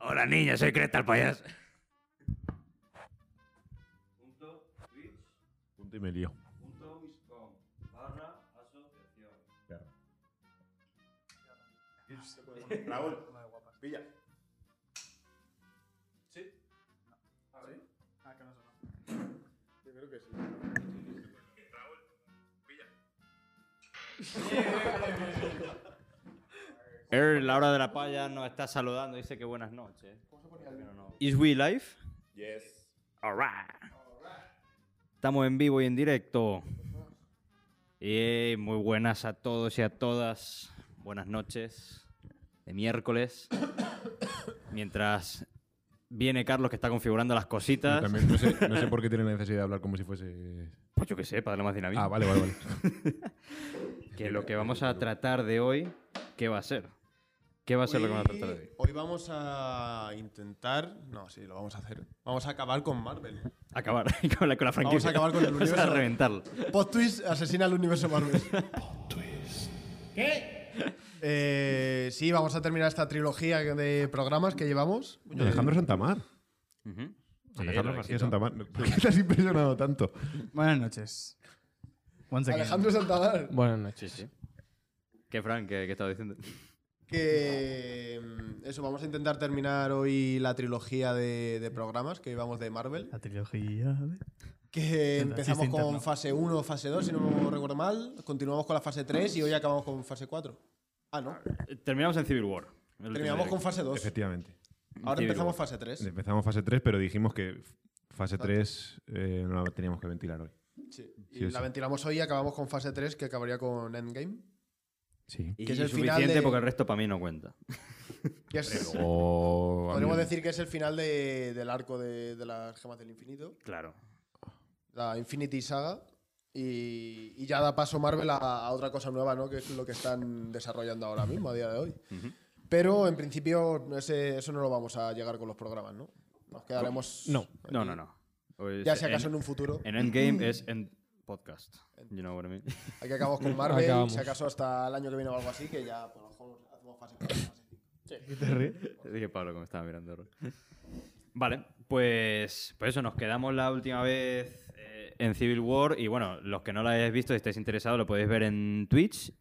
Hola niña, soy Creta el payaso. Punto Twitch. Punto y me lío. Punto Wiscom. Barra asociación. Raúl, pilla. Sí. A ver. Ah, que no se va. Yo creo que sí. Er, Laura de la Palla nos está saludando, dice que buenas noches. ¿Cómo se ponía el Pero no. Is We Live? Yes. Estamos en vivo y en directo. Eh, muy buenas a todos y a todas. Buenas noches de miércoles. Mientras viene Carlos que está configurando las cositas. También no sé, no sé por qué tiene la necesidad de hablar como si fuese. Pues yo que sé, para darle más dinamismo. Ah, vale, vale, vale. Que lo que vamos a tratar de hoy, ¿qué va a ser? ¿Qué va a ser lo que vamos a tratar de hoy? Hoy vamos a intentar. No, sí, lo vamos a hacer. Vamos a acabar con Marvel. Acabar con la, con la franquicia. Vamos a acabar con el Vamos a universo. reventarlo. Post Twist asesina al universo Marvel. ¿Qué? Eh, sí, vamos a terminar esta trilogía de programas que llevamos. Alejandro Santamar. Ujú. Alejandro García Santamar. ¿Por qué te has impresionado tanto? Buenas noches. Once again. Alejandro Santalar. Buenas noches. Sí, sí. ¿Qué, Frank? ¿Qué, qué estaba diciendo? Que. mm, Eso, vamos a intentar terminar hoy la trilogía de, de programas que llevamos de Marvel. La trilogía. de- Que Verdad, empezamos chiste con interno. fase 1, fase 2, si no recuerdo mal. Continuamos con la fase 3 y hoy acabamos con fase 4. Ah, no. Eh, Terminamos en Civil War. El Terminamos último con fase 2. Efectivamente. Ahora Civil empezamos War. fase 3. Empezamos fase 3, pero dijimos que fase 3 eh, no la teníamos que ventilar hoy. Sí. Y Sí, la sí. ventilamos hoy y acabamos con fase 3, que acabaría con Endgame. Sí. Y que es el final suficiente de- porque el resto para mí no cuenta. Que es, O. podríamos decir que es el final de- del arco de, de las gemas del infinito, Claro. la Infinity Saga. Y, y ya da paso Marvel a, a otra cosa nueva, ¿no? Que es lo que están desarrollando ahora mismo, a día de hoy. Pero en principio ese- eso no lo vamos a llegar con los programas, ¿no? Nos quedaremos... No. No, aquí. no, no. Pues Ya si acaso en, en, un futuro. en Endgame es en podcast. You know what I mean? Aquí acabamos Mm, con Marvel, Acabamos. si acaso hasta el año que viene o algo así, que ya pues, a lo mejor hacemos fase 4, fase 5. Dije Pablo que me estaba mirando. raro. Vale, pues, pues eso, nos quedamos la última vez eh, en Civil War. Y bueno, los que no la hayáis visto, si estáis interesados, lo podéis ver en Twitch.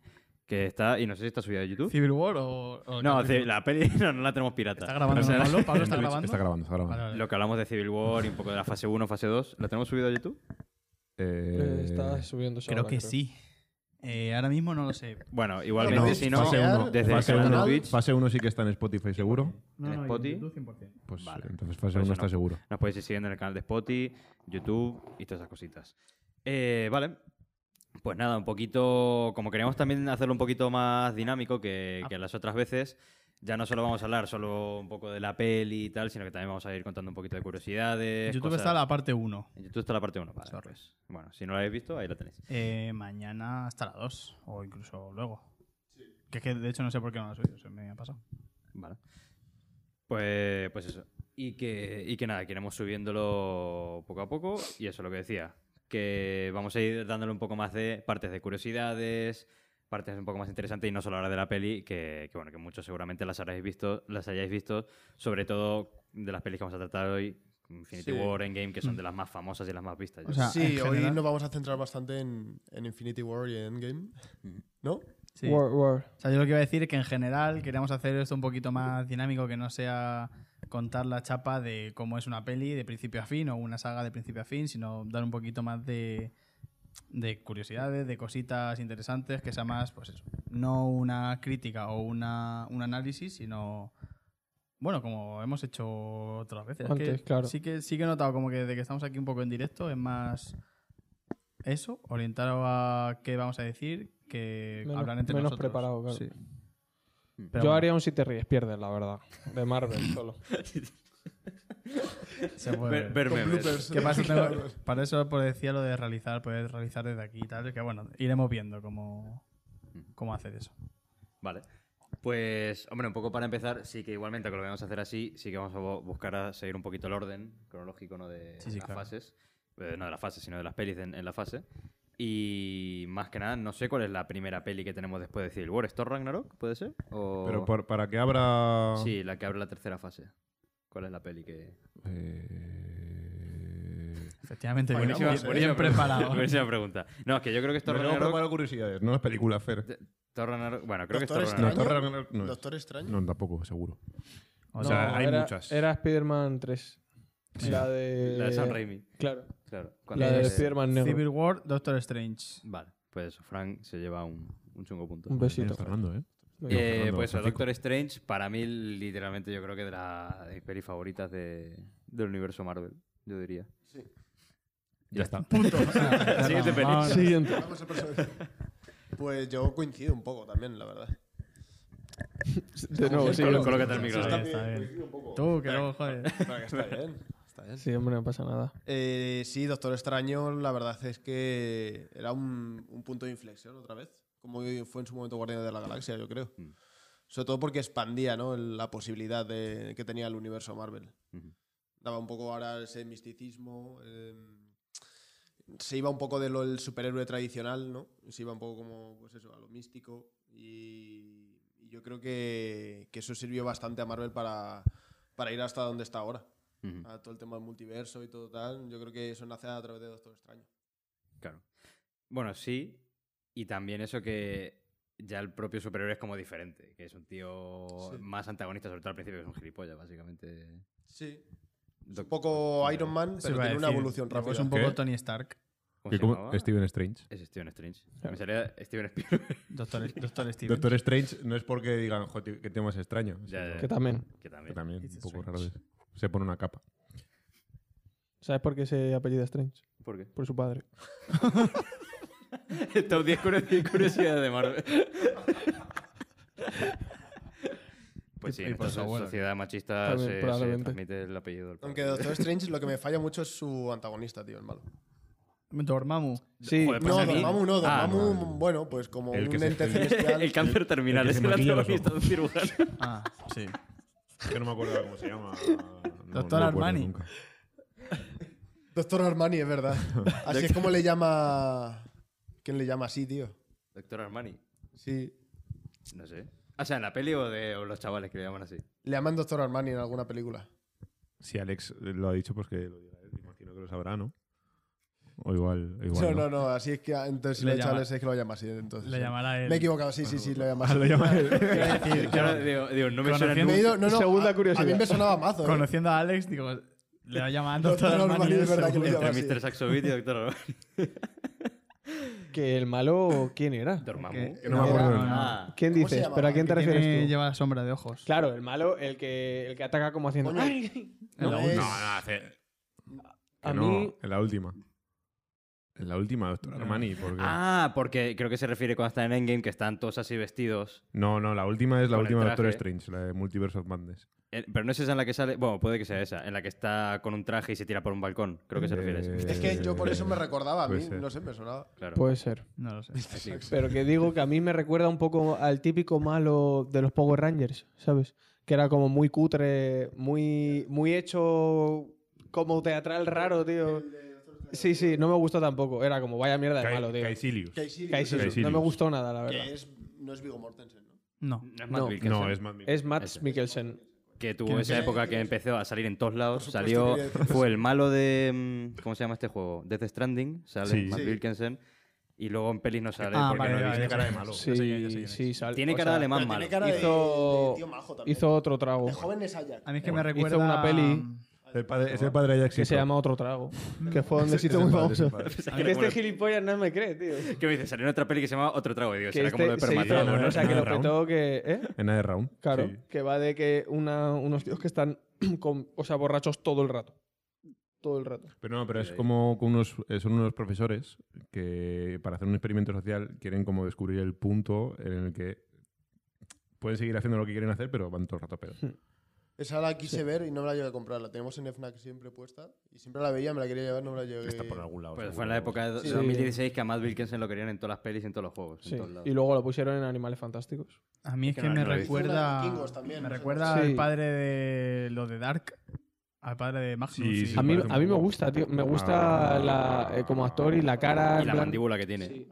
Que está, y no sé si está subida a YouTube. ¿Civil War o.? o No, Capitán? ci- la peli no, no la tenemos pirata. ¿Está grabando O sea, Pablo? ¿Pablo En está Twitch grabando? Está grabando, está grabando. Vale, vale. Lo que hablamos de Civil War y un poco de la fase 1, fase 2, ¿la tenemos subido a YouTube? Eh, Eh, está subiendo Creo que sí. Eh, ahora mismo no lo sé. Bueno, igualmente, No, si no, fase uno. desde fase el canal 1 de Twitch, fase uno sí que está en Spotify seguro. No, no, Spotify? en YouTube 100%. Pues Vale. entonces fase Pues 1 no. está seguro. nos podéis ir siguiendo en el canal de Spotify, YouTube y todas esas cositas. Eh, vale. Pues nada, un poquito, como queríamos también hacerlo un poquito más dinámico que, Ah. que las otras veces, ya no solo vamos a hablar solo un poco de la peli y tal, sino que también vamos a ir contando un poquito de curiosidades. En YouTube cosas- está la parte 1. En YouTube está la parte 1, vale. Sorry. pues, bueno, si no la habéis visto, ahí la tenéis. Eh, mañana hasta la 2. O incluso luego. Que es que de hecho no sé por qué no la he subido. Se me ha pasado. Vale. Pues, pues eso. Y que, y que nada, que iremos subiéndolo poco a poco. Y eso es lo que decía. Que vamos a ir dándole un poco más de partes de curiosidades, partes un poco más interesantes y no solo hablar de la peli, que, que bueno, que muchos seguramente las habréis visto, las hayáis visto, sobre todo de las pelis que vamos a tratar hoy, Infinity Sí. War, Endgame, que son de las más famosas y las más vistas. yo O sea, en sí, hoy general- nos vamos a centrar bastante en, en Infinity War y en Endgame. ¿No? Sí. War, War. O sea, yo lo que iba a decir es que en general queríamos hacer esto un poquito más dinámico, que no sea contar la chapa de cómo es una peli de principio a fin o una saga de principio a fin, sino dar un poquito más de, de curiosidades, de cositas interesantes, que sea más, pues eso, no una crítica o una, un análisis, sino... Bueno, como hemos hecho otras veces. Antes, que claro. Sí que, sí que he notado como que desde que estamos aquí un poco en directo es más eso, orientado a qué vamos a decir, que Menos- hablar entre menos nosotros. preparado, claro. Sí. Pero Yo bueno, haría un si te ríes, pierdes, la verdad. De Marvel solo. se puede Ver- ver. verme, Con ver. bloopers. ¿Qué pasa? Tengo- para eso pues, decía lo de realizar, poder realizar desde aquí y tal, que bueno, iremos viendo cómo, cómo hacer eso. Vale. Pues, hombre, un poco para empezar, sí que igualmente, que lo vamos a hacer así, sí que vamos a bu- buscar a seguir un poquito el orden cronológico, no de Sí, sí, las claro. fases. Eh, no de las fases, sino de las pelis en, en la fase. Y más que nada, no sé cuál es la primera peli que tenemos después de Civil War. ¿Es Thor Ragnarok? ¿Puede ser? O... Pero por- para que abra Sí, la que abre la tercera fase. ¿Cuál es la peli que.? Eh... Efectivamente, bien, Buenísima- bien- buenísima bien preparado. Buenísima pregunta. No, es que yo creo que es No, Thor no, Ragnarok- preparo curiosidades, no las películas, Fer. Thor Ragnarok- Bueno, creo que es Doctor Thor No, Ragnarok. Extraño. Thor Ragnarok no es. ¿Doctor Extraño? No, tampoco, seguro. O O sea, sea, hay era, muchas. Era Spider-Man 3. La de. La de Sam Raimi. Claro. Claro. Cuando eh, La de es- Spider-Man negro. Civil War, Doctor Strange. Vale, pues eso. Frank se lleva un, un chungo punto. Un Mira, besito. Fernando, ¿eh? Venga. Eh, Fernando, pues el Francisco. Doctor Strange, para mí, literalmente, yo creo que de, la, de mis pelis favoritas de, del universo Marvel, yo diría. Ya está. Siguiente peli. Ah, Ah, Vamos. Siguiente. Vamos a pasar. Pues yo coincido un poco también, la verdad. De nuevo, Colo- siguiente. colócate el micro. Sí, David. está bien. Coincido un poco. Tú, que luego, joder. Está bien, está bien, está bien. Sí, hombre, no pasa nada. Eh, sí, Doctor Extraño, la verdad es que era un, un punto de inflexión otra vez, como fue en su momento Guardianes de la Galaxia, yo creo. Mm. Sobre todo porque expandía ¿no? el- la posibilidad de- que tenía el universo Marvel. Ujú. Daba un poco ahora ese misticismo. eh, se iba un poco de lo del superhéroe tradicional, ¿no? Se iba un poco como, pues eso, a lo místico. Y, y yo creo que, que eso sirvió bastante a Marvel para, para ir hasta donde está ahora Ujú. a todo el tema del multiverso y todo tal. Yo creo que eso nace a través de Doctor Extraño. Claro. Bueno, sí. Y también eso que ya el propio superhéroe es como diferente, que es un tío Sí. más antagonista, sobre todo al principio, que es un gilipollas, básicamente. Sí. Doc- Un poco Iron Man, Eso pero iba a tiene una decir. evolución Luego rápida. Es un poco ¿Qué? Tony Stark. ¿Cómo ¿Qué, se cómo? llamaba? Steven Strange. Es Steven Strange. Claro. Me salía Steven Spielberg, Doctor, Doctor Steven. Doctor Strange no es porque digan, jo, tío, qué tema es extraño. Ya, sino ya. Que también. que también. que también It's un poco strange. raro es. Se pone una capa. ¿Sabes por qué se apellida Strange? ¿Por qué? Por su padre. Top 10 curios- curiosidades de Marvel. pues sí, Y en por esta su abuela. sociedad machista También, se, se probablemente. transmite el apellido del padre. Aunque Doctor Strange lo que me falla mucho es su antagonista, tío, el malo. E- Dormammu. Sí, Joder, Pues no, a mí- Dormammu no, Ah, Dormammu, bueno, pues como El que un se- ente el- celestial. el cáncer terminal que es se el maquilla los antagonista de un cirujano. Ah, sí. Que no me acuerdo cómo se llama. Doctor me acuerdo Armani. nunca. Doctor Armani, es verdad. Así es como le llama... ¿Quién le llama así, tío? Doctor Armani. Sí. No sé. O sea, en la peli o de o los chavales que le llaman así. Le llaman Doctor Armani en alguna película. Si Alex lo ha dicho, pues que lo diga él. Imagino que lo sabrá, ¿no? O igual. igual no, no, no, así es que... ah, Entonces, si Le lo he hecho a llama- Alex, es que lo llama así, entonces. Le llamará él. Me he equivocado, sí, sí, sí, lo llama así. Lo llama él. Quiero decir, Claro, digo, digo, no me suena Conociendo- Me he ido- no, no, Segunda a- curiosidad. A mí me sonaba mazo. ¿eh? Conociendo a Alex, digo, le va a llamar Doctor Doctor Armani. Armani, es verdad que le seguro. llama- entre así. Mr. Saxobit y Doctor Armani. que el malo, ¿quién era? Dormammu. Que no me acuerdo. Ah, ¿Quién ¿Cómo se dices? llamaba? ¿Pero a quién te Que refieres tiene- tú? lleva sombra de ojos. Claro, el malo, el que, el que ataca como haciendo. Coño. "Ay". No, No, No, es- no, hace- que A no, mí. En la última. En la última, Doctor No. Armani. Porque... Ah, porque creo que se refiere cuando están en Endgame, que están todos así vestidos. No, no, la última es la Con el última de Doctor traje. Strange, la de Multiverse of Madness. Eh, Pero no es esa en la que sale. Bueno, puede que sea esa, en la que está con un traje y se tira por un balcón. Creo que se refiere a eso. Eh, Es que yo por eso me recordaba a puede mí, ser. no sé, me sonaba. Claro. Puede ser. No lo sé. Así. Pero que digo que a mí me recuerda un poco al típico malo de los Power Rangers, ¿sabes? Que era como muy cutre, muy, muy hecho como teatral raro, tío. Sí, sí, no me gustó tampoco. Era como vaya mierda de Ca- malo, tío. Caecilius. Caecilius, Caecilius. Caecilius. No me gustó nada, la pues Que verdad. es, no es Vigo Mortensen, ¿no? No. No es Matt No. Wilkinson, No, es Mad Mix. Es Matt Ese. Mikkelsen. Que ¿Quién tuvo es esa ese? época que empezó a salir en todos lados. Por supuesto, Salió. quería decir Fue el malo de. mm, ¿Cómo se llama este juego? Death Stranding. Sale Sí. Matt Sí. Wilkinson. Y luego en pelis no sale Ah, porque vale, no he vale, visto. vale. Tiene cara de malo. Sí, sé quién es, ya sé quién es. sí, sal- Tiene o cara de sea, alemán Pero malo. tiene cara de- Hizo- de tío majo también. Hizo otro trago. El joven es Ajax. A mí es que me Bueno, hizo recuerda. una peli. a- El padre, es el padre de Jack Que se Sipro. llama Otro Trago. Que fue donde se Ese- hizo ese muy padre, ese famoso. padre. Pensaba que Que era como este el- gilipollas no me cree, tío. ¿Qué me dices? Salió en otra peli que se llama Otro Trago de Dios. que Era como lo de este se hizo- Permatrago, ¿no? o sea, que Nada, lo Raúl. petó que... ¿eh? En la de Round. Claro, Sí. que va de que una- unos tíos que están con, o sea, borrachos todo el rato. Todo el rato. Pero no, pero es Ahí. como con unos, eh, son unos profesores que para hacer un experimento social quieren como descubrir el punto en el que pueden seguir haciendo lo que quieren hacer, pero van todo el rato a pedo. Esa la quise ver y no me la llegué a comprar. La tenemos en FNAC siempre puesta. Y siempre la veía, me la quería llevar, no me la llegué. Está por algún lado. Pues seguro, fue en la algo así. época de Sí. 2016 que a Matt Wilkinson lo querían en todas las pelis y en todos los juegos. en Sí. todos lados. Y luego lo pusieron en Animales Fantásticos. A mí es que que, no- me no lo he visto. recuerda. Hizo una de vikingos también, no me sé. recuerda Sí. al padre de lo de Dark. Al padre de Magnus. Sí, y- sí, A mí, parece Ah. a mí un me poco- gusta, tío. Me gusta la, eh, como actor y la cara. Y en la plan- mandíbula que tiene. Sí.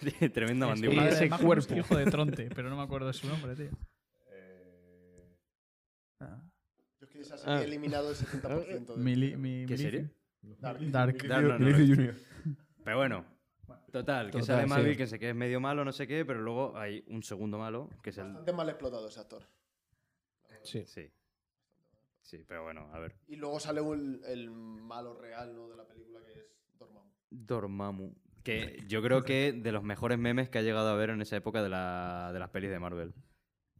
Tremenda Es que mandíbula. el padre ese de Magnus, cuerpo. Hijo de Tronte, pero no me acuerdo de su nombre, tío. Ah. Yo es que esa serie Ah. he eliminado el 70%. de- Mi li- mi- ¿Qué mi- serie? Dark. Dark. Mi- Dark. no, no, Vinicius Junior. Pero bueno, total, que Total, sale sí. Mavi, que se que es medio malo, no sé qué, pero luego hay un segundo malo, que es el... Bastante mal explotado ese actor. Sí. Sí. Sí, pero bueno, a ver. Y luego sale un- el malo real ¿no? de la película que es Dormammu. Dormammu. Que yo creo que de los mejores memes que ha llegado a ver en esa época de, la- de las pelis de Marvel.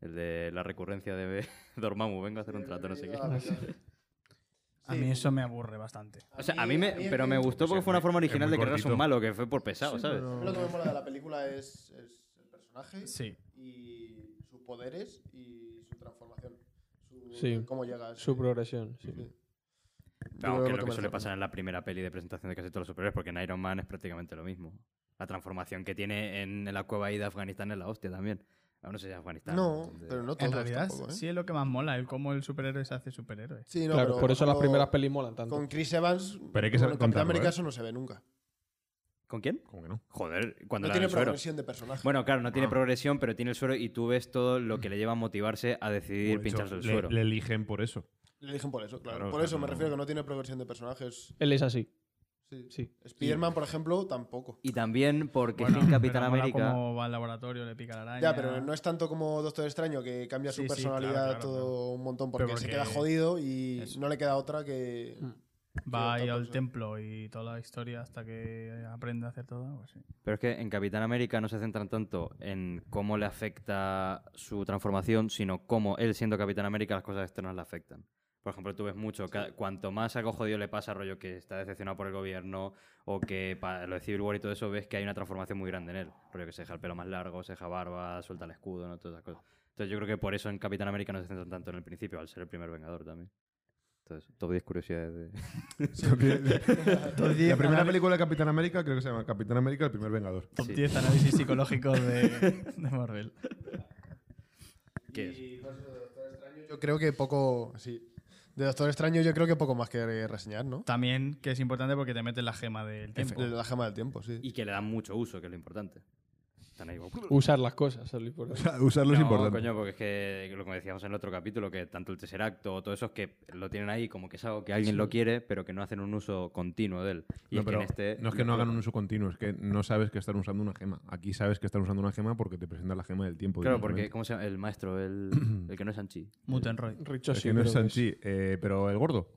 El de la recurrencia de Dormammu, vengo a hacer un trato, no sé qué. A mí eso me aburre bastante. O sea, a mí me... Pero me gustó porque fue una forma original de crearse un cortito. malo, que fue por pesado, Sí, ¿sabes? pero- Lo que me mola de la película es, es el personaje Sí. y sus poderes y su transformación. Su, Sí. Cómo llega. a Su ser- progresión, sí. Sí. Claro, Yo que creo es lo que suele merece- pasar en la primera peli de presentación de casi todos los superhéroes, porque en Iron Man es prácticamente lo mismo. La transformación que tiene en la cueva ahí de Afganistán es la hostia también. Aún no sé si es Afganistán. No, entonces- pero no todos En realidad, tampoco, ¿eh? sí es lo que más mola, el cómo el superhéroe se hace superhéroe. Sí, no, claro, pero, por eso las ejemplo, primeras pelis molan tanto. Con Chris Evans, Pero hay que con saber Capitán contarlo, América ¿eh? eso no se ve nunca. ¿Con quién? ¿Cómo que no? Joder, cuando le No dan tiene el suero. progresión Ah. de personaje. Bueno, claro, no tiene progresión, pero tiene el suero y tú ves todo lo que le lleva a motivarse a decidir Por eso, pincharse el le- suero. Le eligen por eso. Le eligen por eso, claro. Claro, por o sea, eso me no- refiero que no tiene progresión de personajes. Él es así, Sí. sí. Spider-Man, por ejemplo, tampoco. Y también porque Bueno, Phil Capitán pero mola América. cómo va al laboratorio, le pica la araña. Ya, pero no es tanto como Doctor Extraño, que cambia Sí, su sí, claro, personalidad claro, todo claro. un montón porque, Pero se porque- queda jodido y Eso. Mm. no le queda otra que. Va ahí tanto, al sí. templo y toda la historia hasta que aprende a hacer todo. pues sí. Pero es que en Capitán América no se centran tanto en cómo le afecta su transformación, sino cómo él siendo Capitán América las cosas externas le afectan. Por ejemplo, tú ves mucho, ca- cuanto más algo jodido le pasa, rollo que está decepcionado por el gobierno o que pa- lo de Civil War y todo eso, ves que hay una transformación muy grande en él. Rollo que se deja el pelo más largo, se deja barba, suelta el escudo, ¿no? todas esas cosas. Entonces yo creo que por eso en Capitán América no se centran tanto en el principio, al ser el primer Vengador también. Entonces, todo 10 curiosidades de... la primera película de Capitán América creo que se llama Capitán América, el primer Vengador. Top Sí. 10 análisis psicológicos de, de Marvel. ¿Qué Y con eso de Doctor Extraño, Yo creo que poco. Sí. De Doctor Extraño, yo creo que poco más que reseñar, ¿no? También, que es importante porque te metes la gema del tiempo. De la gema del tiempo, sí. Y que le dan mucho uso, que es lo importante. Están ahí como- Usar las cosas, salir por O ahí. sea, usarlo es No, importante. coño, porque es que, lo que decíamos en el otro capítulo, que tanto el Tesseracto o todo eso es que lo tienen ahí como que es algo que alguien lo quiere, pero que no hacen un uso continuo de él. Y No, es que pero en este... no es que lo no hagan explotan. un uso continuo, es que no sabes que están usando una gema. Aquí sabes que están usando una gema porque te presentan la gema del tiempo. Claro, porque, directamente. ¿cómo se llama? El maestro, el, el que no es Sanchi. Mutenroy. Richoshi, Es que no es creo que es. Sanchi, eh, pero el gordo.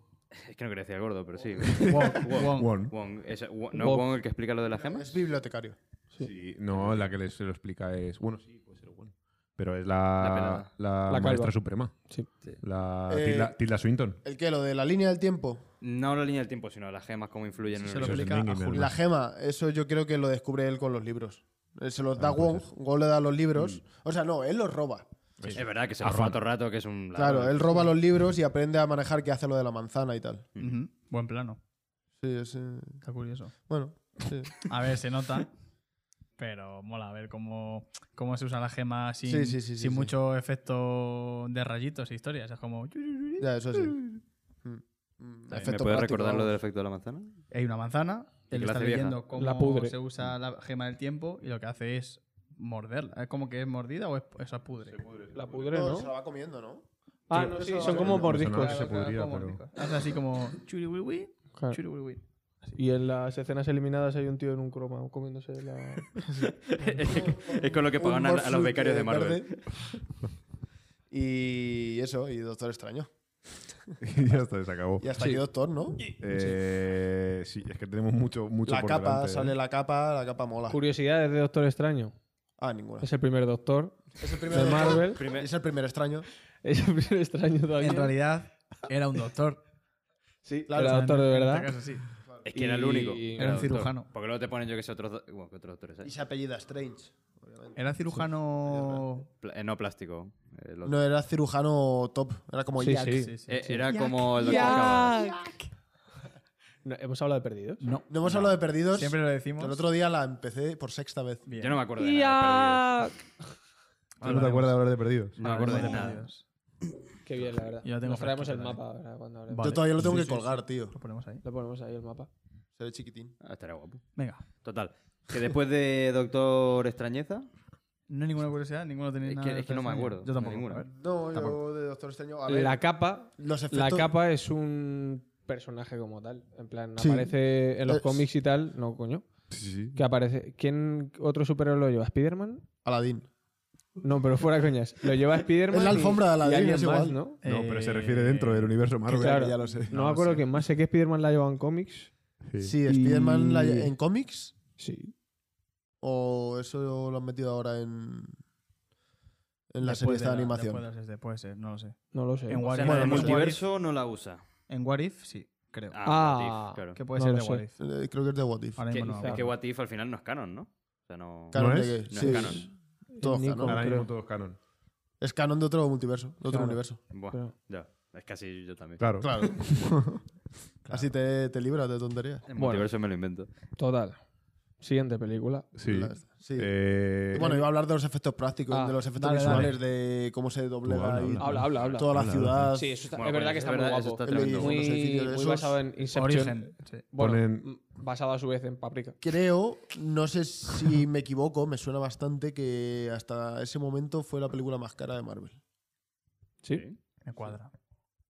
Es que no quería decir el gordo, pero sí. Wong, Wong. Won. Wong. Ese- Wong- ¿No Wong. Wong el que explica lo de las gemas? Es bibliotecario. Sí, no, la que les, se lo explica es. Bueno, sí, puede ser bueno. Pero es la, la, La calva. maestra suprema. Sí. La Eh, Tilda, Tilda Swinton. ¿El qué? ¿Lo de la línea del tiempo? No la línea del tiempo, sino las gemas, cómo influyen en Se el lo Eso es universo. aplica Mingin, a Hulk. además. La gema, eso yo creo que lo descubre él con los libros. Él se Ah, los da puede Wong, Wong le da los libros. Mm. O sea, no, él los roba. Es verdad que se lo roba todo el rato, que es un... Claro, él roba los libros y aprende a manejar que hace lo de la manzana y tal. Ujú. Buen plano. Sí, es, eh, Está curioso. Bueno, sí. A ver, se nota. Pero mola a ver cómo, cómo se usa la gema sin, Sí, sí, sí, sí, sí. sin mucho efecto de rayitos e historias. Es como. ya, eso sí. Mm. Mm, ¿Me efecto puedes práctico, recordar lo vamos. del efecto de la manzana? Hay una manzana, que él la está hace vieja. leyendo cómo La pudre. se usa la gema del tiempo y lo que hace es morderla. ¿Es como que es mordida o es, eso es pudre? La pudre, No, ¿no? se la va comiendo, ¿no? Ah, no, sí, Eso- son como Me sonaba mordiscos. que se pudría, como pero- mordiscos. Hace así como. churiwiwi, Claro. churiwiwi. Y en las escenas eliminadas hay un tío en un croma comiéndose la... es con lo que Un pagan a, a los Morpheus becarios de Marvel. verde. y eso, y Doctor Extraño. y ya está, se acabó. Y hasta aquí Doctor, ¿no? Eh, sí, es que tenemos mucho, mucho La por capa, delante, ¿eh? sale la capa, la capa mola. Curiosidades de Doctor Extraño. Ah, ninguna. Es el primer Doctor Es el primer de Marvel. Primer- Es el primer extraño. Es el primer extraño también. En realidad, era un doctor. sí, Claro, o era sea, doctor en- de en verdad. este caso sí. Es que era el único. Y- Era un doctor. cirujano. Porque luego te ponen yo que sé otros, do- bueno, que otros doctores. Y ¿eh? se apellida Strange. obviamente. Era cirujano. Pla- eh, no plástico. el otro. No era cirujano top, era como Sí, Jack. sí. Eh, era como el doctor Cabal. No, ¿Hemos hablado de perdidos? No. No hemos hablado de perdidos. Siempre lo decimos. El otro día la empecé por sexta vez. Bien. Yo no me acuerdo de nada. de perdidos. ¿Tú no te acuerdas de hablar de perdidos? Ah, No me acuerdo de Hablaremos nada. Dios. Qué bien, la verdad. Yo la tengo Nos traemos fresquita, el dale. mapa, ¿verdad? Cuando hablemos. Vale. Yo todavía lo tengo Sí, que sí, sí. colgar, tío. Lo ponemos ahí. Lo ponemos ahí, el mapa. Se ve chiquitín. Ah, estaría guapo. Venga. Total. Que después de Doctor Extrañeza, No hay ninguna curiosidad, ninguno tenía Es que- nada. de es que no me Doctor acuerdo, Extraño. Yo tampoco. ninguna. a ver. No, Tampoco. yo de Doctor Extraño. A ver, La capa, los la efectos. capa es un personaje como tal. En plan, Sí. aparece en los Es- cómics y tal. No, coño. Sí, sí, sí. Que aparece. ¿Quién otro superhéroe lo lleva? ¿Spiderman? Aladdin. No, pero fuera coñas. Lo lleva Spiderman. Es la y- alfombra de y Aladdin, alguien es más, igual. ¿no? No, pero se Eh, refiere dentro del universo Marvel, Claro. ya lo sé. No me acuerdo quién más. Sé que Spiderman la lleva en cómics. Sí. Sí, Y- Spider-Man la- en cómics. Sí. ¿O eso lo han metido ahora en, en la Eh, serie después de la- animación? Después de las series, puede ser, no lo sé. No lo sé. En O What sea, If- en el en What If- multiverso no la usa. En What If, sí, creo. Ah. What If, claro. que puede no ser lo de Ah, What sé. If. Eh, Creo que es de What If. Ahora Que- mismo no. me es que acuerdo. What If al final no es canon, ¿no? O sea, no... Canon ¿No de es? que- No sí, es es canon. Todos Nico, canon. Ahora creo. mismo todos canon. Es canon de otro multiverso. De otro Claro. universo. Buah, Pero- ya. Es casi yo también. Claro. Claro. Así te, te libras de tonterías. El Bueno. multiverso me lo invento. Total. Siguiente película. Sí. La- sí. Eh, bueno, iba a hablar de los efectos prácticos, Ah, de los efectos dale, dale. visuales, de cómo se doblega habla, y Habla, habla, habla. toda la Habla, ciudad. habla. Sí, eso está, Bueno, es verdad coño, que es está verdad, muy eso guapo. está tremendo. Muy- unos edificios de muy esos. basado en Inception. Origen. sí. Bueno, Ponen- basado a su vez en Paprika. Creo, no sé si me equivoco, me suena bastante que hasta ese momento fue la película más cara de Marvel. ¿Sí? Sí. Me cuadra.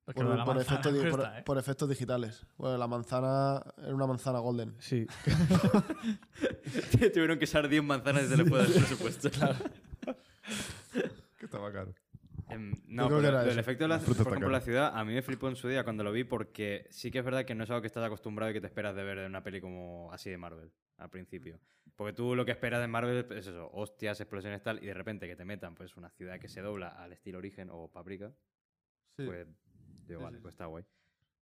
Porque Por, lo de la por manzana efectos, di- por- cuesta, ¿eh? por efectos digitales. Bueno, la manzana era una manzana golden. Sí. Tuvieron que echar 10 manzanas desde después del presupuesto. Que estaba caro. Em, No, Yo creo que pero era el eso. efecto de la, fruta por está ejemplo, cara. la ciudad, a mí me flipó en su día cuando lo vi porque sí que es verdad que no es algo que estás acostumbrado y que te esperas de ver en una peli como así de Marvel al principio. Porque tú lo que esperas de Marvel es eso, hostias, explosiones tal, y de repente que te metan pues una ciudad que se dobla al estilo origen o paprika, pues digo, Sí, vale, sí, pues está guay.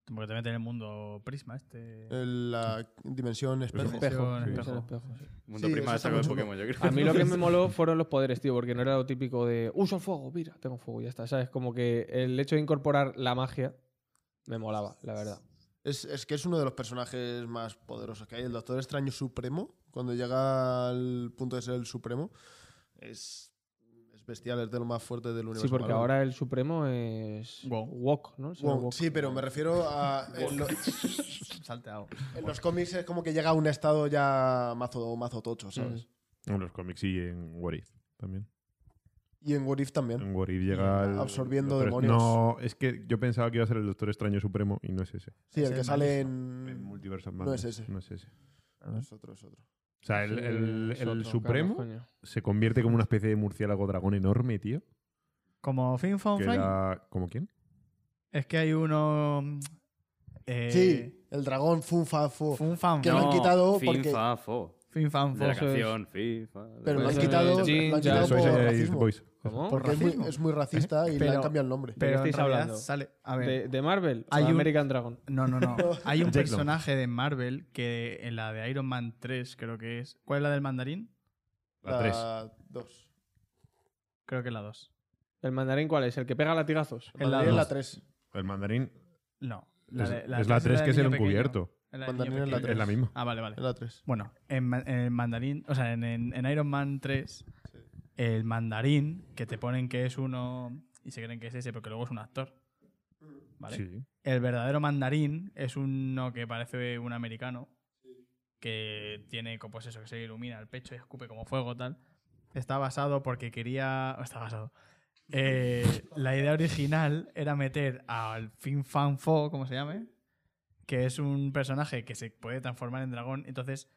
Porque te meten en el mundo Prisma, este. El- La dimensión espejo. Espejo. Espejo. Mundo prima Sí, eso de está saco de mucho Pokémon, yo creo. A mí lo que me moló fueron los poderes, tío, porque no era lo típico de uso fuego, mira, tengo fuego, ya está. ¿Sabes? Como que el hecho de incorporar la magia me molaba, la verdad. Es, es que es uno de los personajes más poderosos que hay. El Doctor Extraño Supremo, cuando llega al punto de ser el Supremo, es, es bestial, es de lo más fuerte del universo. Sí, porque Marvel. ahora el supremo es Wow. Wok, ¿no? Será Bueno, Wok. sí, pero me refiero a. En, lo- Salteado. en los cómics es como que llega a un estado ya mazo, mazo tocho, ¿sabes? En los cómics y en What If también. Mm. Y en What If también. En What If llega el- Absorbiendo Doctor- demonios. No, es que yo pensaba que iba a ser el Doctor Extraño Supremo y no es ese. Sí, Ese el que es sale En en. Multiverso of Mm, No Madness, es ese. No es ese. Es otro, es otro. O sea, el, Sí, el- es el otro, Supremo claro, coño. se convierte como una especie de murciélago dragón enorme, tío. Como Fin Fun Que Fly. era- ¿Cómo quién? Es que hay uno. mm, Eh, Sí, el dragón Funfa Fu. Fun Fan que lo han Fly. No, quitado fin, porque- fa, fo. Fin Fan De la Fly. Eso es. canción, fi, fa. de- Pero lo han Pues, eh, quitado, lo Jin, han ya, quitado soy por Soy racismo. Voice. ¿Cómo? Porque es muy, racismo. es muy racista y le Eh, Pero- han cambiado el nombre. Pero en estáis realidad hablando? sale. A ver. ¿De, de Marvel? Hay Hay un- American Dragon. No, no, no. Hay Jake un Long. personaje de Marvel que en la de Iron Man 3, creo que es. ¿Cuál es la del mandarín? La 3. dos. Creo que es la 2. ¿El mandarín cuál es? ¿El que pega latigazos? En la Mandarín es la dos. 3. El mandarín No. es de- es la tres 3 que es del el niño encubierto. pequeño. Es la del niño Mandarín es la pequeño. Es la misma. Ah, vale, vale. Es la 3. Bueno, en, ma- en el mandarín, o sea, en, en- en Iron Man 3, el mandarín, que te ponen que es uno y se creen que es ese, porque luego es un actor. ¿Vale? Sí. El verdadero mandarín es uno que parece un americano, que tiene, co- pues eso, que se ilumina el pecho y escupe como fuego, tal. Está basado porque quería. Está basado. Eh, la idea original era meter al Fin Fan Fo, como se llame, que es un personaje que se puede transformar en dragón. Entonces,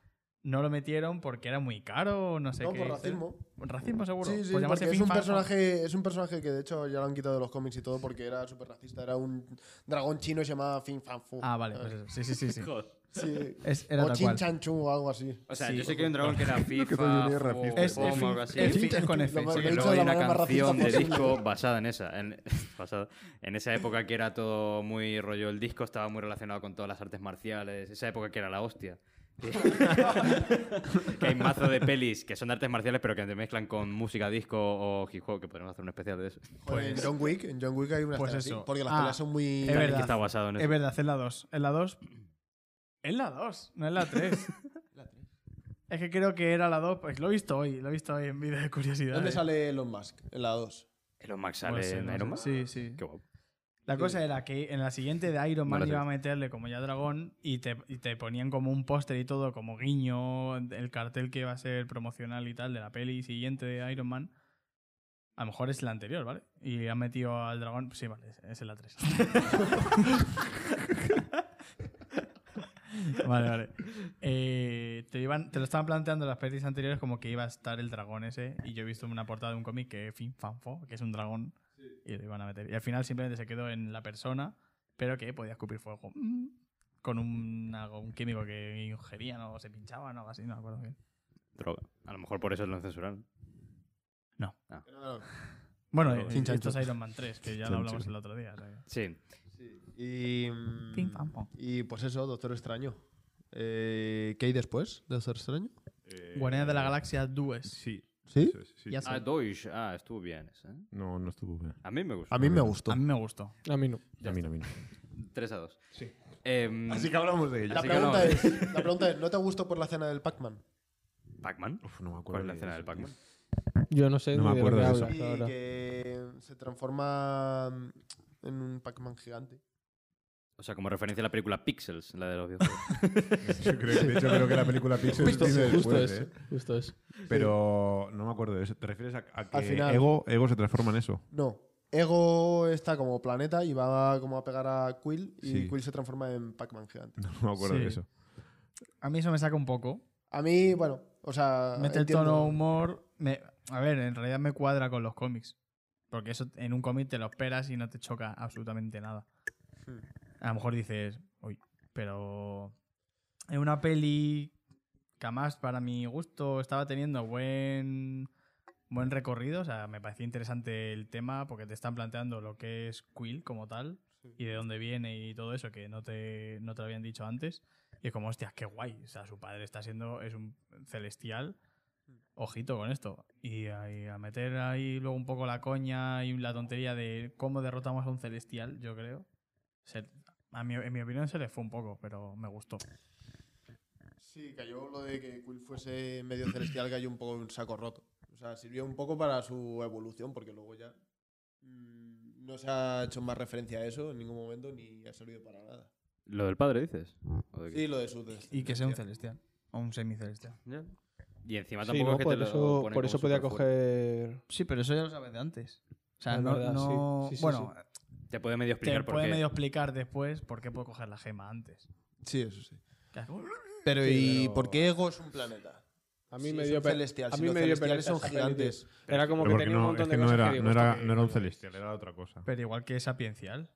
no lo metieron porque era muy caro, no sé No, qué. por racismo. Racismo, seguro. Sí, sí, Por llamarse porque es Fin un, Fan Fo. personaje, es un personaje que de hecho ya lo han quitado de los cómics y todo porque era súper racista. Era un dragón chino que se llamaba Fin Fan Fu. Ah, vale, pues eso. Sí, sí, sí. sí. Joder. Sí. Es- era o tal Chin cual. Chan Chun o algo así. O sea, Sí. yo sé que hay un dragón que era FIFA, soy un niño fo, racista. Es- fo, es algo así. Es Fin- es con Lo F. hemos sí. Que dicho luego de hay la una manera más racista canción de posible. disco basada en esa. En, basada, en esa época que era todo muy rollo. El disco estaba muy relacionado con todas las artes marciales. Esa época que era la hostia. que hay mazo de pelis que son de artes marciales, pero que te mezclan con música disco o hip hop. Que podemos hacer un especial de eso. Joder, en John Wick, en John Wick hay una Pues escena así, eso. porque las Ah, peleas son muy... Es verdad. Que está basado en eso. Es verdad, es la 2. Es la 2. Es la 2, no es la 3. es que creo que era la 2. Pues lo he visto hoy, lo he visto hoy en vídeo de curiosidad. ¿Dónde sale Elon Musk? En la 2. Pues Elon Musk sale en Iron Man. Sí, sí. Qué guapo. La cosa era que en la siguiente de Iron Man No la iba a sé. meterle como ya dragón y te, y te ponían como un póster y todo, como guiño, el cartel que iba a ser promocional y tal de la peli siguiente de Iron Man. A lo mejor es la anterior, ¿vale? Y han metido al dragón. Sí, vale, es, es en la 3. vale, vale. Eh, te, iban, te lo estaban planteando en las pelis anteriores como que iba a estar el dragón ese. Y yo he visto en una portada de un cómic que es Fin Fanfo, que es un dragón. Y lo iban a meter. Y al final simplemente se quedó en la persona, pero que podía escupir fuego. Mm. Con un, algo- un químico que ingerían o se pinchaban o algo así, no me acuerdo bien. Droga. A lo mejor por eso lo censuraron. Bueno, Pero eh, chin, chan, esto chan. es Iron Man 3, que ya lo hablamos el otro día. o sea que- Sí. Y, mm, Pim, pam, pam. y pues eso, Doctor Extraño. Eh, ¿Qué hay después de Doctor Extraño? Guardianes de la Galaxia 2. Eh, Sí. ¿Sí? eso es, sí. Ya sé. Ah, Deutsch. Ah, estuvo bien ese. ¿eh? No, no estuvo bien. A mí me gustó. A mí me gustó. A mí me gustó. A mí no. A mí no, a mí no. 3 a 2. Sí. Eh, que hablamos de La Así que no. pregunta, es, la pregunta es, ¿no te gustó por la cena del Pac-Man? Pac-Man. Uf, no me acuerdo. ¿Cuál es la de escena eso, del tío. Pac-Man? Yo no sé No ni me de acuerdo lo que de eso. hablas Y ahora. que se transforma mm, en un Pac-Man gigante. O sea, como referencia a la película Pixels, la de los videojuegos. Yo creo, que- de hecho, creo que la película Pixel Justo, viene justo después, eso, ¿eh? justo eso. Pero no me acuerdo de eso. ¿Te refieres a, a que Al final. Ego, Ego se transforma en eso? No, Ego está como planeta y va como a pegar a Quill y Sí. Quill se transforma en Pac-Man gigante. No me acuerdo Sí. de eso. A mí eso me saca un poco. A mí, bueno, o sea... Mete Ah, el entiendo- tono humor. me- a ver, en realidad me cuadra con los cómics. Porque eso en un cómic te lo esperas y no te choca absolutamente nada. Hmm. A lo mejor dices, uy, pero en una peli que además para mi gusto estaba teniendo buen, buen recorrido. O sea, me parecía interesante el tema porque te están planteando lo que es Quill como tal y de dónde viene y todo eso que no te, no te lo habían dicho antes. Y es como, hostias, qué guay. O sea, su padre está siendo, es un celestial. Ojito con esto. Y ahí a meter ahí luego un poco la coña y la tontería de cómo derrotamos a un celestial, yo creo. Se- a mi, en mi opinión se le fue un poco, pero me gustó. Sí, cayó lo de que Quill fuese medio celestial, cayó un poco en un saco roto. O sea, sirvió un poco para su evolución, porque luego ya mm, no se ha hecho más referencia a eso en ningún momento ni ha servido para nada. ¿Lo del padre dices? ¿O de qué? Sí, lo de su Y que sea un celestial. O un semicelestial. Ya. Y encima Sí, tampoco no, es que por te lo eso, ponen por como eso podía superfuerte. coger. Sí, pero eso ya lo sabes de antes. O sea, Es no, verdad, sí. no- Sí, sí, bueno, Te puede medio te explicar por puede qué. medio explicar después por qué puede coger la gema antes. Sí, eso sí. Que es como, Pero Sí, ¿y pero- por qué Ego es un planeta? A mí Si me es dio un pe- celestial, A si mí los me dio celestiales son pereza esa peli, tío. gigantes. Era como Pero que porque tenía un no, montón es de que no cosas era, que digo, no esto era- que- no era un que- celestial, era otra cosa. pero igual que sapiencial.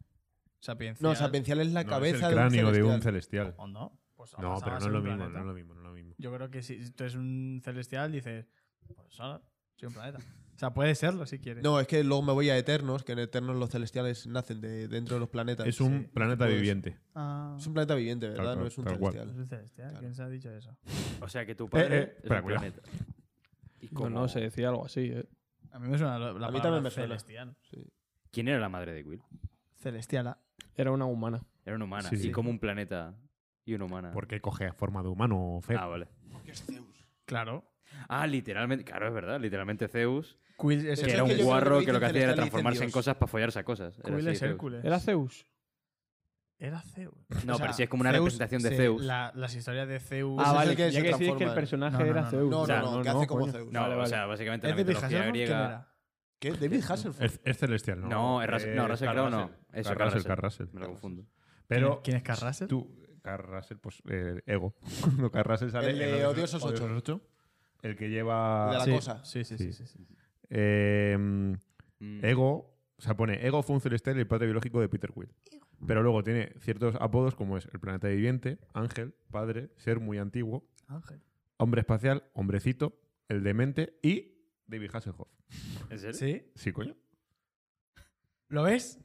Sapiencial. No, Sapiencial es la No, es cabeza el cráneo de de un un celestial. celestial. ¿O no? Pues No, pasabas pero no a es lo un mismo, no planeta. es lo mismo, no es lo mismo. Yo creo que si tú eres un celestial, dices, pues ahora soy un planeta. O sea, puede serlo si quieres. No, es que luego me voy a Eternos, que en Eternos los celestiales nacen de dentro de los planetas. Es un Sí. planeta Pues- viviente. Ah, Es un planeta viviente, ¿verdad? Tal cual, no es un tal cual. celestial. es un celestial. ¿Quién se ha dicho eso? O sea, que tu padre eh, es un espera, cuidado. planeta. ¿Y No, cómo- no, se decía algo así. ¿eh? A mí me suena la, A la mí también palabra me suena. celestial. ¿Quién era la madre de Will? Celestiala. Era una humana. Era una humana. Sí, ¿Y sí. como un planeta y una humana? Porque coge forma de humano, Fer. Ah, vale. Claro. Ah, literalmente. Claro, es verdad. Literalmente Zeus, Quill es, Eso que es era que yo un creo guarro que que lo que dicen hacía era celestial, dicen transformarse en Dios. cosas para follarse a cosas. Era Quill así, es Zeus. Hércules. ¿Era Zeus? Era Zeus. No, O sea, pero sí es como una Zeus representación de se- Zeus. la- las historias de Zeus. ah, es el vale. que se ya que decís que transforma el en- personaje No, no, era no, Zeus. No, O sea, no, no, no, que hace no, como coño. Zeus. No, Vale, o vale. sea, básicamente ¿Es la de mitología Pijaser? ¿Quién griega. era? ¿Qué? ¿David Hasselhoff? Es, es celestial, ¿no? Eh, No, es Ras- no, Russell Carl Crowe no. Russell. Eso, Carl Carl Russell, Russell. Carl Russell. Me lo confundo. Pero ¿Quién es este? Carl Russell? Tú, Carl Russell, pues eh, ego. Cuando Carl Russell sale. El de en Odiosos ocho. El que De lleva. la sí, cosa. Sí, sí, sí. sí, sí. eh, Mm. ego. O sea, pone Ego fue un celestial y el padre biológico de Peter Quill. Pero luego tiene ciertos apodos como es el planeta viviente, ángel, padre, ser muy antiguo, Ángel. hombre espacial, hombrecito, el demente y David Hasselhoff. ¿En serio? ¿Sí? Sí, coño. ¿Lo ves?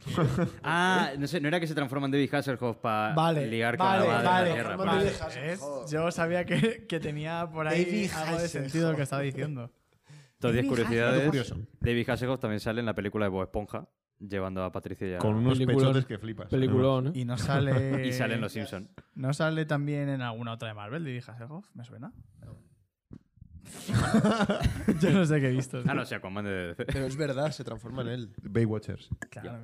Ah, no sé, no era que se transforman David Hasselhoff para Vale, ligar con vale, la madre vale, de la tierra. transforman vale. David vale. Hasselhoff. ¿Ves? Yo sabía que, que tenía por ahí David algo de Hasselhoff. sentido lo que estaba diciendo. Dos diez curiosidades. Dato curioso. David Hasselhoff también sale en la película de Bob Esponja, llevando a Patricia y a... Con unos Peliculón. pechotes que flipas. Peliculón, ¿eh? Y no sale. Y salen los Simpsons. ¿No sale también en alguna otra de Marvel de Hasselhoff? ¿Me suena? Yo no sé qué he visto. Ah, no, o sea, Aquaman de DC. Pero es verdad, se transforma en él. Baywatchers. Claro,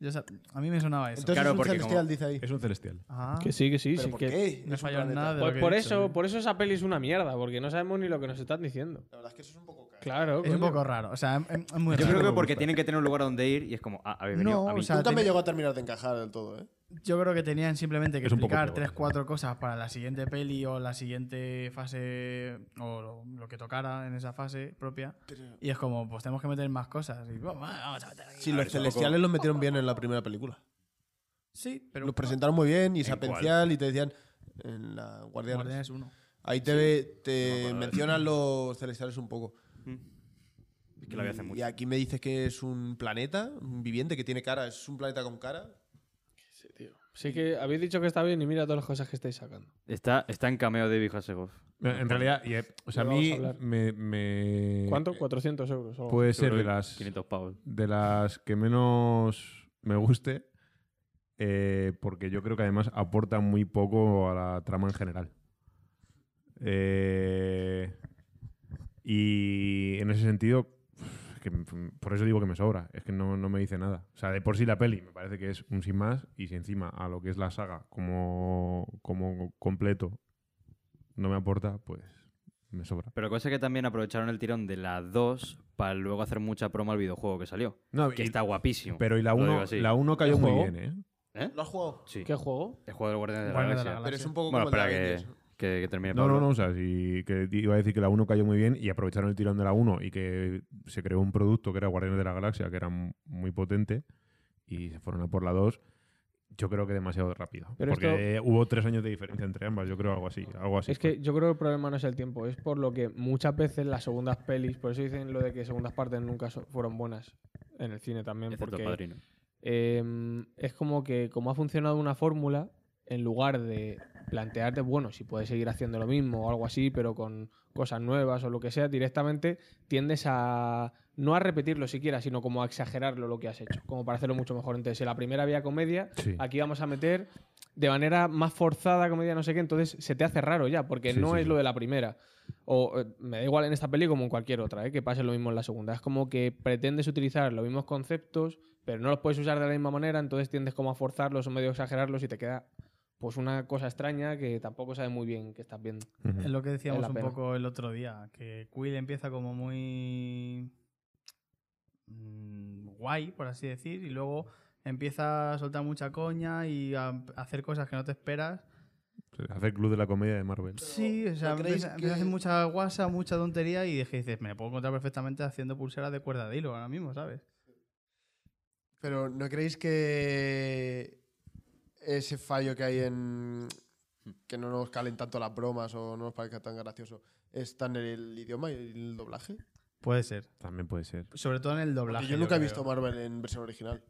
Yo sa- a mí me sonaba eso. Entonces Claro, es un porque celestial, como- dice ahí. Es un celestial. Ah, Que sí, que sí. ¿Pero sí por que- qué? No Es un falló en planeta. nada de lo Por, que he por dicho, eso, sí. por eso esa peli es una mierda, porque no sabemos ni lo que nos están diciendo. La verdad es que eso es un poco caro. Claro. Es un coño. poco raro. O sea, em, es, es muy Yo raro. creo que me porque gusta. tienen que tener un lugar donde ir y es como, ah, habéis venido No, a mí. o sea, Nunca me ten- llegó a terminar de encajar del todo, ¿eh? Yo creo que tenían simplemente que Es un poco peor. explicar tres, cuatro cosas para la siguiente peli o la siguiente fase o lo, lo que tocara en esa fase propia. Y es como, pues tenemos que meter más cosas. Y, vamos, vamos a meter aquí. Sí, los celestiales los metieron bien en la primera película. Sí, pero Los presentaron muy bien y ¿En cuál? sapencial y te decían en la Guardiana. Guardianes uno. Ahí te, ve- te mencionan los celestiales un poco. Es que lo voy a hacer Y mucho. aquí me dices que es un planeta, un viviente que tiene cara, es un planeta con cara. Sí, tío. Sí que habéis dicho que está bien y mira todas las cosas que estáis sacando. Está, está en cameo de Hasselhoff. En realidad, y, eh, o sea, a Ya vamos a mí hablar. me, me- ¿Cuánto? 400 euros. o algo. Puede ser de Seguro que las, 500 pavos. de las que menos me guste, eh, porque yo creo que además aporta muy poco a la trama en general. Eh, y en ese sentido, es que por eso digo que me sobra, es que no, no me dice nada. O sea, de por sí la peli me parece que es un sin más, y si encima a lo que es la saga como, como completo no me aporta, pues me sobra. Pero cosa que también aprovecharon el tirón de la 2 para luego hacer mucha promo al videojuego que salió. No, Que y- está guapísimo. pero y la Lo digo 1 así. la uno cayó muy juego? bien, ¿eh? ¿Eh? ¿Lo has jugado? Sí. ¿Qué juego? El juego del Guardián de la Guardianes de Galaxia. la Pero es un poco Bueno, como el espera de que, Avengers. que, que termine No, Pablo. no, no, o sea, si que iba a decir que la 1 cayó muy bien y aprovecharon el tirón de la 1 y que se creó un producto que era Guardianes de la Galaxia, que era m- muy potente, y se fueron a por la 2, yo creo que demasiado rápido. Pero porque hubo tres años de diferencia entre ambas, yo creo algo así. Algo así Es que yo creo que el problema no es el tiempo, es por lo que muchas veces las segundas pelis, por eso dicen lo de que segundas partes nunca so- fueron buenas en el cine también, Excepto porque Padrino. eh, es como que como ha funcionado una fórmula, en lugar de plantearte, bueno, si puedes seguir haciendo lo mismo o algo así, pero con cosas nuevas o lo que sea, directamente tiendes a no a repetirlo siquiera, sino como a exagerarlo lo que has hecho, como para hacerlo mucho mejor. Entonces, si la primera había comedia, Sí. aquí vamos a meter de manera más forzada comedia, no sé qué, entonces se te hace raro ya, porque Sí, no sí, es sí. lo de la primera. O eh, me da igual en esta peli como en cualquier otra, ¿eh? que pase lo mismo en la segunda. Es como que pretendes utilizar los mismos conceptos, pero no los puedes usar de la misma manera, entonces tiendes como a forzarlos o medio a exagerarlos y te queda pues una cosa extraña que tampoco sabes muy bien qué estás viendo. Ujú. Es lo que decíamos la un pena. poco el otro día, que Quill empieza como muy mm, guay, por así decir, y luego empieza a soltar mucha coña y a a hacer cosas que no te esperas. O sea, Hacer club de la comedia de Marvel. sí, o sea, ¿no creéis empieza, empieza a hacer que- mucha guasa, mucha tontería y dije, dices, me la puedo encontrar perfectamente haciendo pulseras de cuerda de hilo ahora mismo, ¿sabes? Pero ¿no creéis que ese fallo que hay en que no nos calen tanto las bromas o no nos parezca tan gracioso está en el idioma y el doblaje? Porque Puede ser. También puede ser. Sobre todo en el doblaje. yo nunca he creo. visto Marvel en versión original.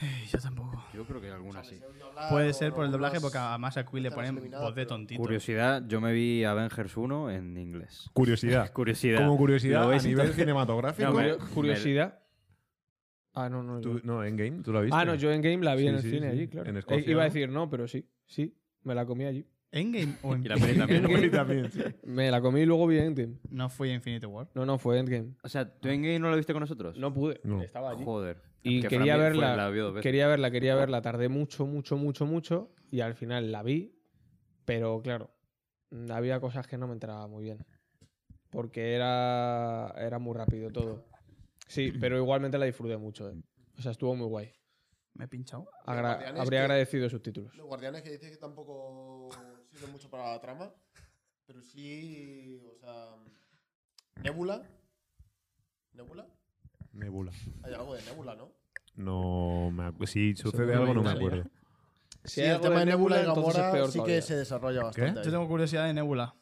Ey, Yo tampoco. Yo creo que alguna sí. Ah, Puede ser por el doblaje porque a además a Quill le están ponen eliminadas, voz de pero- tontito. Curiosidad, yo me vi Avengers 1 en inglés. Curiosidad. Curiosidad. Como ¿Lo curiosidad a veis nivel entonces? cinematográfico. No, pero- Curio- curiosidad. Ah, no, no. tú- yo- no, en game, tú la viste. Ah, no, yo en Game la vi Sí, en el sí, cine sí. allí, claro. En Eh, Escocia, Iba a ¿no? decir no, pero sí, sí, me la comí allí. ¿Endgame o Y la peli también. La peli también. Me la comí y luego vi Endgame. No fui a Infinity War. No, no, fue Endgame. O sea, ¿tú en Game no lo viste con nosotros? No pude, No. estaba allí. Joder. Y Que quería Fran fue- verla, la vio dos veces. quería verla, quería verla. Tardé mucho, mucho, mucho, mucho. Y al final la vi. Pero claro, mm, había cosas que no me entraba muy bien. Porque era, era muy rápido todo. Sí, pero igualmente la disfruté mucho. eh. O sea, estuvo muy guay. Me he pinchado. Agra- Guardianes habría que- agradecido subtítulos. Los guardianes que dices que tampoco sirven mucho para la trama, pero sí, o sea, Nebula. ¿Nebula? Nebula. Hay algo de Nebula, ¿no? No me acuerdo. Si me sucede algo, no me olvidaría. acuerdo. Si Sí, hay el algo tema de de Nebula y Nebula, entonces es Gamora peor sí todavía. que se desarrolla bastante. Yo ahí. tengo curiosidad de Nebula.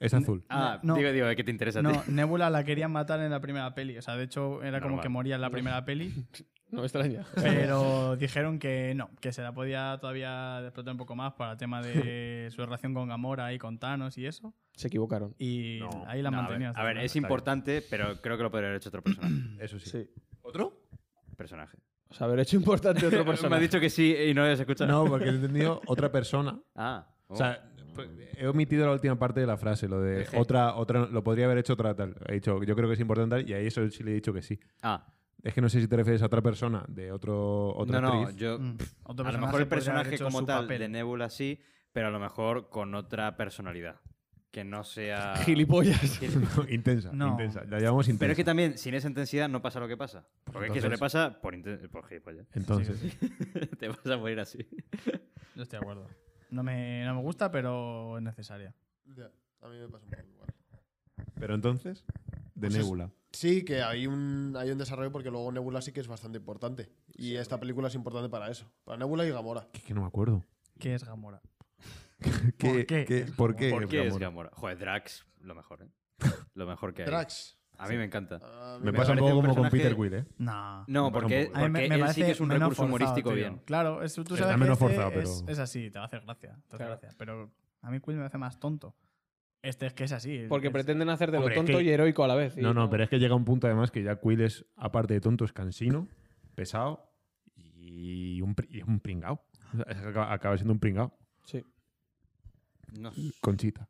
Es azul. Ah, No. digo, digo, ¿qué te interesa a ti? No, Nebula la querían matar en la primera peli. O sea, de hecho, era como Normal. que moría en la primera peli. No me extraña. Pero dijeron que no, que se la podía todavía explotar un poco más para el tema de su relación con Gamora y con Thanos y eso. Se equivocaron. Y No, ahí la No, a ver, mantenían. a ver, es importante, pero creo que lo podría haber hecho otro personaje. Eso sí. Sí. ¿Otro? personaje. O sea, haber hecho importante otra persona. Me Eh, ha dicho que sí y no lo has escuchado. No, porque he entendido otra persona. Ah. oh. O sea, pues, he omitido la última parte de la frase, lo de otra, otra, lo podría haber hecho otra tal. He dicho, yo creo que es importante tal, y a eso sí le he dicho que sí. ah. Es que no sé si te refieres a otra persona de otro, otra no, no, actriz. yo. Mm. Otro a lo personaje mejor el podría haber personaje hecho como su tal papel. de Nebula sí, pero a lo mejor con otra personalidad. Que no sea. Gilipollas. Gil- intensa, No. intensa. La llamamos intensa. Pero es que también, sin esa intensidad, no pasa lo que pasa. Porque es que eso entonces- le pasa por, inten- por gilipollas. Entonces, Te vas a morir así. Yo estoy de acuerdo. No me, no me gusta, pero es necesaria. Ya, a mí me pasa un poco igual. pero entonces, de Pues es- Nebula. Sí, que hay un, hay un desarrollo porque luego Nebula sí que es bastante importante. Y esta película es importante para eso. Para Nebula y Gamora. Que, es que no me acuerdo. ¿Qué es Gamora? ¿Qué- qué? qué- ¿Por qué? ¿Por qué es Gamora? Gamora? Joder, Drax, lo mejor, ¿eh? Lo mejor que hay. Drax. A mí me encanta. A mí Ah, Me Me pasa un parece poco un como con personaje- Peter Quill, ¿eh? No. No, Me parece porque, un poco- A mí porque me, me él parece sí que es un menos recurso forzado, humorístico tío. bien. Claro, es, tú Está sabes que menos este forzado, pero- es, es así, te va a hacer gracia. Te hace Claro. gracia. Pero a mí Quill me hace más tonto. Este es que es así. es- Porque es- pretenden hacer de lo Hombre, es tonto que- y heroico a la vez. y no, no, pero es que llega un punto además que ya Quill es, aparte de tonto, es cansino, pesado y un, pri- y es un pringao. O sea, es que acaba, acaba siendo un pringao. Sí. No sé. Conchita.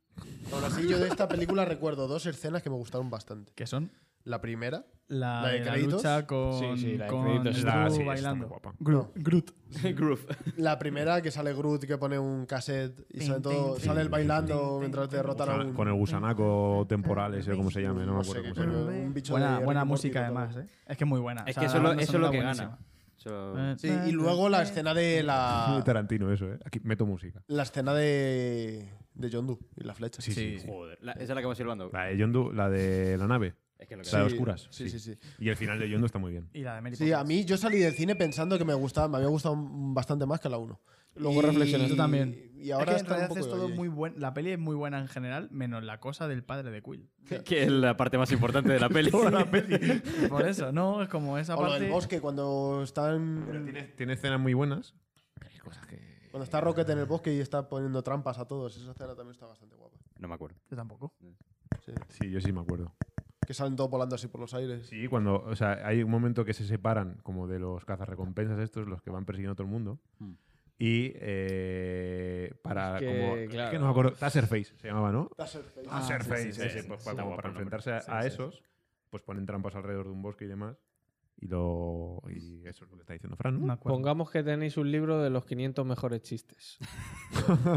Aún así, yo de esta película recuerdo dos escenas que me gustaron bastante. Que son La primera. la, ¿La de de la créditos? lucha con, Sí, sí, la de con créditos Drew La- sí, está muy bailando. guapa. Groot. Groove. La primera que sale Groot que pone un cassette y Tin, sale todo, tin, sale tin, él bailando tin, tin, mientras tin, derrotan a Con, un, con el gusanaco temporal, ese o como se llame, no me No sé acuerdo qué cómo se llama. coño. Pues un bicho de buena Ricky buena Morty música total. además, ¿eh? Es que es muy buena. Es O sea, que eso, la lo- banda eso es lo sonora que buenísima. gana. Eso- Eh, Sí, Eh, y luego la escena de la, Tarantino, eso, ¿eh? Aquí meto música. la escena de, de John Doe y la flecha. Sí, sí, sí. Joder, la- esa es la que vamos a ir hablando. La de Yondu, la de la nave. Es que lo que Sí. La de oscuras, Sí, sí, sí. sí. Y el final de Yondu está muy bien. Y la de Mary Sí, a Poppins. mí yo salí del cine pensando que me gustaba, me había gustado bastante más que la 1. Luego reflexioné. Yo también. Y ahora es está que en un realidad poco es todo ahí. muy buen, la peli es muy buena en general, menos la cosa del padre de Quill. Que es la parte más importante de la peli. Por eso, no, es como esa O lo parte. del bosque cuando están Tiene, tiene escenas muy buenas. Pero hay cosas que. Cuando está Rocket en el bosque y está poniendo trampas a todos, esa escena también está bastante guapa. No me acuerdo. Yo tampoco. Sí. Sí, yo sí me acuerdo. Que salen todos volando así por los aires. Sí, cuando, o sea, hay un momento que se separan como de los cazarrecompensas estos, los que van persiguiendo a todo el mundo. Mm. Y eh, para Es que, como es claro. que no me acuerdo, Taserface se llamaba, ¿no? Ah, sí, Taserface, sí, sí, ese, sí, pues, sí, para, sí. como para Sí, enfrentarse a, sí, a sí. esos, pues ponen trampas alrededor de un bosque y demás. Y lo y eso es lo que está diciendo Fran, No ¿no? me acuerdo. Pongamos que tenéis un libro de los 500 mejores chistes.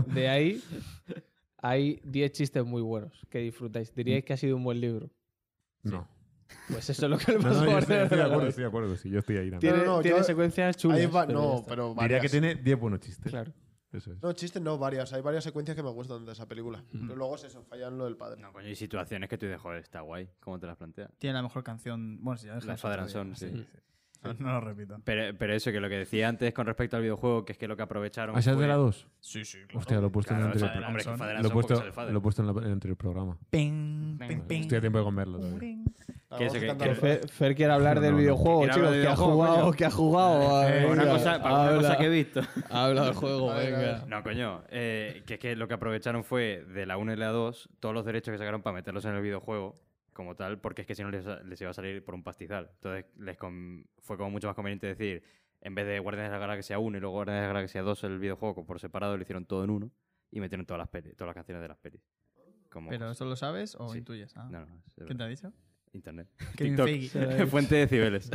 De ahí hay 10 chistes muy buenos que disfrutáis. Diríais que ha sido un buen libro. No. Pues eso es lo que le No, pasó no, yo a estoy, estoy de acuerdo, Barcelona. estoy de acuerdo, sí, yo estoy ahí también. Tiene, No, no, no, tiene yo- secuencias chulas. Ahí va, pero ya no, está. pero Diría varias. que tiene 10 buenos chistes. Claro. Eso es. No, chistes no, varias. Hay varias secuencias que me gustan de esa película. Pero luego es eso, fallan lo del padre. No, coño, hay situaciones que tú dices, joder, está guay. ¿Cómo te las planteas? Tiene la mejor canción. Bueno, si ya deja La eso otro Father and día. Son, sí. No, no lo repito. Pero, pero eso, que lo que decía antes con respecto al videojuego, que es que lo que aprovecharon. Ah, ¿esa es fue- de la 2? Sí, sí. Hostia, lo he puesto Claro, en el Father and- anterior hombre, es que Son. Father and pro- Lo he Son, porque puesto, sale Father. lo he puesto en, la- en el anterior programa. Ping, ping, Venga. ping. Estoy a tiempo de comerlo todavía. Uring. Acabamos eso que- cantando que- la- Fer, Fer quiere hablar No, del no. videojuego, Quiere chicos. hablar del Que ha videojuego, jugado, coño. que ha jugado. Ah, Para una venga, cosa, para una cosa habla. que he visto. Habla del juego, A ver, a venga. No, coño. eh, que es que lo que aprovecharon fue de la 1 y la 2 todos los derechos que sacaron para meterlos en el videojuego como tal, porque es que si no les, les iba a salir por un pastizal. Entonces les con- fue como mucho más conveniente decir, en vez de Guardianes de la Galaxia 1 y luego Guardianes de la Galaxia 2 el videojuego por separado, lo hicieron todo en uno y metieron todas las, peli- todas las canciones de las pelis. Como- ¿Pero eso lo sabes o Sí. intuyes? Ah. No, no, es ¿Quién te verdad. ha dicho? Internet. Kevin TikTok. Feige. Fuente de Cibeles.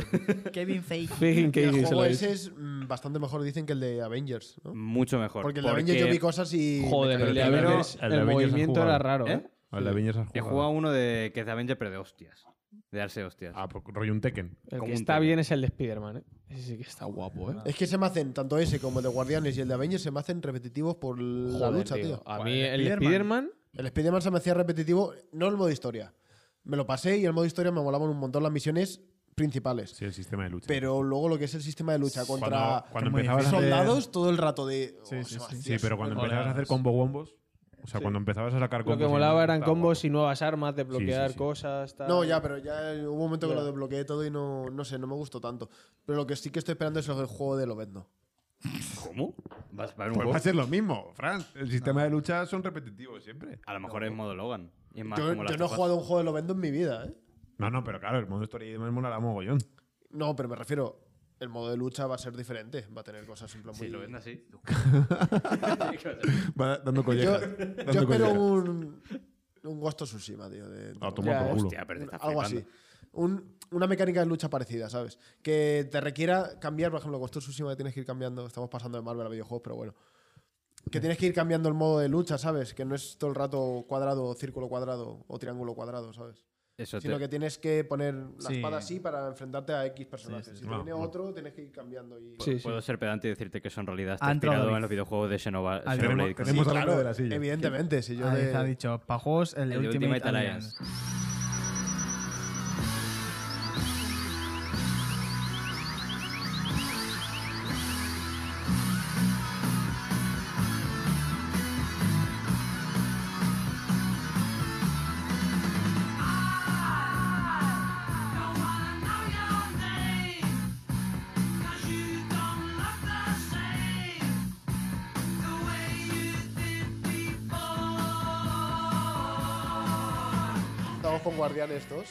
Kevin Feige. Fíjense que El se lo juego ha ese dicho. es mm, bastante mejor, dicen, que el de Avengers. ¿no? Mucho mejor. Porque el de Avengers yo vi cosas y. me Joder, quedé el, de primero. Avengers- el de el Avengers ha movimiento jugado. era raro, ¿eh? ¿Eh? A la Viñas has He jugado uno de, que es de Avengers, pero de hostias. De darse hostias. Ah, por- rollo un Tekken. El Como que un está tren. bien es el de Spider-Man, ¿eh? Ese sí que está guapo, ¿eh? Es que se me hacen, tanto ese como el de Guardianes y el de Avengers, se me hacen repetitivos por la Joder, lucha, tío. tío. A Joder, mí el el de Spiderman. Spider-Man, El Spider-Man se me hacía repetitivo, no el modo historia. Me lo pasé y el modo historia me molaban un montón las misiones principales. Sí, el sistema de lucha. Pero luego lo que es el sistema de lucha contra cuando, cuando muy empezabas a hacer- soldados, todo el rato de. Sí, oh, sí, sí. Sebastián, Sí, pero cuando es empezabas a hacer combo bombos, o sea, cuando empezabas a sacar lo combos. que y molaba demás, eran estaba combos guapo. y nuevas armas, desbloquear Sí, sí, sí. cosas. tal. No, ya, pero ya hubo un momento que Ya. lo desbloqueé todo y no, no sé, no me gustó tanto. Pero lo que sí que estoy esperando es el juego de Lobezno. ¿Cómo? ¿Vas a ver un Pues juego? va a ser lo mismo, Fran. El sistema de lucha son repetitivos siempre. A lo mejor es modo Logan. Y es más Yo, como yo las no he tapas. jugado a un juego de Lobezno en mi vida, ¿eh? No, no, pero claro, el modo historia y demás mola la mogollón. No, pero me refiero, el modo de lucha va a ser diferente. Va a tener cosas simplemente. Sí, lo ven así. Va dando Yo, collejas. yo dando espero collejas. un. Un Ghost of Tsushima, tío. de- A de- tomar Ya, por culo. Hostia, pero te estás algo flipando. así. un- una mecánica de lucha parecida, ¿sabes? Que te requiera cambiar, por ejemplo, con Ghost of Tsushima tienes que ir cambiando, estamos pasando de Marvel a videojuegos, pero bueno. Que tienes que ir cambiando el modo de lucha, ¿sabes? Que no es todo el rato cuadrado, círculo cuadrado o triángulo cuadrado, ¿sabes? Eso te- Sino que tienes que poner la Sí. espada así para enfrentarte a X personajes. Sí, sí, si sí. te viene Ah, ah. otro, tienes que ir cambiando. Y... Sí, sí. Puedo ser pedante y decirte que eso en realidad está Ha entrado inspirado David. en los videojuegos de Xenoba- Ah, Xenoblade. tenemos- tenemos- Chronicles. al hombre de la silla. Evidentemente, si yo Alex de- ha dicho, para juegos, el, de El de Ultimate, Ultimate Alliance. Alliance. Estamos con Guardianes 2.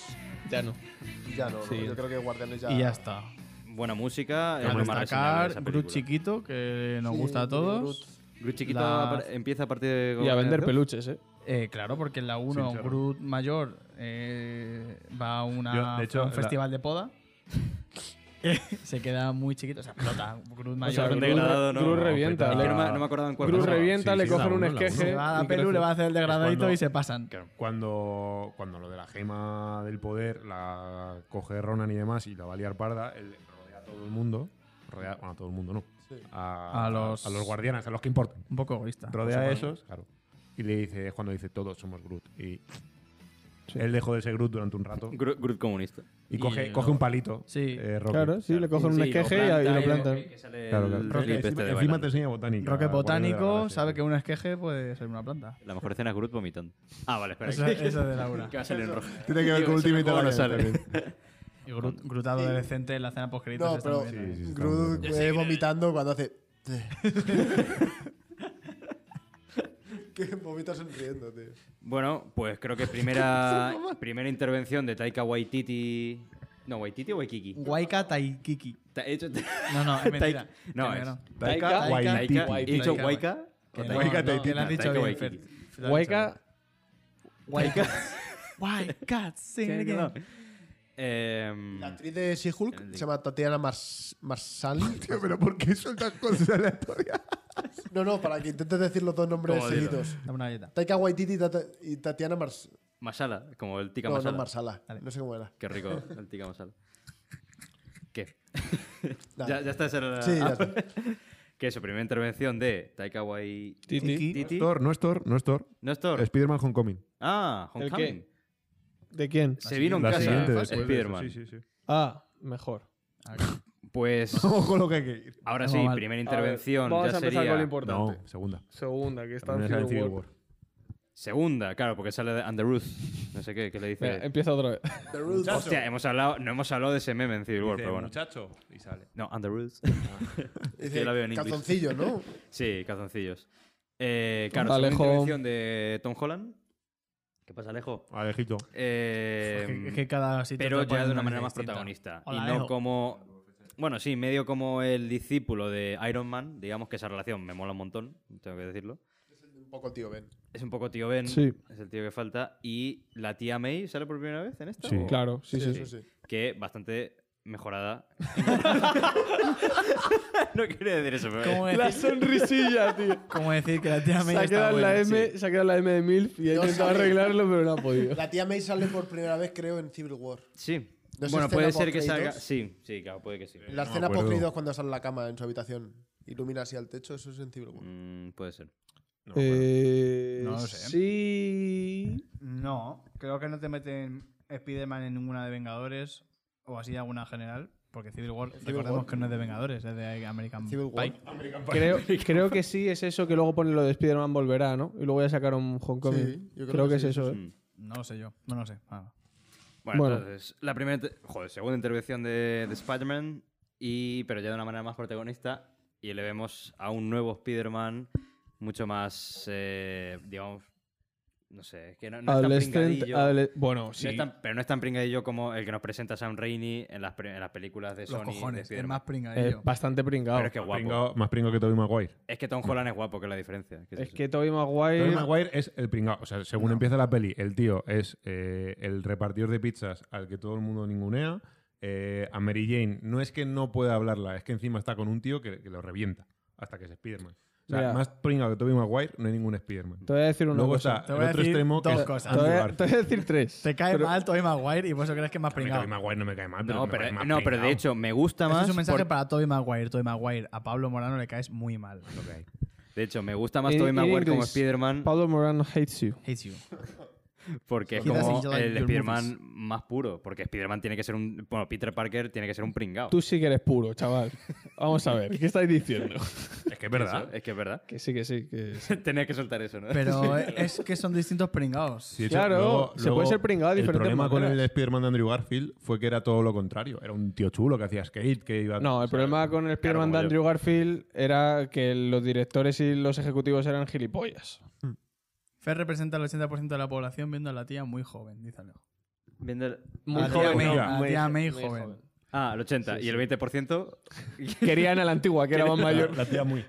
Ya no. Ya no, no, Sí. yo creo que Guardianes ya. Y ya está. Buena música. es A lo más reseñable de destacar, esa Groot película. chiquito, que nos Sí, gusta a todos. Groot. Groot chiquito La- apar- empieza a partir de. Y a vender ¿no? peluches, ¿eh? Eh, claro, porque en la 1 Sincero. Groot mayor eh, va a, una, Yo, de hecho, a un la- festival de poda. se queda muy chiquito, o sea, explota. Groot O sea, mayor. Groot, vender degradado, ¿no? Groot No, revienta. Es que le- no me, no me acordaba en cuál Groot pasaba. revienta, Sí, le sí, cogen la un uno, la uno. esqueje. se va a y la pelu, crece. le va a hacer el degradadito cuando- y se pasan. Cuando, cuando lo de la gema del poder la coge Ronan y demás y la va a liar parda, él rodea a todo el mundo. Rodea, bueno, a todo el mundo no. A, A los- a los guardianes, a los que importan. Un poco egoísta. Rodea a Por esos, claro. Y le dice, es cuando dice, todos somos Groot. Y él dejó de ser Groot durante un rato Groot, Groot comunista. y Y coge, lo- coge un palito. Sí. eh, Rocket. Claro, sí, le cogen un Sí, lo esqueje y- y planta lo que- plantan. que sale Claro, el claro. clip Rocket, este encima, de encima bailando. te enseña botánica. Roque Guardianes de la botánico Galaxia. sabe que un esqueje puede ser una planta. La mejor escena es Groot vomitando. Ah, vale, espera. Esa, esa de Laura. Que va a salir en rojo. Tiene que ver Digo, con eso en el Ultimate juego no Alliance sale. también. Y Groot, Groot adolescente en la cena post No, pero bien, ¿eh? Sí, sí, está muy Groot bien. eh, vomitando cuando hace. que vomita sonriendo, tío. Mm. Bueno, pues creo que primera, primera intervención de Taika Waititi. No, Waititi o Waikiki. Waika Taikiki. Ta- he dicho- No, no, es mentira. Taika- no, Que es- no. Taika Taika. Waititi. He dicho Taika. Waika. Que o no, Taika. no, que lo has dicho Taika bien, Waititi. Fer. Lo has Waika, dicho bien. Waika. Waika, sí. Sí, no. que- Em, La actriz de She-Hulk se llama Tatiana Mars Marsali. Tío, pero ¿por qué sueltas cosas aleatorias? No, no, para que intentes decir los dos nombres Como digo. seguidos. Dame una galleta. Taika Waititi y Tata- y Tatiana Mars. Masala, como el Tika No, no, Masala. Marsala. Vale. No sé cómo era. Qué rico el Tika Masala. ¿Qué? Dale. ya, ya está esa era la- Sí, ya está. que su primera intervención de Taika Waititi. Titi. Titi. Thor, no es Thor, no es Thor. No es Thor. Spider-Man Homecoming. Ah, ¿El qué? Homecoming. ¿De quién? Se vino en La casa siguiente después de eso, Spider-Man. Sí, sí, sí. Ah, mejor. Pues Ojo con lo que hay que ir. ahora Vamos sí, mal. primera intervención Vamos ya a empezar sería con lo importante. No, segunda. Segunda, que está También en es la de Civil War. segunda, claro, porque sale de Under Ruth, no sé qué, que le Venga, em- dice. empieza otra vez. The Root. Hostia, hemos hablado, no hemos hablado de ese meme en Civil War, pero bueno. muchacho y sale. No, Under Ruth. Dice, yo la veo en inglés. calzoncillo, ¿no? sí, calzoncillos. Eh, claro, segunda Alejo. intervención de Tom Holland. ¿Qué pasa, Alejo? Alejito. Eh, Es que- es que cada sitio pero te pone ya de una manera manera más distinta. protagonista. Hola, y no Alejo. como. Bueno, sí, medio como el discípulo de Iron Man, digamos que esa relación me mola un montón, tengo que decirlo. Un poco el tío Ben. Es un poco tío Ben, Sí. es el tío que falta. Y la tía May sale por primera vez en esta. Sí. ¿O? Claro, sí, sí. eso sí. Que bastante mejorada. no quería decir eso, pero. ¿Cómo La decir, sonrisilla, tío. cómo decir que la tía Se May ha, está quedado en la buena? M, se ha quedado en la M de MILF y ha No intentado sale. arreglarlo, pero no ha podido. La tía May sale por primera vez, creo, en Civil War. Sí. ¿No es bueno, escena Eh. puede ser que salga. post-créditos? Sí, sí, claro, puede que sí. La no me escena acuerdo. post-créditos cuando sale a la cama en su habitación. Ilumina así al techo, eso es en Civil War. Mm, puede ser. eh, No lo sé. Sí. No, creo que no te meten Spider-Man en ninguna de Vengadores o así alguna general, porque Civil War recordemos War. que no es de Vengadores, es de American Civil War. Ah, Pie. Creo, creo que sí es eso que luego ponen lo de Spider-Man volverá, ¿no? Y luego ya sacaron Homecoming. Sí, yo creo, creo que, que es sí, eso, ¿eh? Mm. No lo sé yo, no lo sé. Ah. Bueno, Bueno. entonces, la primera. inter- Joder, segunda intervención de, de Spider-Man, y, pero ya de una manera más protagonista. Y le vemos a un nuevo Spider-Man mucho más, eh, digamos, No sé, es que no, no es tan Adolescent, pringadillo. adole- bueno, No sí. es tan- pero no es tan pringadillo como el que nos presenta Sam Raimi en las, pre- en las películas de Los Sony. de cojones, es Spider-Man. más es pringadillo. bastante pringado. Pero es que guapo. Pringao- más pringo que Tobey Maguire. Es que Tom Holland es guapo, que es la diferencia. ¿Qué es Es eso? que Tobey Tobey Maguire... Maguire es el pringao. O sea, según empieza la peli, el tío es eh, el repartidor de pizzas al que todo el mundo ningunea. Eh, a Mary Jane no es que no pueda hablarla, es que encima está con un tío que, que lo revienta hasta que es Spiderman. O sea, Mira. más pringao que Tobey Maguire no hay ningún Spiderman. Te voy a decir una Luego cosa. está Te el voy a otro decir extremo que dos es cosas. Te Andrew voy, a, Garfield. te voy a decir tres. Te cae Pero- mal Tobey Maguire y por eso crees que es más A mí pringado. Tobey Maguire no me cae mal, pero no, me pero, parece más no, pero de pringao. hecho me gusta Este más. es un mensaje por- para Tobey Maguire, Tobey Maguire. A Pablo Morano le caes muy mal. De hecho, me gusta más In- Tobey in Maguire como English, Spider-Man Pablo Morano hates you. Hates you. porque es He doesn't como like el your Spider-Man más puro. Porque Spider-Man tiene que ser un. Bueno, Peter Parker tiene que ser un pringao. Tú sí que eres puro, chaval. Vamos a ver, ¿qué estáis diciendo? Es que es Eso, verdad. Es que es verdad. que sí, que sí. Que sí. Tenía que soltar eso, ¿no? Pero es que son distintos pringados. Sí, de Claro, se puede ser pringado de diferentes El problema con el maneras. Spider-Man de Andrew Garfield fue que era todo lo contrario. Era un tío chulo que hacía skate, que iba... No, el o sea, problema con el Spider-Man como de yo. Andrew Garfield era que los directores y los ejecutivos eran gilipollas. Fer representa el 80% de la población viendo a la tía muy joven, dízalo. Viendo el- Muy A la joven, tía May, ya. a la tía May muy joven. Ah, el 80. y el 20%. Querían a la antigua, que era más mayor. La tía muy...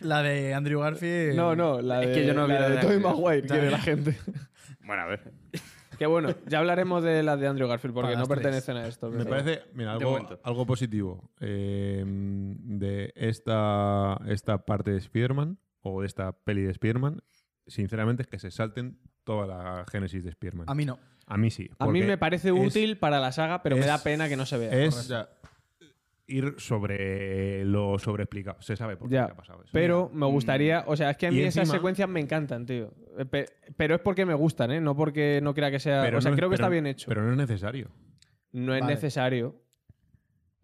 La de Andrew Garfield. No, no, la Es de, que yo no la había de de- Tobey Maguire, quiere Claro. la gente. Bueno, a ver. que bueno, ya hablaremos de las de Andrew Garfield porque Para no las tres. pertenecen a esto. Me pero- parece, mira, De algo, momento. algo positivo eh, de esta, esta parte de Spider-Man o de esta peli de Spider-Man, sinceramente es que se salten toda la génesis de Spider-Man. A mí no. A mí sí. A mí porque me parece es- útil para la saga, pero me es- da pena que no se vea. Es ir sobre lo sobreexplicado. Se sabe por qué Ya, ha pasado eso. Pero me gustaría, o sea, es que a Y mí esas encima- secuencias me encantan, tío. Eh, pe- Pero es porque me gustan, ¿eh? No porque no crea que sea. Pero o sea, no es- creo que pero- está bien hecho. Pero no es necesario. no es Vale. necesario.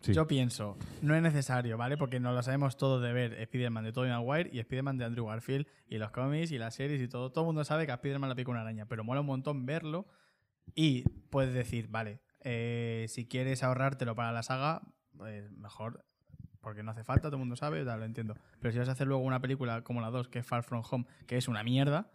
Sí. Yo pienso, no es necesario, ¿vale? Porque no lo sabemos todos de ver Spider-Man de Tobey Maguire y Spider-Man de Andrew Garfield y los cómics y las series y todo. Todo el mundo sabe que a Spider-Man le pica una araña, pero mola un montón verlo y puedes decir, vale, eh, si quieres ahorrártelo para la saga, pues mejor, porque no hace falta, todo el mundo sabe, tal, lo entiendo. Pero si vas a hacer luego una película como la 2, que es Far From Home, que es una mierda,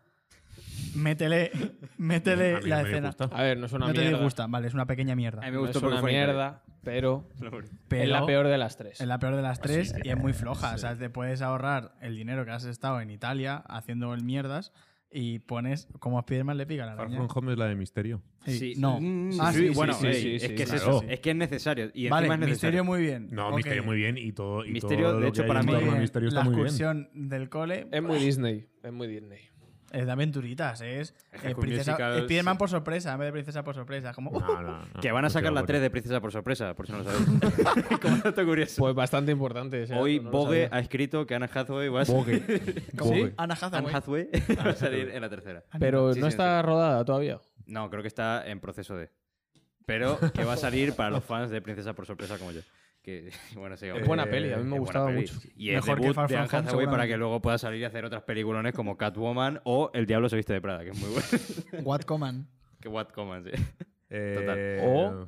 métele, A métele mí no me la escena. disgusta. A ver, no es una No te mierda. disgusta, vale, es una pequeña mierda. A mí me No gustó es una porque fue mierda, pero, increíble. Pero- es la peor de las tres. Es la peor de las tres y es muy floja. O sea, te puedes ahorrar el dinero que has estado en Italia haciendo el mierdas y pones como a Spiderman le pica la Far araña. From Home es la de Misterio. Sí, No. Mm, Ah, sí, sí, sí, bueno, sí, ey, sí, es sí, que es claro. eso. Es que es necesario. Y encima Vale, es necesario. Misterio muy bien. No, Ok. Misterio muy bien y todo. Y Misterio, todo lo de hecho, que hay para en mí- torno a bien. Misterio está la muy bien. excursión del cole Es muy Disney. Es muy Disney. es de aventuritas. Es Es eh, High School princesa- Musical, Spiderman sí. por sorpresa en vez de princesa por sorpresa. Es Como, "Oh, No, no, no. Que van a Estoy sacar la acuerdo. 3 de Princesa por sorpresa, por si no lo sabéis. Como dato curioso. Pues bastante importante. ese Hoy dato, no lo Vogue sabía. ha escrito que Anna Hathaway va a, Bogue. Bogue. Ana Anne Hathaway. Hathaway va a salir en la tercera. Pero Sí, no sí, está rodada todavía. No, creo que está en proceso de. Pero que va a salir para los fans de Princesa por sorpresa como yo. Que, bueno, sigamos. Es buena peli, a mí me es buena gustaba peli. mucho. Y es Mejor que debut Far de From Anne Home, Hathaway para seguramente. que luego pueda salir y hacer otras peliculones como Catwoman o El Diablo se viste de Prada, que es muy bueno. What Command. que Whatcoman, sí. Eh, O-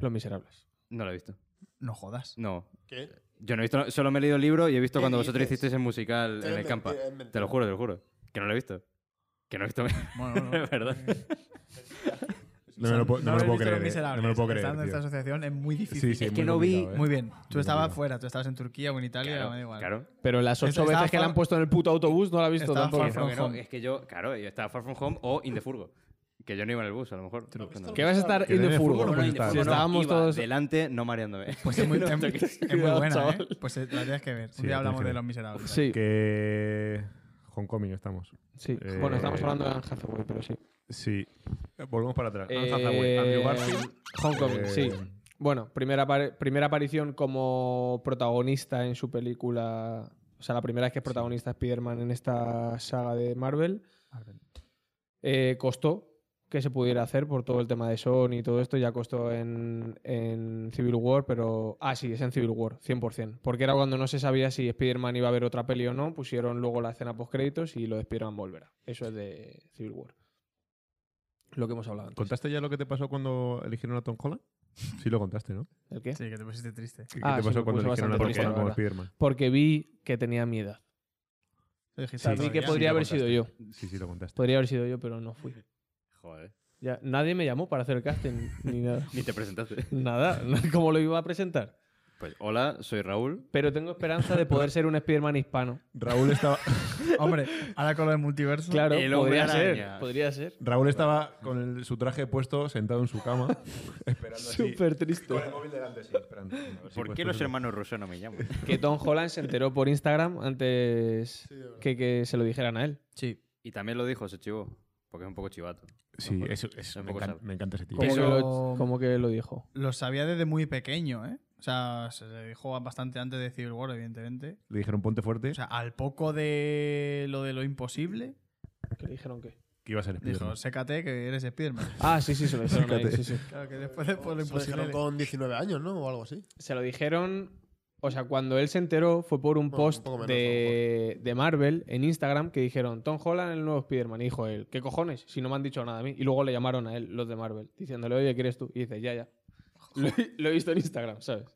Los Miserables. No lo he visto. No jodas. No. ¿Qué? Yo no he visto, solo me he leído el libro y he visto ¿Qué cuando vosotros dices? hicisteis el musical Te en lo el he campa. mentido, he mentido. Te lo juro, te lo juro. Que no lo he visto. Que no he visto. Bueno, bueno. Es verdad. No me lo, puedo- no me lo habéis puedo visto Los creer. eh, Miserables. No me lo puedo creer. Estando en esta tío. asociación es muy difícil. Sí, sí, Es muy que no vi- complicado, ¿eh? Muy bien. Tú Muy estabas complicado. fuera, tú estabas en Turquía o en Italia, claro, me da igual. claro. Pero las Esta- esta ocho veces que la fa- han puesto en el puto autobús no la he visto Estaba tampoco. Far Que no, From que no, Home. Es que yo, claro, yo estaba Far From Home o in the furgo. Que yo no iba en el bus, a lo mejor. Cuando- Que vas a estar Que in en the el furgo no furgo. Bueno, puedes in the estar. Si furgo no, estábamos iba todos. delante, no mareándome. Pues es muy, No es- toques. es muy buena, ¿eh? chaval. Pues eh, la tienes que ver. Sí, Un día la tienes hablamos que de ver. los miserables. Sí. Que. Homecoming estamos. Sí, Eh, bueno, estamos hablando de Anne Hathaway, pero sí. Sí. Eh, Volvemos para atrás. Anne Eh, Hathaway, Andrew Garfield. Homecoming, Eh, sí. Bueno, primera, apar- primera aparición como protagonista en su película. O sea, la primera vez que es protagonista Spider-Man en esta saga de Marvel. Eh, costó que se pudiera hacer por todo el tema de Sony y todo esto. Ya costó en, en Civil War, pero. Ah, sí, es en Civil War, 100%. Porque era cuando no se sabía si Spider-Man iba a haber otra peli o no. Pusieron luego la escena post-créditos y lo de Spider-Man volverá. Eso es de Civil War. Lo que hemos hablado antes. ¿Contaste ya lo que te pasó cuando eligieron a Tom Holland? Sí, lo contaste, ¿no? ¿El qué? Sí, que te pusiste triste. ¿Qué, qué Ah, te sí, pasó me cuando puse eligieron a bastante Tom triste, Holland la como verdad. Spider-Man? porque vi que tenía mi edad. Dije, Sí, Sabí todavía. que sí, podría lo haber sido yo. Sí, sí, lo contaste. Podría haber sido yo, pero no fui. Joder. Ya, nadie me llamó para hacer el casting ni nada. Ni te presentaste. Nada, ¿cómo lo iba a presentar? Pues hola, soy Raúl. Pero tengo esperanza de poder ser un Spider-Man hispano. Raúl estaba, Hombre, ahora con lo del multiverso. Claro, El hombre podría araña. ser. Podría ser. Raúl estaba con el- su traje puesto, sentado en su cama, esperando así. Súper triste. Con el móvil delante, sí, esperando. A ver si ¿Por puedes qué los presentar. hermanos rusos no me llaman? Que Tom Holland se enteró por Instagram antes Sí, de verdad. que, que se lo dijeran a él. Sí. Y también lo dijo ese chivo, porque es un poco chivato. Sí, eso, eso, un me, poco encan- sad. me encanta ese tío. Como, Eso- que lo, como que lo dijo. Lo sabía desde muy pequeño, ¿eh? O sea, se le dijo bastante antes de Civil War, evidentemente. Le dijeron ponte fuerte O sea, al poco de lo de lo imposible, ¿Que le dijeron qué? que iba a ser Spiderman. dijo, sécate que eres Spiderman. Ah, sí, sí, se lo dijeron ahí, Fíjate. sí, sí. Claro, que después de por lo Se lo imposible. dijeron con 19 años, ¿no? O algo así. Se lo dijeron. O sea, cuando él se enteró fue por un Bueno, un post poco menos, de, de Marvel en Instagram que dijeron Tom Holland el nuevo Spider-Man. Y dijo él, ¿qué cojones? Si no me han dicho nada a mí. Y luego le llamaron a él los de Marvel diciéndole, oye, ¿quieres tú? Y dice, ya, ya. Lo, he- lo he visto en Instagram, ¿sabes?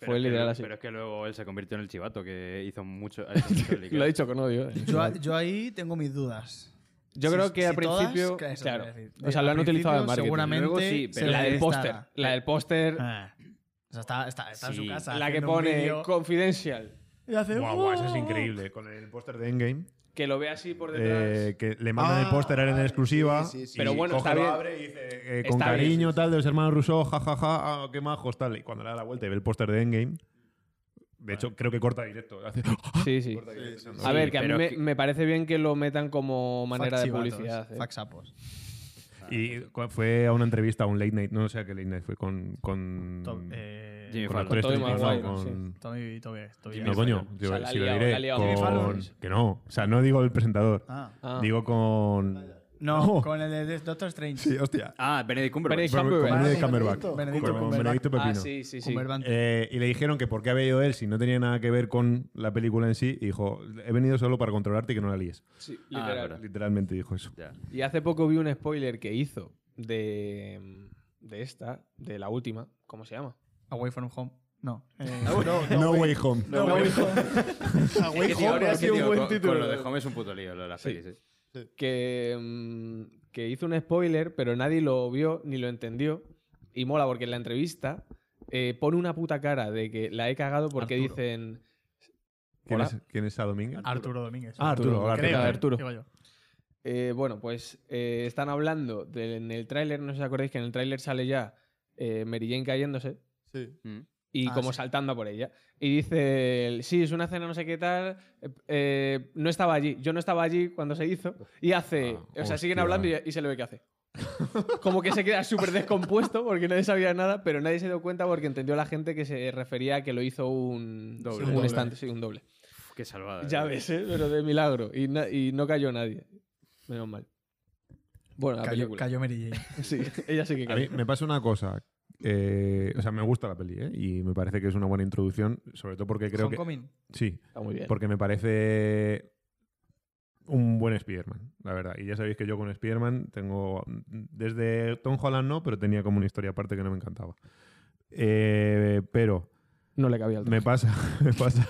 Fue es que- literal así. Pero es que luego él se convirtió en el chivato, que hizo mucho... ha hecho mucho líquido. Lo ha dicho con odio. ¿eh? Yo, a- yo ahí tengo mis dudas. Yo Si- creo que si al todas, principio. que eso claro. quiero decir. O sea, lo Al han utilizado principio, en marketing. Seguramente. Luego sí, se pero la le del estará. póster. La del póster. Ah. O sea, está, está- está en Sí. su casa. La que haciendo un pone vídeo Confidential. y hace, Guau, guau, eso es "Wow". increíble. Con el póster de Endgame, Que lo ve así por detrás. eh, que le mandan el Ah, póster a él en vale, exclusiva. sí, sí, sí. y Pero bueno, coge, está lo bien. abre y dice, eh, con Está bien, cariño, sí, sí. tal, de los hermanos Rousseau, jajaja, ah, qué majos, tal. Y cuando le da la vuelta y ve el póster de Endgame, de hecho, creo que corta directo. hace- Sí, sí. corta directo. A ver, que a mí pero me, es que- me parece bien que lo metan como manera de Faxivatos, publicidad. ¿eh? Faxapos. Y cu- fue a una entrevista, a un late night, no sé a qué late night fue, con. con Tom- eh, Jimmy con Fallon. actores Tobey técnicos, Maguire, no, sí. con- Tommy, Tommy, Tommy. No, coño, O sea, yo- la si lo ha liado, la ha diré. liado. Jimmy Con... Fallon. Que no, o sea, no digo el presentador. Ah. Ah. Digo con. No, No. con el de Doctor Strange. Sí, hostia. Ah, Benedict Cumberbatch. Benedict Con Cumberbatch. Benedict Benedicto. Cumberbatch. Benedicto Con Cumberbatch. Benedicto Pepino. Ah, sí, sí, sí. Cumberbatch. Eh, y le dijeron que por qué había ido él si no tenía nada que ver con la película en sí. Y dijo, he venido solo para controlarte y que no la líes. Sí, Ah, literal. verdad. Literalmente dijo eso. Ya. Y hace poco vi un spoiler que hizo de, de esta, de la última. ¿Cómo se llama? Away from Home. No. Eh, No, No, way home. No, Way Home. A Way Es que, tío, Home, es que, tío, tío, buen con- título. Con lo de Home es un puto lío, lo de las Sí. pelis, ¿eh? que, mm, que hizo un spoiler, pero nadie lo vio ni lo entendió. Y mola porque en la entrevista eh, pone una puta cara de que la he cagado porque Arturo. dicen. ¿Quién Hola. es, ¿Quién es Esa Domínguez? Arturo Domínguez. Ah, Arturo, hola, Creo, ¿qué tal? eh, Arturo. digo yo. eh, bueno, pues eh, están hablando de- en el tráiler, no sé si os acordáis que en el tráiler sale ya eh, Mary Jane cayéndose Sí. y Ah, como sí. saltando a por ella. Y dice, él, sí, es una cena no sé qué tal, eh, eh, no estaba allí, yo no estaba allí cuando se hizo. Y hace, Ah, o sea, siguen hostia. hablando y, y se le ve que hace. Como que se queda súper descompuesto porque nadie sabía nada, pero nadie se dio cuenta porque entendió la gente que se refería a que lo hizo un Doble. un Doble. estante, sí, un doble. Uf, qué salvada. Ya ¿eh? ves, ¿eh? pero de milagro. Y, na- y no cayó nadie. Menos mal. Bueno, la Cayó, película. cayó Mary Jane. Sí, ella sí que A mí cayó. me pasa una cosa. eh, o sea, me gusta la peli, ¿eh? Y me parece que es una buena introducción, sobre todo porque creo que. Homecoming. Sí, Está muy bien. porque me parece un buen Spider-Man, la verdad. Y ya sabéis que yo con Spider-Man tengo. Desde Tom Holland no, pero tenía como una historia aparte que no me encantaba. Eh, pero No le cabía al me pasa, me pasa.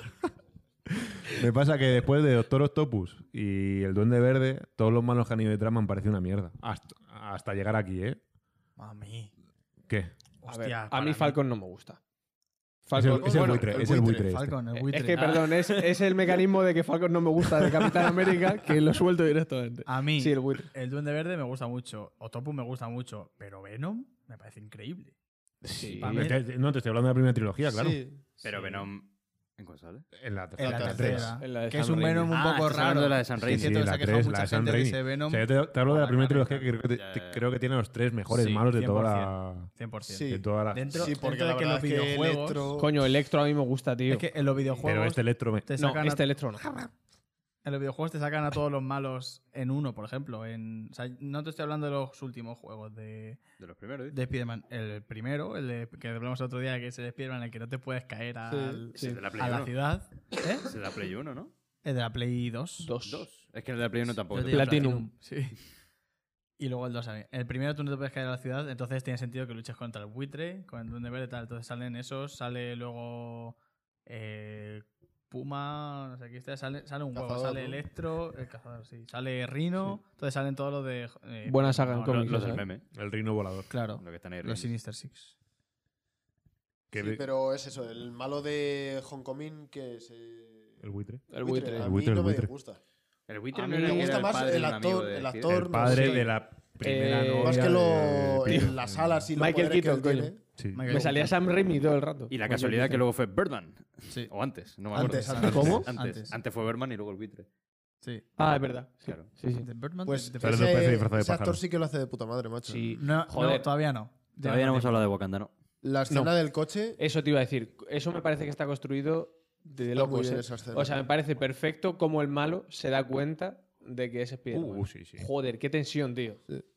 me pasa que después de Doctor Octopus y El Duende Verde, todos los malos que han ido detrás me han parecido una mierda. Hasta, hasta llegar aquí, ¿eh? Mami. ¿Qué? A, ver, Hostia, a para mí Falcon no me gusta. Es el, Falcon, es el bueno, buitre, el es el buitre, buitre. este. Falcon, el buitre. es que, Ah, perdón, es, es el mecanismo de que Falcon no me gusta de Capitán América que lo suelto directamente. A mí, Sí, el el... buitre. Duende Verde me gusta mucho. Otopu me gusta mucho. Pero Venom me parece increíble. Sí. para mí- Te- te- Este, No, te estoy hablando de la primera trilogía, claro. Sí. Pero Venom... ¿En cuál sale? En la En la tres. tercera. En la de que es Sam un Raimi. Venom un Ah, poco estás hablando raro. de la de Sam Es que Raimi. Sí, siento que la se ha quejado tres, la mucha de Sam gente de Raimi. ese Venom. O sea, yo te, te hablo de a la la primera cabeza. trilogía que creo que, Ya, te- ya, ya. creo que tiene a los tres mejores Sí, malos de toda la. 100%. Sí. De toda la... Dentro, Sí, porque dentro la de que verdad los es que videojuegos... Electro- Coño, Electro a mí me gusta, tío. Es que en los videojuegos... Pero este electro. me- te no, sacan a- este Electro no. En los videojuegos te sacan a todos los malos en uno, por ejemplo. En, o sea, no te estoy hablando de los últimos juegos de, De los primeros, ¿eh? de Spider-Man. El primero, el de- que hablamos el otro día, que es el Spider-Man en el que no te puedes caer al- Ese es de la Play a la 1. ciudad. ¿Eh? Es de la Play 1, ¿no? El de la Play 2. Dos. Dos. Es que el de la Play 1 tampoco. Yo te- digo Platinum. Sí. Y luego el 2 El primero tú no te puedes caer a la ciudad, entonces tiene sentido que luches contra el buitre, con el duende verde y tal. Entonces salen esos, sale luego... eh, Puma, no sé qué, este, sale, sale un huevo, Cazador, sale ¿no? Electro, el cazador, sí, sale Rino, entonces salen todos los de... eh, Buena saga en No, cómics. los, los del esa, ¿eh? meme. El reino volador. Claro, Lo que están ahí los reunidos. Sinister Six. Que Sí, ve- pero es eso, el malo de Hong Kong que es. eh, El buitre. El buitre. El A mí buitre, el no me buitre. gusta. El buitre A no mí era me que gusta era más padre el de un amigo actor- de el Spider- actor. El padre de la primera Eh, novia Más que lo, de- en las alas y lo Michael poder que Keaton, él coño. tiene. Sí. Michael Me salía Sam Raimi todo el rato. Y la casualidad que luego fue Birdman. Sí, O antes, no me acuerdo. Antes, antes. ¿Cómo? Antes, Antes. antes. fue Birdman y luego el buitre. sí. Ah, es verdad. Sí, Claro. sí, sí. ¿De Birdman? Pues ¿De- de- Sale de ese, pez disfrazado de ese actor pájaro. sí que lo hace de puta madre, macho. Sí. No, Joder. no, todavía no. Todavía no hemos tiempo. hablado de Wakanda, ¿no? La escena No. del coche. Eso te iba a decir. Eso me parece que está construido de Está muy locos. bien ¿eh? esa escena. O sea, me parece perfecto como el malo se da cuenta de que es Spider-Man. Uh, sí, sí. Joder, qué tensión, tío.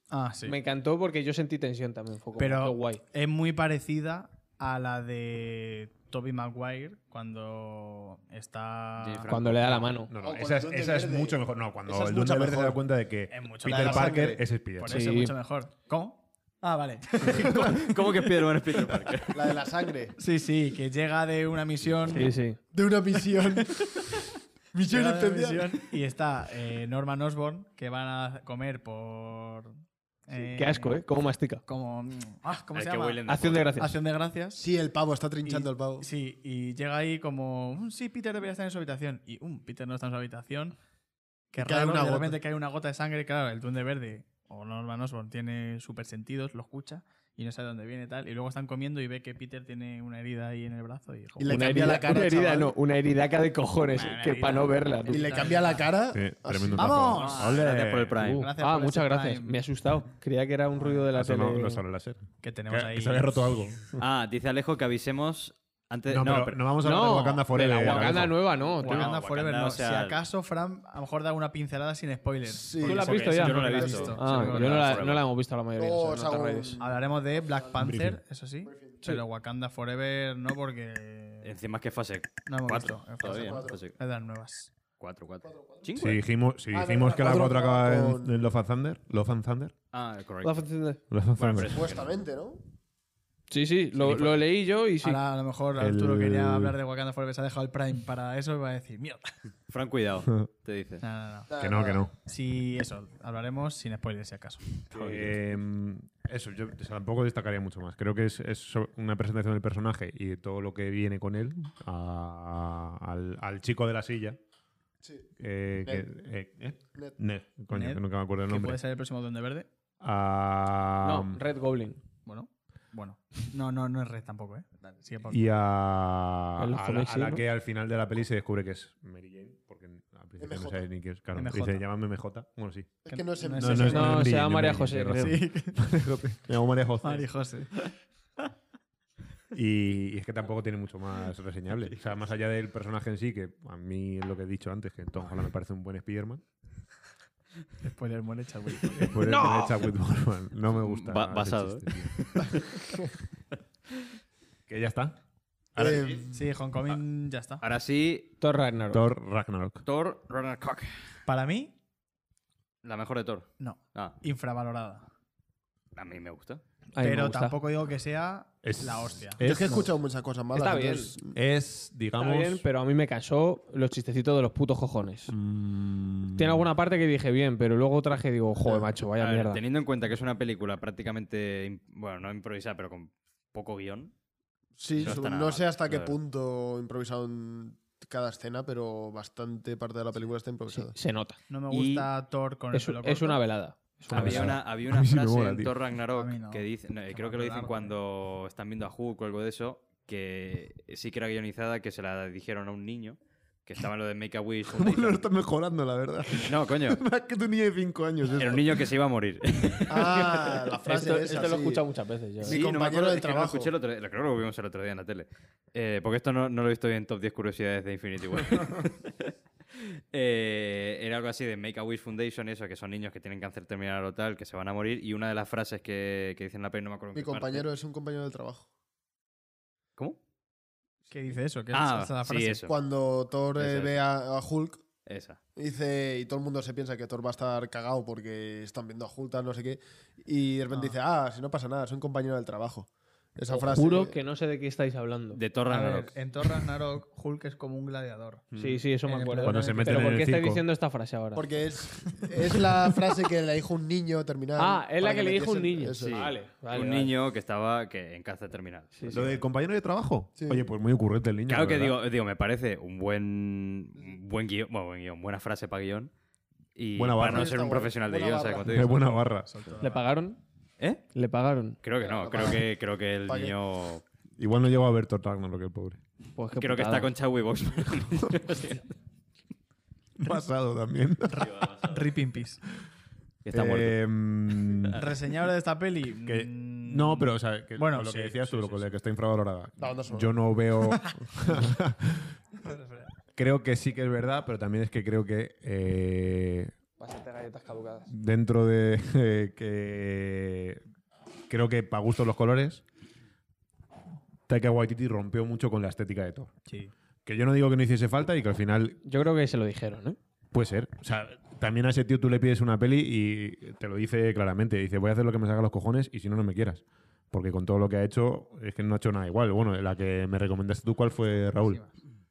Ah, sí. Me encantó porque yo sentí tensión también. Fue como, Pero- qué guay. Es muy parecida a la de Toby Maguire cuando está... Jay Franco. Cuando le da la mano. No, O no, con esa, el es, Duende esa es Verde. mucho mejor. No, cuando Esa es el mucho Duende Verde se da mejor. cuenta de que Es mucho Peter mejor. Parker Sangre. es Spider. Por Sí. eso Sí. mucho mejor. ¿Cómo? Ah, vale. ¿Cómo que Spider-Man es Peter Parker? La de la sangre. sí, sí, que llega de una misión... Sí, sí. De una misión. misión Llega de una especial. misión Y está eh, Norman Osborn, que van a comer por... eh, Qué asco, ¿eh? Cómo mastica. Como... Ah, ¿Cómo El se que llama? huelen de Acción de gracias. Acción de gracias. Sí, el pavo, está trinchando Y- el pavo. Sí, y llega ahí como, "Mm, sí, Peter debería estar en su habitación. Y, um, Peter no está en su habitación. Que cae raro, una de gota. repente cae una gota de sangre. Claro, el duende verde o Norman Osborn tiene super sentidos, lo escucha y no sabe dónde viene tal. Y luego están comiendo y ve que Peter tiene una herida ahí en el brazo. Y, Y le una cambia herida, la cara, una herida chaval. no, una heridaca de cojones, Una que herida. para no verla. tú. Y le cambia la cara. Sí, así. tremendo ¡Vamos! tazo. ¡Ole! Gracias por el Prime. Uh, Gracias ah, por muchas ese gracias. Prime. Me he asustado. Creía que era un ruido de la Eso tele. no, no sale láser. que tenemos Que, ahí. que se había roto algo. Ah, dice Alejo que avisemos antes. No, pero pero- no vamos a hablar de No, Wakanda de Forever. la ya, Wakanda Alejo. nueva, no. tío. No, Wakanda Forever Wakanda, no. o sea- si acaso, Fran, a lo mejor da una pincelada sin spoilers. Sí. Porque ¿Tú la has eso que visto es, ya? Yo no la Yo he no la he visto. visto. Ah, Seguro yo que no la, Forever. no la hemos visto la mayoría. Luego o os sea, no te hago rayes. un- Hablaremos de Black Panther, Briefing. eso sí. Pero Wakanda Forever no, porque. Encima es que fase No hemos cuatro visto. Es todavía. cuatro. Fase Es de las nuevas. 4, 4. Si dijimos, si Ah, dijimos verdad, que la cuatro 4 acaba en, con- en Love and Thunder. Love and Thunder. Ah, La correcto. función de- Love and Thunder. Supuestamente, ¿no? Sí, sí, lo, lo leí yo y sí. Ahora, a lo mejor Arturo El- quería hablar de Wakanda Forever, se ha dejado el Prime para eso y va a decir, mierda. Fran, cuidado, te dice. No, no, no. que no, que no. Sí, eso, hablaremos sin spoilers si acaso. Que, mm, eso, yo o sea, tampoco destacaría mucho más. Creo que es, es so- una presentación del personaje y de todo lo que viene con él. a- al, al chico de la silla. Sí. eh, que- eh, ¿eh? Ned. Ned, coño, Ned, que nunca me acuerdo el Que nombre. puede ser el próximo Duende Verde. A- No, Red Goblin. Bueno, bueno. No, no, no es red tampoco, ¿eh? Dale, sigue por y a, El a la, joven, a la sí, ¿no? que al final de la peli se descubre que es Mary Jane, porque al principio no MJ. sabes ni qué es. Claro, MJ. dice, llama MJ. Bueno, sí. Es que no es en No, No, sí, no, sí. es- no, No, es se Mary llama Jane, María Mary José, Jane, creo. perdón. Sí, Me llamo María José. Mari José. Y, y es que tampoco tiene mucho más reseñable. O sea, más allá del personaje en sí, que a mí es lo que he dicho antes, que Tom Holland me parece un buen Spider-Man. Spoiler muy hecha, güey. Después ¡No! de Chadwick Boseman. No me gusta. Ba- ese basado, chiste, tío. que ya está. Ahora, Eh, Sí, Homecoming ya está. Ahora sí, Thor Ragnarok. Thor Ragnarok. Thor Ragnarok. Para mí, La mejor de Thor. no. Ah, Infravalorada. a mí me gusta. A mí me Pero gusta. tampoco digo que sea Es- la hostia. yo Es, es eh, que he escuchado muchas cosas malas. Está bien. entonces- es, digamos. Está bien, pero a mí me cansó los chistecitos de los putos cojones. mm, Tiene alguna parte que dije bien, pero luego traje y digo, joder, macho, A vaya ver, mierda. teniendo en cuenta que es una película prácticamente, im- bueno, no improvisada, pero con poco guión. Sí, No su- está nada no sé mal, hasta qué la verdad. punto improvisaron cada escena, pero bastante parte de la película está Sí, improvisada. se nota. No me Y- gusta Thor con el Es, pelo es corto. una velada. Es una Había velada. una, había una mí sí me frase mola, en tío. Thor A Ragnarok mí no. que dice, no, eh, Se creo me que lo dicen acordaron, cuando están viendo a Hulk o algo de eso, que sí que era guionizada, que se la dijeron a un niño, que estaba en lo de Make a Wish. ¿Cómo Foundation. lo está mejorando, la verdad? No, coño, Es que tenía de 5 años. era un niño que se iba a morir. Ah, la frase Esto, esa, esto lo he sí. escuchado muchas veces. yo. ¿eh? Sí. Mi compañero acuerdo, del es que Lo trabajo. escuché el otro día, creo que lo vimos el otro día en la tele. Eh, porque esto no, no lo he visto bien en Top 10 Curiosidades de Infinity War. Eh, era algo así de Make a Wish Foundation, eso, que son niños que tienen cáncer terminal o tal, que se van a morir. Y una de las frases que, que dicen en la peli, no me acuerdo en Mi qué parte. compañero es un compañero del trabajo. ¿Cómo? ¿Qué dice eso? ¿Qué Ah, es esa frase? sí, eso. Cuando Thor eh, Eso es. ve a, a Hulk, Esa. dice, y todo el mundo se piensa que Thor va a estar cagado "Ah, porque están viendo a Hulk, tal, no sé qué, y de repente dice, ah, si no pasa nada, soy un compañero del trabajo. Esa Os frase. juro que no sé de qué estáis hablando. De A Torra ver, Ragnarok. en Thor Ragnarok, Hulk es como un gladiador. Sí, sí, eso me Eh, acuerdo. Cuando se meten Pero en ¿por el qué estáis circo. diciendo esta frase ahora? Porque es, es la frase que le dijo un niño terminada. Ah, es la para que le dijo un metiese- niño. eso Sí. es. Vale, vale, un vale. niño que estaba que en caza terminal. Sí, sí. ¿Lo del compañero de trabajo? Sí. Oye, pues muy ocurrente el niño. Claro la que verdad. digo, digo, me parece un buen, un buen guión, bueno, buen guión, buena frase para guión. Y Buena para barra. no ser Está un guay. profesional de Buena guión, ¿sabes barra. cuánto Qué digo? buena barra. ¿Le pagaron? ¿Eh? ¿Le pagaron? Creo que no, creo que, creo que el Pa' qué. niño. Igual no llegó a ver Thor Ragnarok, el pobre. Pues qué Creo que putada. está con Chau y Box. Pasado también. Rip in peace. Está muerto. Eh, mm, Reseñable de esta peli. que- mm, no, pero o sea, que- Bueno, con lo sí, que decías tú, sí, lo sí, con lo que está infravalorada. La banda sonora. Yo no veo. creo que sí que es verdad, pero también es que creo que eh, Bastante galletas caducadas. dentro de que creo que para gusto los colores, Taika Waititi rompió mucho con la estética de Thor. Sí. Que yo no digo que no hiciese falta y que al final Yo creo que se lo dijeron, ¿eh? puede ser. O sea, también a ese tío tú le pides una peli y te lo dice claramente. Dice, voy a hacer lo que me salga los cojones y si no, no me quieras. Porque con todo lo que ha hecho, es que no ha hecho nada igual. Bueno, la que me recomendaste tú, ¿cuál fue, Raúl?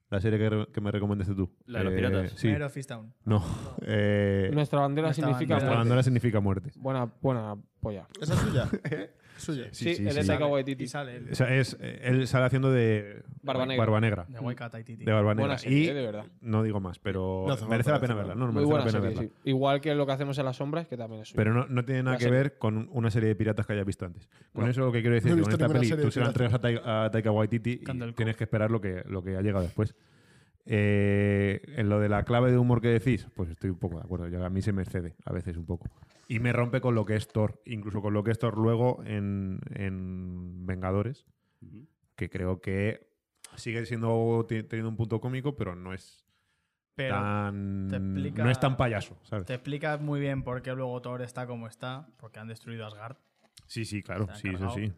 La serie que, re- que me recomendaste tú. Eh, La de los piratas. Sí. Primero Fist Down. No. Eh, Nuestra bandera nuestra bandera. significa nuestra muerte. bandera significa muerte. Buena, buena polla. Esa es suya. suya. Sí, ¿Eh? sí, el sí. de Taika Sale- Waititi. Y sale el O sea, es, eh, él sale haciendo de Barba negra. negra. de Waika Taititi. De Barba Buena Negra. serie, Y eh, de verdad. no digo más, pero No hace falta, merece no la hace pena falta. verla. No, no Muy merece la buena pena serie, verla. sí. Igual que lo que hacemos en las sombras, que también es suya. Pero no, no tiene nada La que serie. ver con una serie de piratas que hayas visto antes. Con No. eso lo que quiero decir No he es que con visto esta ninguna peli serie tú de se la entregas piratas. a Taika, a Taika Waititi Candle y tienes que esperar lo que, lo que ha llegado después. Eh, en lo de la clave de humor que decís, pues estoy un poco de acuerdo. Ya a mí se me excede a veces un poco. Y me rompe con lo que es Thor, incluso con lo que es Thor luego en, en Vengadores, Ujú. que creo que sigue siendo ti- teniendo un punto cómico, pero no es Ah. Pero tan te explica- no es tan payaso, ¿sabes? te explicas muy bien por qué luego Thor está como está, porque han destruido Asgard. Sí, sí, claro, Te han sí, eso cargado. sí.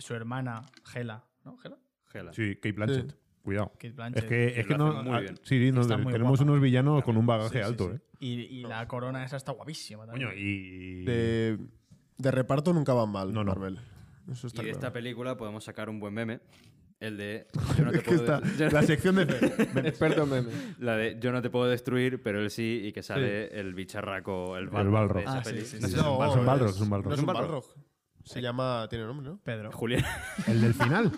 Su hermana, Hela. ¿No? Hela. Gela. Sí, Kate Blanchett. Cuidado. Kate Blanchett. Es que, lo es que hacen no. muy ah, bien. Sí, sí, no, Está muy tenemos guapa. unos villanos con un Sí, bagaje sí, alto, sí. ¿eh? Y, y la corona esa está guapísima también. Coño, y. De, de reparto nunca van mal, No, no. Marvel. Eso está Y de claro. esta película podemos sacar un buen meme. El de. Yo no te Es que puedo, está- de- yo no- la sección de. Experto en memes. la de Yo no te puedo destruir, pero él sí, y que sale el bicharraco, el Balrog. Balrog. de esa Ah, sí, peli. sí, No sí. sé si es un No, Balrog. son Balrogs, son Balrogs. No es Son un Balrogs. Balrog. Se llama, tiene nombre, ¿no? Pedro. Julián. El del final.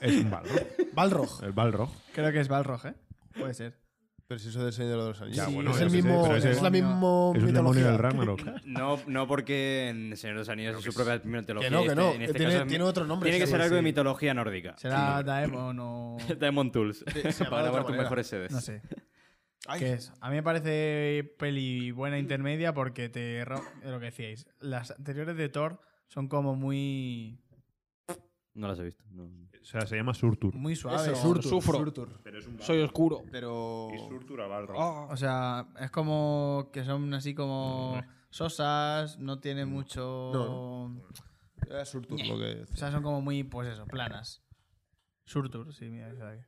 Es un Balrog. Balrog. El Balrog. Creo que es Balrog, ¿eh? Puede ser. Pero si eso es del Señor de los Anillos. Ya, Sí, bueno, es yo el qué sé, mismo, pero ese- es la misma Es un demonio mitología. del Ragnarok. No, no porque en Señor de los Anillos es su propia mitología. Que no, que este- no. en este Tiene- caso es mi- tiene otro nombre, Tiene que sí, ser sí. algo de mitología nórdica. ¿Será Daemon o.? Diamond Tools. se para llama de otra grabar tus manera. mejores sedes. No sé. pues. Ay, ¿Qué es? A mí me parece peli buena intermedia porque te. ro- Lo que decíais. Las anteriores de Thor son como muy. No las he visto. no. O sea, se llama Surtur. Muy suaves. Eso, Surtur. Sufro. Surtur. Soy oscuro. Pero... Oh. Surtur a Balrog. O sea, es como que son así como sosas, no tiene mucho. Era Surtur lo que O sea, son como muy, pues eso, planas. Surtur, sí, mira, esa de-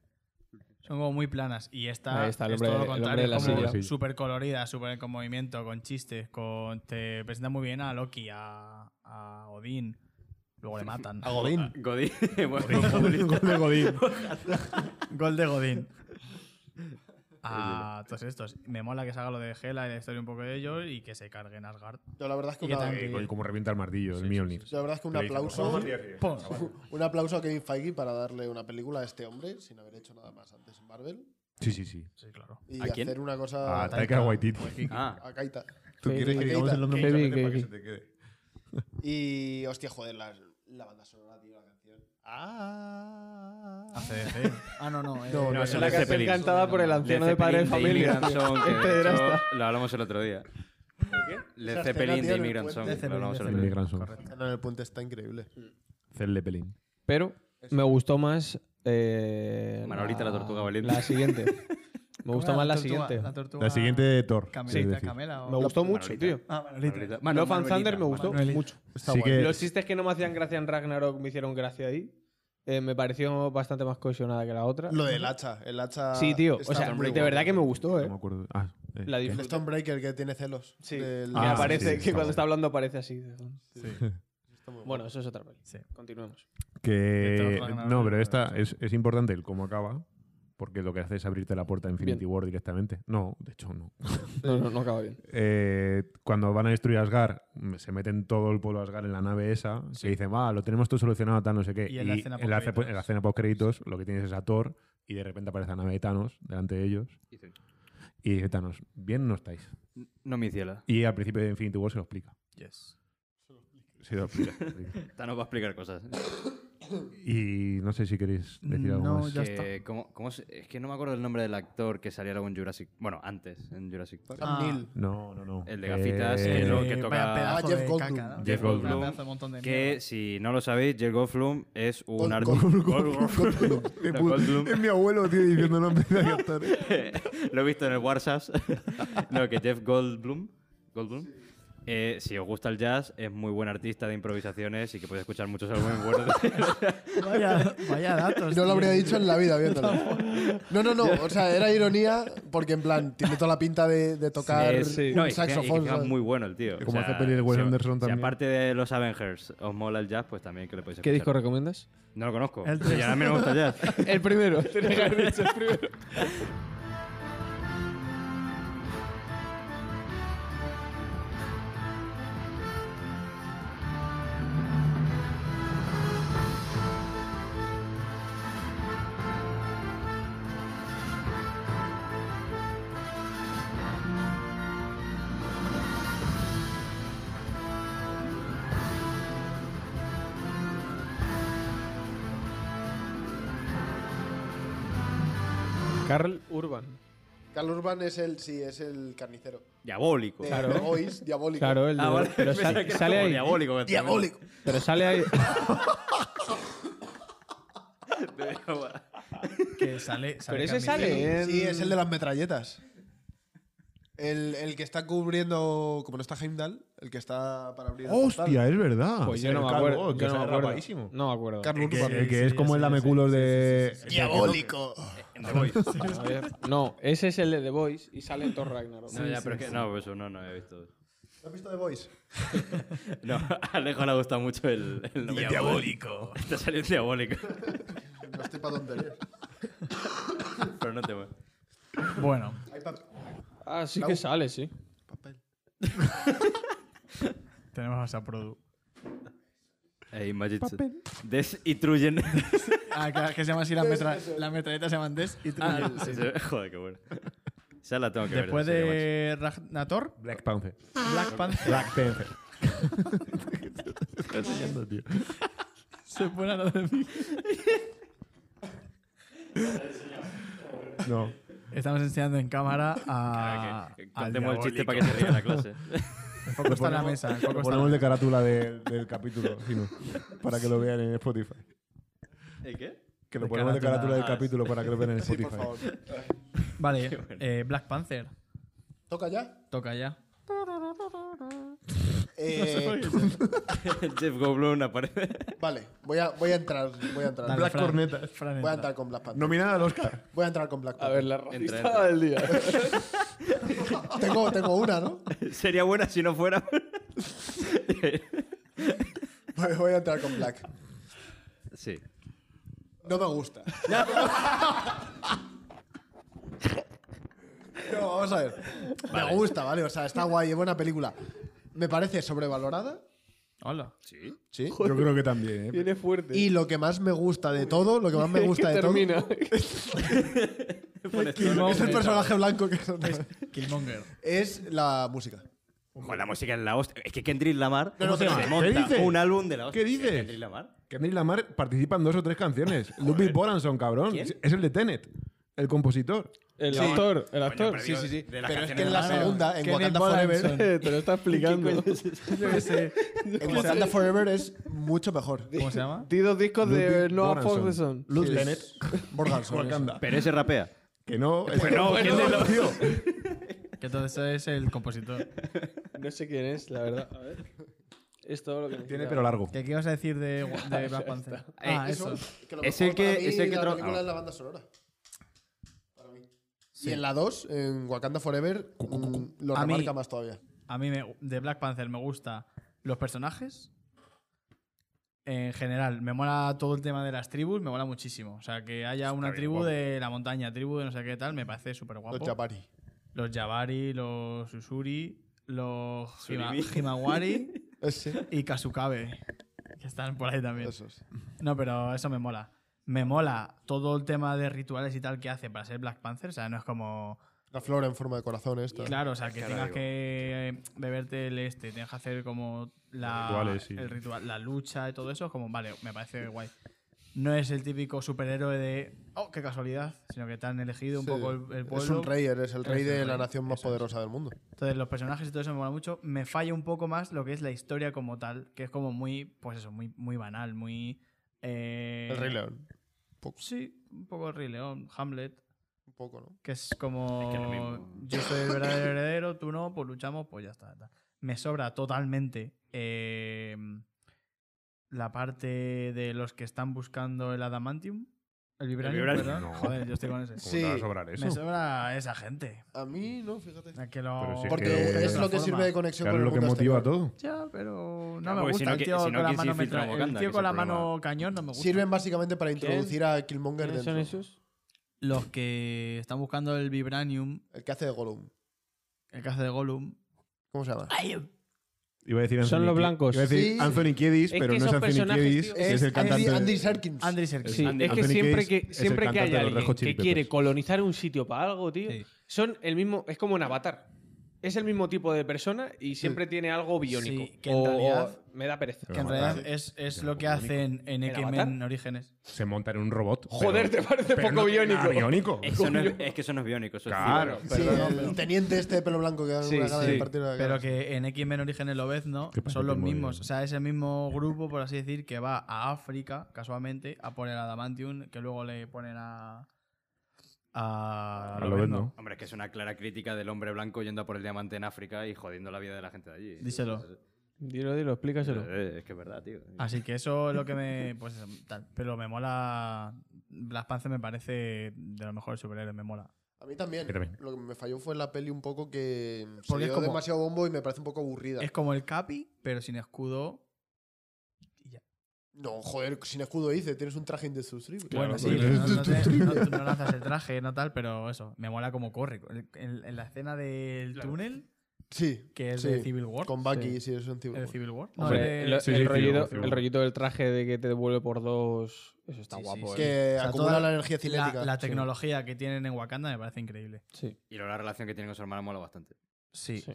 Son como muy planas. Y esta Ahí está el es hombre- todo lo el hombre contrario, de la como silla. Sí. súper colorida, súper con movimiento, con chistes, con te presenta muy bien a Loki, a, a Odín. Luego le matan. A Godín. Ah, Godín. bueno, de Godín. Gol de Godín. A todos estos. Me mola que se haga lo de Hela y la historia un poco de ellos y que se carguen Asgard. Yo la verdad es que ¿Y qué una- tal? Eh, coño, como revienta el martillo, el Mjolnir. la verdad es que un Te lo dice, aplauso... ¡Pum! Un aplauso a Kevin Feige para darle una película a este hombre sin haber hecho nada más antes en Marvel Sí, sí, sí. Sí, claro. y ¿A quién? hacer una cosa A Taika Waititi. Ah, a Kaita. ¿Tú Sí, quieres sí, que sí. digamos el nombre Sí, muchas veces sí, para sí, que se sí. te quede? Y hostia, joder, la, la banda sonora, tío, la canción. Ah. ACDC. Ah, no, no. eh, No, no, eh, eso la que hace cantada por el anciano de padre de familia. Este Este era Lo hablamos el otro día. Esa Le escena, Zeppelin tío, de en el Immigrant puente. Song. De Lo Zeppelin, hablamos de el El otro Zeppelin. día. Granson. Correcto. No, en el puente está increíble. Celle Pelín. Pero me gustó más. eh, Manolita, la tortuga valiente. La siguiente. Me ¿Cómo gustó era más la tortuga- siguiente. La, tortuga La siguiente de Thor. es Camelita, decir. Camela. o- Me gustó mucho, Manolita. tío. Ah, Manolita. Manolita. Love and Thunder me gustó Manolita. mucho. Está Sí guay. que- Los chistes que no me hacían gracia en Ragnarok me hicieron gracia ahí. Eh, me pareció bastante más cohesionada que la otra. Lo del hacha, el hacha. Sí, tío. está O sea, muy de guapo. verdad que me gustó, No ¿eh? me acuerdo. Ah, eh, La ¿qué? El disfruté. Stonebreaker que tiene celos. Sí. del- que Ah, aparece, sí, que está cuando guay. está hablando aparece así. Bueno, eso es otra peli. Sí. Continuemos. De Que. todos los No, pero ganadores, esta pero es, es importante el cómo acaba. Porque lo que hace es abrirte la puerta a Infinity Bien. War directamente. No, de hecho, no. No, no, no acaba bien. Eh, cuando van a destruir Asgard, mm, se meten todo el pueblo Asgard en la nave esa. Se dicen, va, lo tenemos todo solucionado, tal, no sé qué. Y en la escena en la ce- postcréditos. en la escena post-créditos, lo que tienes es a Thor. Y de repente aparece la nave de Thanos delante de ellos. Y dice Thanos, bien no estáis. No mi ciela. Y al principio de Infinity War se lo explica. Yes. Se lo explica, se lo explica. Thanos va a explicar cosas. Y no sé si queréis decir algo No, más. Ya Que- está. ¿cómo- cómo se- es que no me acuerdo el nombre del actor que salía luego en Jurassic... Bueno, antes, en Jurassic Park. Ah, Neil. No, no, no. El de gafitas, Eh, el no. que toca- vaya pedazo Ah, Jeff de Goldblum. caca, ¿no? Jeff Goldblum. Un pedazo de montón de Que mierda. si no lo sabéis, Jeff Goldblum es un Gold- artista. Gold- Gold- No, Goldblum. Es mi abuelo, tío, diciendo no empieza a cantar. lo he visto en el WhatsApp. no, que Jeff Goldblum. Goldblum. eh, si os gusta el jazz, es muy buen artista de improvisaciones y que podéis escuchar muchos álbumes buenos. Vaya, vaya datos. No lo tío. habría dicho en la vida viéndolo. No, no, no. O sea, era ironía porque, en plan, tiene toda la pinta de, de tocar Es- sí. un no, y que encima- y que saxofón. encima es ¿sabes? muy bueno el tío. Como hace pelis de Wes si- Anderson si también. aparte de los Avengers os mola el jazz, pues también que le podéis ¿Qué disco escuchar. recomiendas? No lo conozco. El Y ahora a mí me gusta el jazz. El primero. Tenía que haber dicho el primero. Carl Urban. Carl Urban es el, sí, es el carnicero. Diabólico. De Claro. The Voice, diabólico. Claro, el de... Ah, vale. pero, Pensaba sal- que era sale como ahí, Diabólico. este que Diabólico. pero sale ahí... Que sale, sale ese Carnicero. sale, ¿eh? Sí, es el de las metralletas. El, el que está cubriendo, como no está Heimdall, el que está para abrir. el portal. ¡Hostia, eh. es verdad! Pues yo no me El calvo, acuerdo. que Yo no sale me acuerdo. rapadísimo. No me acuerdo. Carl El que- Urban. El que Sí, es sí, como sí, el sí, lameculos sí, de... sí, sí, Diabólico. En The Voice. A ver, No, ese es el de The Voice y sale Thor Ragnarok. No, ya, pero es que. No, pues eso no, no he visto. ¿Has visto The Voice? No, a Alejo le ha gustado mucho el, el nombre. Diabólico. Te salió diabólico. No estoy eh. para tonterías. Pero no te muevas. Bueno, Hay pa- Ah, sí que sale, sí. papel. tenemos a Produ. Hey, Magic. Desinstruyen. Ah, claro, es que se llama así la metra, las metralletas se llaman Des y Tribal, sí. Joder, qué bueno. Esa la tengo que Después ver. en serio, de Ragnator, Black Panther. Black Panther Black Panther. se pone a lo de mí. No. Estamos enseñando en cámara a. macho. Ah, Que- que al Contemos el chiste diabólico. para que se ría la clase. El foco está en la mesa. el foco Lo está en la ponemos de carátula del- del capítulo, si no, para que lo vean en Spotify. ¿El qué? Que lo De ponemos de carátula carátula. Ah, del capítulo para que lo vean en Sí, por Spotify. favor. mesa. Vale, eh, Black Panther, Toca ya. toca ya. Eh, Jeff Goldblum aparece. vale, voy a, voy a entrar. Voy a entrar. Dale, Black Fran. Cornetas. Fran, Voy a entra. entrar con Black Panther. Nominada al Oscar. Voy a entrar con Black A Panther. ver, la Entra, racista entra. del día. Tengo, tengo una, ¿no? Sería buena si no fuera. Voy, voy a entrar con Black. Sí. No me gusta. No, vamos a ver. Me gusta, ¿vale? O sea, está guay, es buena película. Me parece sobrevalorada. Hola. Sí. Sí. Yo creo que también, ¿eh? Viene fuerte. Y lo que más me gusta de todo, lo que más me Es gusta que de todo, es termina. el personaje blanco que son- Killmonger. es la música. Ojo, la música es la hostia. Es que Kendrick Lamar no, se pero- le ¿Qué monta dices? un álbum de la hostia. ¿Qué dices? Kendrick Lamar. Kendrick Lamar participa en dos o tres canciones. Ludwig Boranson, cabrón. ¿Quién? Es el de Tenet, el compositor. El Sí. actor, el actor. Coño, Sí, digo, sí, sí. de las Pero es que canciones en la de- segunda, en Kevin Wakanda Bolanson. Forever, Te lo está explicando. en Wakanda Forever es mucho mejor. ¿Cómo se llama? Di dos discos de Ludwig Noah Göransson. Ferguson. Luz Tenet. Borganson. Wakanda. Pero ese rapea. Que no. es- Bueno, Kendrick Lamar. Que todo eso es el compositor. No sé quién es, la verdad. A ver. Es todo lo que Tiene necesitaba. pelo largo. ¿Qué, qué ibas a decir de, de Black Panther? Ah, Eh, eso. que lo Es el mejor que- para mí es el que la tro- película ah. es la banda sonora. Para mí. Y en la 2, en Wakanda Forever, mm, lo A mí- remarca más todavía. A mí me- de Black Panther me gusta los personajes, en general, me mola todo el tema de las tribus, me mola muchísimo. O sea, que haya una bien tribu guapo. de la montaña, tribu de no sé qué tal, me parece súper guapo. Los Japari. Los Jabari, los Susuri, los Hima- Surimi. Himawari Ese. y Kasukabe, que están por ahí también. Esos. No, pero eso me mola. Me mola todo el tema de rituales y tal que hace para ser Black Panther. O sea, no es como. La flora en forma de corazón esta. Claro, o sea, que Claro, tengas digo. que eh, beberte el este, tengas que hacer como la, Rituales, sí. el ritual, la lucha y todo eso, es como, vale, me parece guay. No es el típico superhéroe de, oh, qué casualidad, sino que te han elegido un Sí. poco el, el pueblo. Es un rey, eres el Es rey el de la rey, nación más eso es. poderosa del mundo. Entonces, los personajes y todo eso me mola mucho. Me falla un poco más lo que es la historia como tal, que es como muy, pues eso, muy, muy banal, muy. eh, El rey león. Sí, un poco el Rey León, Hamlet. Un poco, ¿no? Que es como. Es que lo mismo. Yo soy el verdadero heredero, tú no, pues luchamos, pues ya está. ya está. Me sobra totalmente eh, la parte de los que están buscando el Adamantium. El Vibranium, vibranium. perdón. No. Joder, yo estoy con ese. ¿Cómo Sí, te va a sobrar eso? Me sobra esa gente. A mí no, fíjate. a que lo- Pero si es Porque que- busquen de es otra lo que forma. sirve de conexión Claro, con es el lo que mundo motiva exterior. todo. Ya, pero no Claro, me porque si gusta. no el qui- tío si no con la quieres mano infiltrar metra- Wakanda, el que tío es con el la problema. mano cañón no me gusta. Sirven básicamente para introducir a Killmonger ¿Quiénes dentro. son esos? Los que están buscando el Vibranium, El que hace de Gollum. el caso de Gollum. ¿Cómo se llama? Iba a decir Son Anthony los Kiedis- blancos. Iba a decir Sí. Anthony Kiedis, Es pero que no es esos Anthony personajes, Kiedis, tío. que es el Andy, cantante. de- Andy Serkins. Andy Serkis. Sí, Andy- es que Anthony siempre Kiedis que, es el siempre que cantante hay de los Red alguien Hot que Chili quiere Peppers. colonizar un sitio para algo, tío, Sí. son el mismo, es como un avatar. Es el mismo tipo de persona y siempre tiene algo biónico. Sí, que en O- o realidad- me da pereza. Que en Avatar. realidad es, es Sí. lo que hacen en ¿El X-Men Avatar? Orígenes. Se monta en un robot. pero- Joder, te parece pero poco no tiene nada biónico. biónico. Eso no es, es que eso no es biónico, eso Claro. es Sí, el teniente este de pelo blanco que da Sí, una gana de sí. partir la Pero cara. que en X-Men Orígenes lo ves, ¿no? ¿Qué pasa, Son los Timón? mismos. O sea, es el mismo grupo, por así decir, que va a África, casualmente, a poner a Damantium, que luego le ponen a. A, A Ah, lo ves, ¿no? Hombre, es que es una clara crítica del hombre blanco yendo a por el diamante en África y jodiendo la vida de la gente de allí. Díselo. Ah. Dilo, dilo, explícaselo. Eh, Es que es verdad, tío. Así que eso es lo que me. Pues eso, tal. Pero me mola. Black Panther me parece de los mejores superhéroes, me mola. A mí también. Que también. Lo que me falló fue la peli un poco que se Porque es dio como- demasiado bombo y me parece un poco aburrida. Es como el Capi, pero sin escudo. No, joder, sin escudo dice, tienes un traje indestructible. Bueno, sí, porque- que no, no te- no- no lanzas el traje, no tal, pero eso, me mola como corre. En, en la escena del túnel, Sí, que es Sí, de Civil War. con Bucky, sí, es un ¿El tipo. de Civil War? No, Hombre, el de- el, el sí, sí, rollito, sí, sí. el rollito del traje de que te devuelve por dos. Eso está Sí, sí, guapo. sí. ¿eh? Que O sea, acumula toda la energía la, cinética. la Sí. tecnología que tienen en Wakanda me parece increíble. Sí. Y luego la relación que tiene con su hermana mola bastante. Sí, Sí.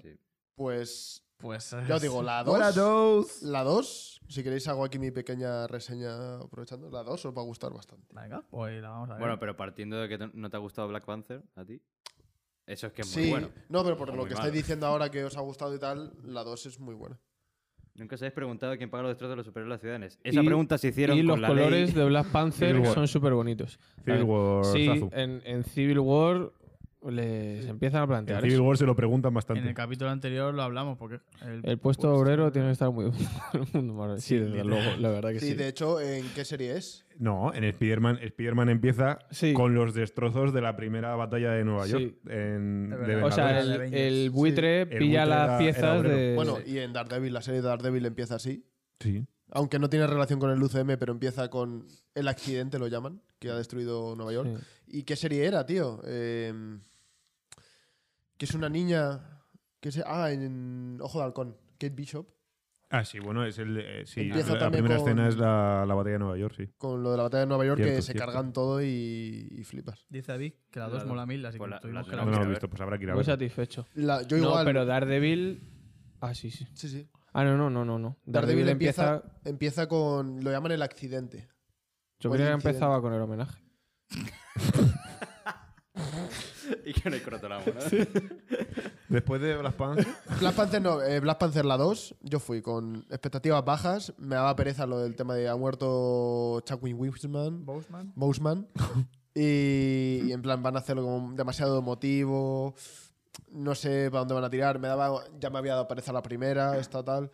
Pues pues. yo os digo, la 2. dos! La 2, si queréis hago aquí mi pequeña reseña aprovechando, la 2 os va a gustar bastante. Venga, pues la vamos a ver. Bueno, pero partiendo de que te- no te ha gustado Black Panther a ti, eso es que es muy sí, bueno. no, pero por O lo muy que malo. estáis diciendo ahora que os ha gustado y tal, la 2 es muy buena. Nunca os habéis preguntado quién paga los destrozos de los superhéroes de las ciudades. Esa Y- pregunta se hicieron Y con los la colores ley. de Black Civil Panther War. son súper bonitos. Civil War, Sí, eh, Zazu. en, en Civil War les empiezan a En plantear. Civil eso. War se lo preguntan en el bastante. capítulo anterior lo hablamos porque. El, El puesto pues, obrero tiene que estar muy el mundo Marvel. Sí, Sí, desde literal. luego, la verdad que Sí, sí. de hecho, ¿en qué serie es? No, en Spider-Man Spider-Man empieza Sí. con los destrozos de la primera batalla de Nueva Sí. York. En, Es de verdad. O sea, Vengadores. de el, Avengers. el buitre Sí. El pilla buitre era- las era piezas obrero. de. Bueno, y en Daredevil, la serie de Daredevil empieza así. Sí. Aunque no tiene relación con el UCM, pero empieza con el accidente, lo llaman, que ha destruido Nueva York. Sí. ¿Y qué serie era, tío? Eh, que es una niña. Que se, ah, en Ojo de Halcón, Kate Bishop, Ah, sí, bueno, es el. eh, sí, Empieza la también primera con- escena es la, la batalla de Nueva York, sí. con lo de la batalla de Nueva York, Cierto, que se cierto. cargan todo y, y flipas. Dice David que la La 2 dos. mola mil, así que Pues la- tuvimos la que No, dos. la lo quiero he ver. visto, pues habrá que ir a Muy ver. satisfecho. La- yo No, igual. pero Daredevil. Ah, sí, sí. Sí, sí. Ah, no, no, no, no. no. Daredevil, Daredevil empieza. empieza, empieza con. Lo llaman el accidente. Yo buen creía que incidente. empezaba con el homenaje. Y que no hay crotolamo, ¿no? Después de Black Panther. Black Panther, no, eh, Black Panther la 2, yo fui con expectativas bajas. Me daba pereza lo del tema de ha muerto Chadwick Boseman. Boseman. Boseman. y, y en plan, van a hacerlo como demasiado emotivo. No sé para dónde van a tirar. Me daba, ya me había dado pereza la primera, esta tal.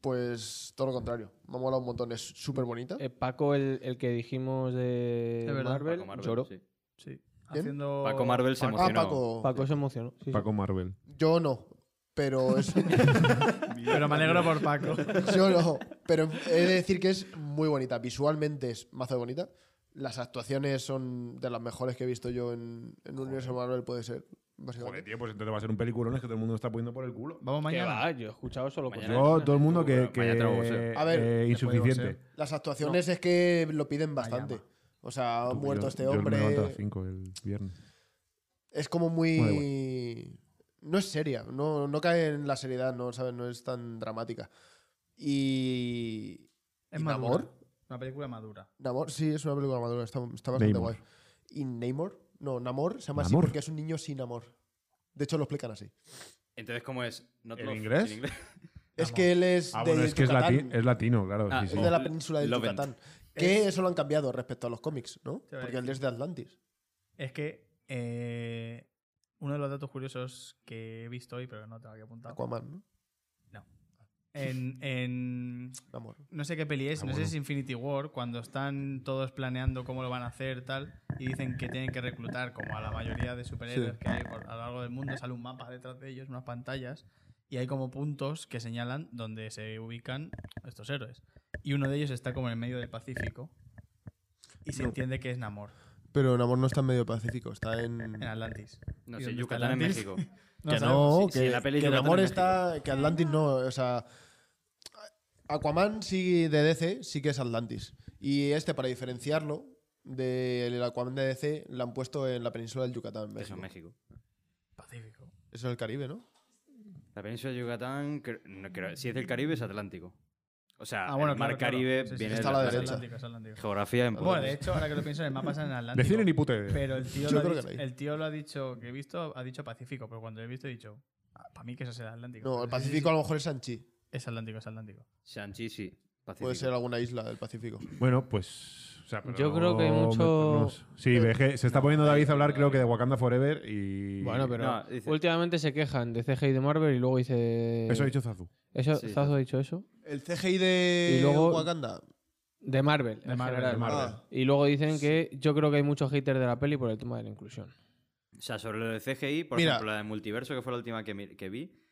Pues todo lo contrario. Me ha molado un montón. Es súper bonita. Eh, Paco, el, el que dijimos de Es verdad, Marvel, Paco Marvel, lloró. sí. Sí. ¿Quién? Haciendo. Paco Marvel se Ah, emocionó. Paco. Paco se emocionó. sí, sí. Paco Marvel. Yo no. pero es, Pero me alegro por Paco. Yo no, pero he de decir que es muy bonita. Visualmente es mazo de bonita. Las actuaciones son de las mejores que he visto yo en, en un universo Marvel, puede ser. Joder, básicamente. tío, pues entonces va a ser un peliculón es que todo el mundo está poniendo por el culo. Vamos ¿Qué mañana. va? Yo he escuchado solo Mañana. cosas. Yo, todo el mundo que, Bueno, que mañana tengo boxeo. A ver, eh, insuficiente. boxeo. Las actuaciones es que lo piden bastante. O sea, ha Tú, muerto yo- este yo me levanto a hombre. las 5 el viernes. Es como Bueno, muy. No es seria, no, no cae en la seriedad, no, ¿sabes? no es tan dramática. Y. Es ¿Y madura. Namor? Una película madura. Namor, sí, es una película madura, está, está bastante Namor. guay. ¿Y Namor? No, Namor se llama así Namor. porque es un niño sin amor. De hecho, lo explican así. Entonces, ¿cómo es? Not ¿En love, inglés? Es que él es Ah, de bueno, es que es, Yucatán. lati- es latino, claro. Ah, sí, Es sí. de la península de Loven. Yucatán. Que eso lo han cambiado respecto a los cómics, ¿no? iba a Porque él es de Atlantis. Es que eh, uno de los datos curiosos que he visto hoy, pero que no tengo aquí apuntado. Aquaman, ¿no? En, en- Namor. no sé qué peli es, Ah, no sé bueno. si es Infinity War, cuando están todos planeando cómo lo van a hacer tal, y dicen que tienen que reclutar como a la mayoría de superhéroes Sí. que hay por- a lo largo del mundo, sale un mapa detrás de ellos, unas pantallas, y hay como puntos que señalan donde se ubican estos héroes. Y uno de ellos está como en el medio del Pacífico, y se No. entiende que es Namor, Pero Namor no está en medio pacífico, está en. en Atlantis. No ¿Y sé, dónde está Yucatán en Atlantis? México. No que sabemos. no, sí, que, sí, en la peli que Yucatán Namor en está. Que Atlantis no. O sea. Aquaman sí de DC sí que es Atlantis. Y este, para diferenciarlo del Aquaman de DC, lo han puesto en la península del Yucatán. Eso México. es México. Pacífico. Eso es el Caribe, ¿no? La península de Yucatán, cre- no creo- si es del Caribe, es Atlántico. O sea, Ah, bueno, el mar claro, claro. Caribe Sí, sí, viene sí, está de a la Atlántico. derecha. Atlántico, es Atlántico. Geografía en Bueno, de poder. hecho, ahora que lo pienso, el mapa es en Atlántico. Deciden ni puta idea. Pero el tío Yo creo lo ha que dicho, no hay. el tío lo ha dicho que he visto, ha dicho Pacífico, pero cuando lo he visto he dicho, para mí que eso es el Atlántico. No, el Pero sí, sí, Pacífico a lo mejor es Sanchi. sí, Es Atlántico, es Atlántico. Shang-Chi, sí. Pacífico. Puede ser alguna isla del Pacífico. Bueno, pues. o sea, pero Yo creo que hay no mucho- meternos- Sí, ve que se está poniendo David a hablar, creo que de Wakanda Forever y. Bueno, pero No, dice- últimamente se quejan de CGI de Marvel y luego dice. Eso ha dicho Zazu. Eso, Sí, Zazo Zazo. ha dicho eso. El CGI de Y luego- Wakanda. De Marvel. De en Marvel, general. de Marvel. Ah, Y luego dicen que yo creo que hay muchos haters de la peli por el tema de la inclusión. O sea, sobre lo de CGI, por Mira. ejemplo, la de multiverso, que fue la última que, mi- que vi.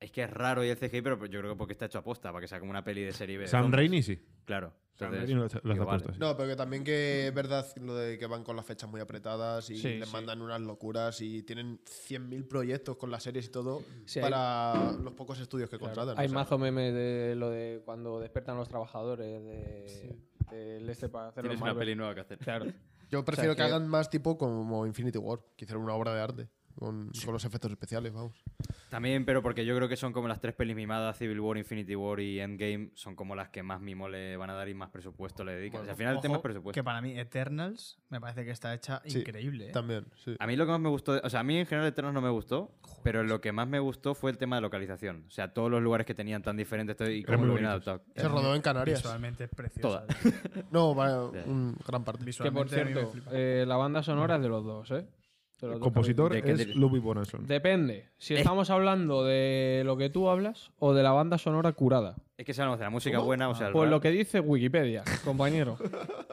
Es que es raro y el CGI, pero yo creo que porque está hecho a posta, para que sea como una peli de serie B. de Sam zombies. Raimi sí. Claro. Sam Entonces, Raimi lo está- lo está digo, vale. puesto, sí. no, pero que también que es verdad lo de que van con las fechas muy apretadas y Sí, les sí. mandan unas locuras y tienen 100.000 proyectos con las series y todo Sí, hay- para los pocos estudios que contratan. Hay o sea. mazo memes de lo de cuando despertan los trabajadores de, del este para hacer Tienes los una Marvel. peli nueva que hacer. Claro. Yo prefiero que, que- hagan más tipo como Infinity War, que hicieron una obra de arte con, con los efectos especiales, vamos. También, pero porque yo creo que son como las tres pelis mimadas, Civil War, Infinity War y Endgame, son como las que más mimo le van a dar y más presupuesto le dedican. O sea, al final el tema es Ojo, presupuesto. Que para mí Eternals me parece que está hecha Sí, increíble. ¿eh? También, sí. A mí lo que más me gustó, de- o sea, a mí en general Eternos no me gustó, pero lo que más me gustó fue el tema de localización. O sea, todos los lugares que tenían tan diferentes todo y cómo muy lo bien bonitos. adaptado. Se rodó en Canarias. Visualmente es preciosa. Toda. Ah. No, va, Ya. un gran parte. que por Visualmente a mí me cierto, flipa. eh, la banda sonora es de los dos, ¿eh? De los El dos compositor ¿De qué es dir- Ludwig Bonanson. capítulos. Depende. Si Eh. estamos hablando de lo que tú hablas o de la banda sonora curada. Es que sabemos de la música buena, o sea, el Pues rap. lo que dice Wikipedia, compañero.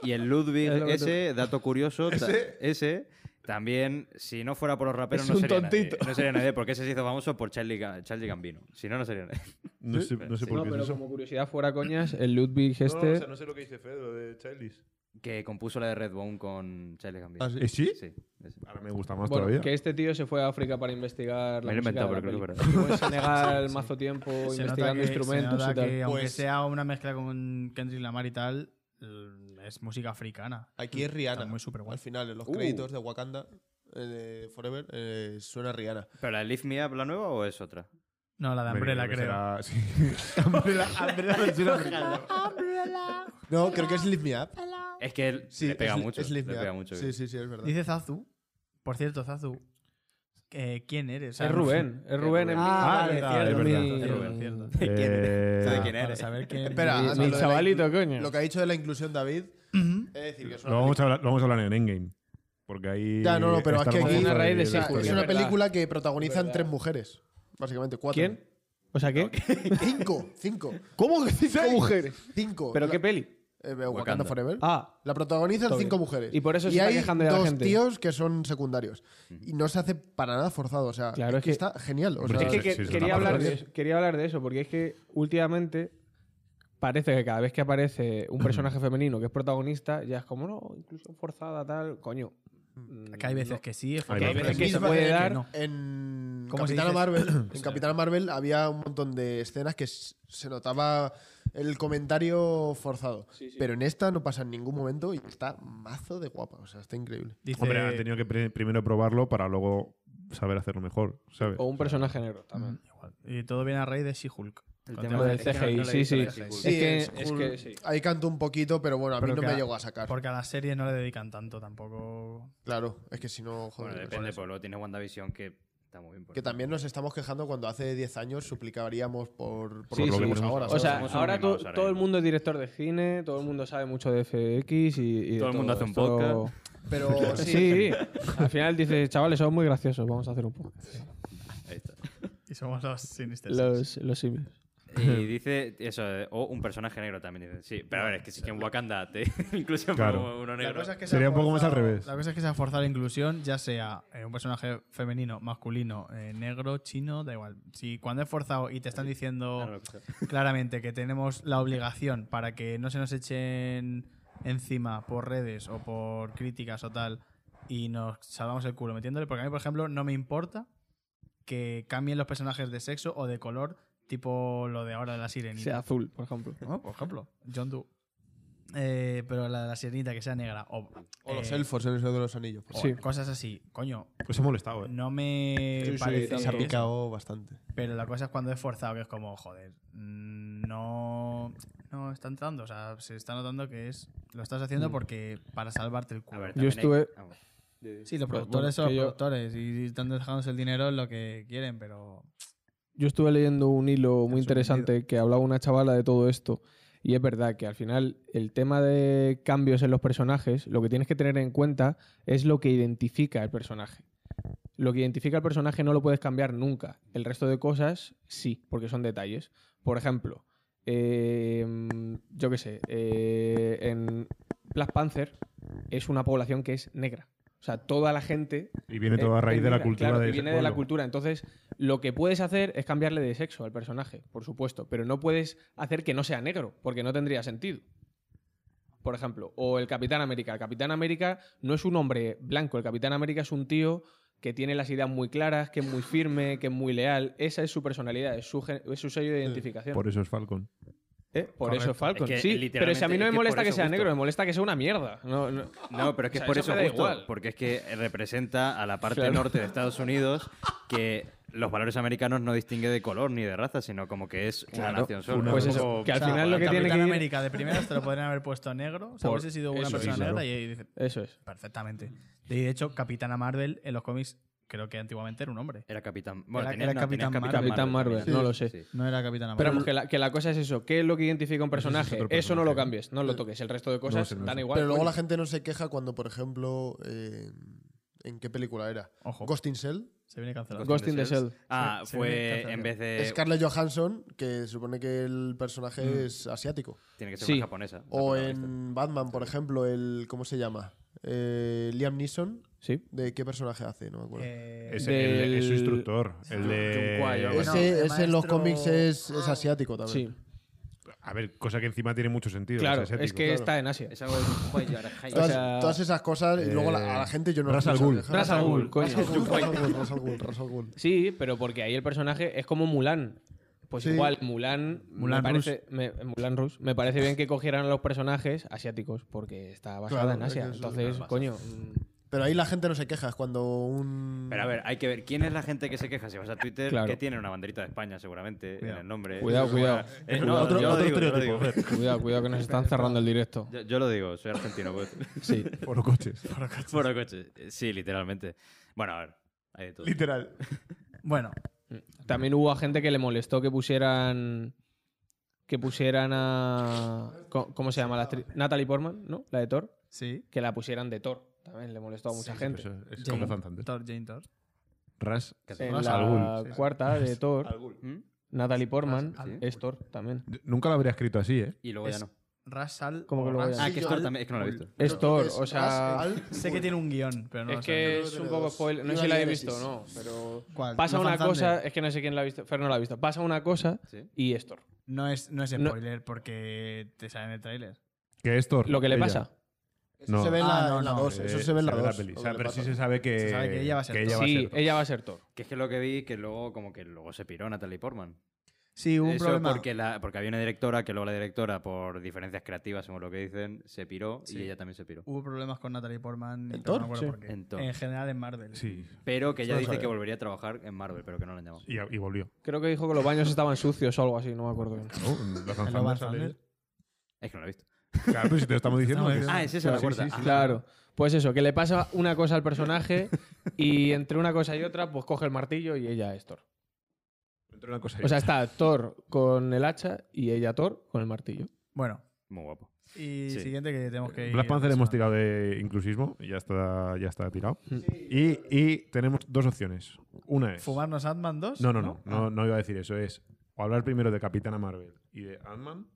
Y el Ludwig Es lo que tú- ese, dato curioso, ta- ¿Ese? también, si no fuera por los raperos, Es no un sería tontito. nadie. No sería nadie, porque ese se hizo famoso por Charlie, Ga- Charlie Gambino. Si no, no sería nadie. No sé, no sé Sí. por No, qué es pero eso. como curiosidad fuera coñas, el Ludwig este... sé lo que dice Fedro de Childish. Que compuso la de Redbone con Charlie Gambino. Ah, sí. ¿Eh, sí? Sí, ese. Ahora me gusta más Bueno, todavía. que este tío se fue a África para investigar la Me lo he música inventado, de la pero creo que película. Estuvo en Senegal mazo tiempo Se nota investigando que- se instrumentos nota y tal. que aunque Pues- sea una mezcla con Kendrick Lamar y tal, l- es música africana. Aquí es Rihanna. Está muy súper guay. Al final, en los Uh. créditos de Wakanda eh, de Forever, eh, suena Rihanna. ¿Pero la de Lift Me Up, la nueva o es otra? No, la de Umbrella, creo. Será- sí. Umbrella, Umbrella versión africana. No, creo que es Lift Me Up. Es que él Sí, le pega es, mucho. es Lift le Me pega Up. mucho. Sí, sí, sí, es verdad. Dice Zazu. Por cierto, Zazu. eh, ¿Quién eres? O sea, Es Rubén, es Rubén. en- Ah, vale, vale, cierto, es verdad, mi- es verdad. mi- cierto. ¿De quién Eh, ¿De quién Para eres? saber quién- Espera, Mi- antes mi lo de la chavalito, inclu- coño. Lo que ha dicho de la inclusión David, es decir, que es Lo una, vamos, a hablar, lo vamos a hablar en Endgame. Porque ahí. Ya, no, no, pero está es que el aquí- motivo Una raíz de la Sihus. película- es historia. una verdad. película que protagonizan verdad. tres mujeres. Básicamente, cuatro. ¿Quién? O sea, ¿qué? Cinco, cinco, ¿Cómo que cinco mujeres? cinco. ¿Pero La- qué peli? eh, Wakanda. Wakanda. Forever. Ah, La protagonizan Todo bien. cinco mujeres. Y por eso se está hay quejando ya la dos gente. tíos que son secundarios. Y no se hace para nada forzado. O sea, es Claro, es que que- está genial. o Hombre, sea, es que, sí, que- sí, sí, quería, está hablar de pasando. eso, quería hablar de eso, porque es que últimamente parece que cada vez que aparece un personaje femenino que es protagonista, ya es como, no, incluso forzada, tal, coño. Mm, Que hay veces no. que sí, es Hay veces fotógrafo, que hay se veces puede que dar. no. En ¿Cómo se Capitana dice? Marvel, en Capitana Marvel había un montón de escenas que s- se notaba el comentario forzado. Pero en esta no pasa en ningún momento y está mazo de guapa. O sea, está increíble. Dice, Hombre, han tenido que pre- primero probarlo para luego saber hacerlo mejor, ¿sabes? O un personaje negro también. y todo viene a raíz de She-Hulk. El Cuando tema Lo te- del es que no- no CGI, le he sí, visto sí. la She-Hulk. Es Sí, que, es es cool. que sí. Ahí canto un poquito, pero bueno, a mí Pero no que me a- llegó a sacar. Porque a las series no le dedican tanto tampoco. Claro, es que si no, Bueno, joder. no sé. depende, pues luego tienes WandaVision que está muy bien. por Que ejemplo. también nos estamos quejando cuando hace 10 años suplicaríamos por, por Sí, lo sí. que vemos ahora. O ¿sabes? sea, somos unos ahora to- mimados ahora todo el mismo. mundo es director de cine, todo el mundo sabe mucho de FX y, y de Todo el mundo hace un podcast. pero Pues sí, Sí, al final dices, chavales, somos muy graciosos, vamos a hacer un podcast. Ahí está. Y somos los Sinister Six. Los, los simios. Y dice eso, eh, o un personaje negro también. dice. Sí, pero a ver, es que sí que en Wakanda te incluyen Claro. como uno la negro. cosa es que se Sería ha un poco más al forzado- revés. La cosa es que se ha forzado la inclusión, ya sea eh, un personaje femenino, masculino, eh, negro, chino, da igual. Si cuando es forzado y te están Ah, no, diciendo escucha. claramente que tenemos la obligación para que no se nos echen encima por redes o por críticas o tal y nos salvamos el culo metiéndole, porque a mí, por ejemplo, no me importa que cambien los personajes de sexo o de color, tipo lo de ahora de la sirenita. Sea azul, por ejemplo. ¿no? Por ejemplo, John Doe. Eh, pero la de la sirenita que sea negra o, O los eh, elfos en el Señor de los Anillos. o Sí. cosas así. Coño, Pues he molestado, ¿eh? no me Sí, sí, parece. se ha picado bastante. pero la cosa es cuando es forzado, que es como, joder, mm, no, no está entrando. O sea, se está notando que es lo estás haciendo porque para salvarte el A culo. ver, Mm. Yo también hay- estuve- Ah, bueno. sí, los Bueno, productores son que yo- los productores y están dejándose el dinero en lo que quieren, pero. Yo estuve leyendo un hilo muy Resumido. interesante que hablaba una chavala de todo esto. Y es verdad que al final el tema de cambios en los personajes, lo que tienes que tener en cuenta es lo que identifica el personaje. Lo que identifica al personaje no lo puedes cambiar nunca. El resto de cosas sí, porque son detalles. Por ejemplo, eh, yo qué sé, eh, en Black Panther es una población que es negra. O sea, toda la gente Y viene todo a eh, raíz de la mira, cultura claro, de y ese viene de la pueblo. cultura. Entonces, lo que puedes hacer es cambiarle de sexo al personaje, por supuesto, pero no puedes hacer que no sea negro, porque no tendría sentido. Por ejemplo, o el Capitán América. El Capitán América no es un hombre blanco, el Capitán América es un tío que tiene las ideas muy claras, que es muy firme, que es muy leal. Esa es su personalidad, es su, gen- es su sello de identificación. Eh, Por eso es Falcon. ¿Eh? Por Correcto. eso es Falcon. Es que, sí, literalmente, pero si a mí no es me que molesta por que eso sea justo. negro, me molesta que sea una mierda. No, no- No, pero es que Ah, O sea, es por eso eso, me da justo, igual. porque es que representa a la parte Claro. norte de Estados Unidos que los valores americanos no distingue de color ni de raza, sino como que es una Claro. nación sola. Una- Pues un eso, poco- que al O sea, final lo que Capitán tiene que ir- América de primeras te lo podrían haber puesto negro. O sea, Por- hubiese sido una eso, persona sí, claro. negra y dice, Eso es. Perfectamente. Y de hecho, Capitana Marvel en los cómics creo que antiguamente era un hombre. Era Capitán. Bueno, Era- tenía- era no, Capitán tenía Marvel. Capitán Marvel, también. no lo sé. Sí. No era Capitana Marvel. Pero vamos, que la, que la cosa es eso. ¿Qué es lo que identifica un Eso es personaje? otro eso no lo personaje. cambies, no lo toques. El resto de cosas ese no es dan otro. igual. Pero luego coño. la gente no se queja cuando, por ejemplo, eh, ¿en qué película era? Ojo. Ghost in Shell. Se viene cancelado. Ghost in the Shell. Ah, Se- se viene fue cáncer. en vez de. Scarlett Johansson, que se supone que el personaje es asiático. Tiene que ser Sí. una japonesa. la O protagonista. en Batman, por ejemplo, el. ¿Cómo se llama? Eh, Liam Neeson. Sí. ¿De qué personaje hace? No me acuerdo. Eh, Es, Del- el, es su instructor. El Jung Kwai, de... algo así. ese bueno, el ese en los maestro- cómics es, es asiático Sí. también. A ver, cosa que encima tiene mucho sentido. Claro, asiático. es que está en Asia. Es algo de un juego de Arahai. Todas, O sea, todas esas cosas, y luego la- a la gente yo no Ras al escucho Ghul. quejas. Ras al Ghul, coño. Ras al Ghul, Ras al Ghul, Ras al Ghul, Ras al Ghul. Sí, pero porque ahí el personaje es como Mulan. Pues Sí. igual, Mulan, Mulan me parece, me, Mulan Rus. Me parece bien que cogieran a los personajes asiáticos porque está basada Claro, en es que Asia. eso es lo que Entonces, coño. mm, Pero ahí la gente no se queja, es cuando un. Pero a ver, hay que ver quién es la gente que se queja. Si vas a Twitter, Claro. que tiene una banderita de España, seguramente, en el nombre. Cuidado, cuidado. Eh, no, Otro- yo, lo otro digo, yo, lo estereotipo, digo. Cuidado, cuidado que nos están cerrando el directo. Yo- yo lo digo, soy argentino. pues. Sí. Por los coches. Foro coche. Eh, Sí, literalmente. Bueno, a ver. Hay de todo. Literal. Bueno, También hubo a gente que le molestó que pusieran. Que pusieran a. co- ¿Cómo se llama la actriz? Natalie Portman, ¿no? La de Thor. sí. Que la pusieran de Thor. También le molestó a mucha gente. Es Jane como Zanzante. Thor, Jane Thor. Ras. En Ras al la Ghul. Ghul. cuarta de Thor, ¿Mm? Natalie Portman Ras al Ghul. es Thor también. Nunca lo habría escrito así, ¿eh? Y luego Es- ya no. Rasal. ¿Cómo que lo voy a- Ah, Sí, ah, que yo- Thor también. Es que no lo he visto. Es Thor, o sea. Al- Sé que tiene un guión, pero no lo Es sé. que Yo creo es un tiene poco dos. spoiler. No Y sé si una la habéis diéresis. visto o no, pero. ¿Cuál? Pasa ¿No una fan cosa, de? es que no sé quién la ha visto. Fer no la ha visto. Pasa una cosa Sí. y es Thor. No es, no es No. spoiler porque te sale en el tráiler. Que es Thor. Lo que le ella. pasa. Eso No. se ve en Ah, no, la- en la no. 2. Eh, Eso se ve en la ve 2. peli. O sea, pero sí se sabe que. Se sabe que ella va a ser Thor. sí, Thor. ella va a ser Thor. Que es que lo que vi, que luego como que luego se piró Natalie Portman. Sí, hubo un Eso problema. Porque, la, porque había una directora que luego la directora, por diferencias creativas, según lo que dicen, se piró Sí. y ella también se piró. Hubo problemas con Natalie Portman. y ¿En todo, Thor? No me acuerdo Sí. por qué. En Thor. En general en Marvel. Sí. Pero que ella no dice sabía. que volvería a trabajar en Marvel, pero que no la han llamado. Y, y volvió. Creo que dijo que los baños estaban sucios o algo así, no me acuerdo bien. ¿no? La Fan En Love and Thunder sale Thunder. ella. Es que no la he visto. Claro, pero si te lo estamos diciendo. Estamos que- Ah, es esa la Sí, cuarta. sí, sí. Claro. Pues eso, que le pasa una cosa al personaje y entre una cosa y otra, pues coge el martillo y ella es Thor. Entre una cosa y O sea, está Thor con el hacha y ella Thor con el martillo. Bueno, Muy guapo. y Sí. siguiente que tenemos que ir. Eh, Black Panther hemos pasando. tirado de inclusismo, ya está, ya está tirado. Y, y tenemos dos opciones. Una es. ¿Fumarnos Ant-Man 2? No, no, no, no, Ah, no iba a decir eso. Es o hablar primero de Capitana Marvel y de Ant-Man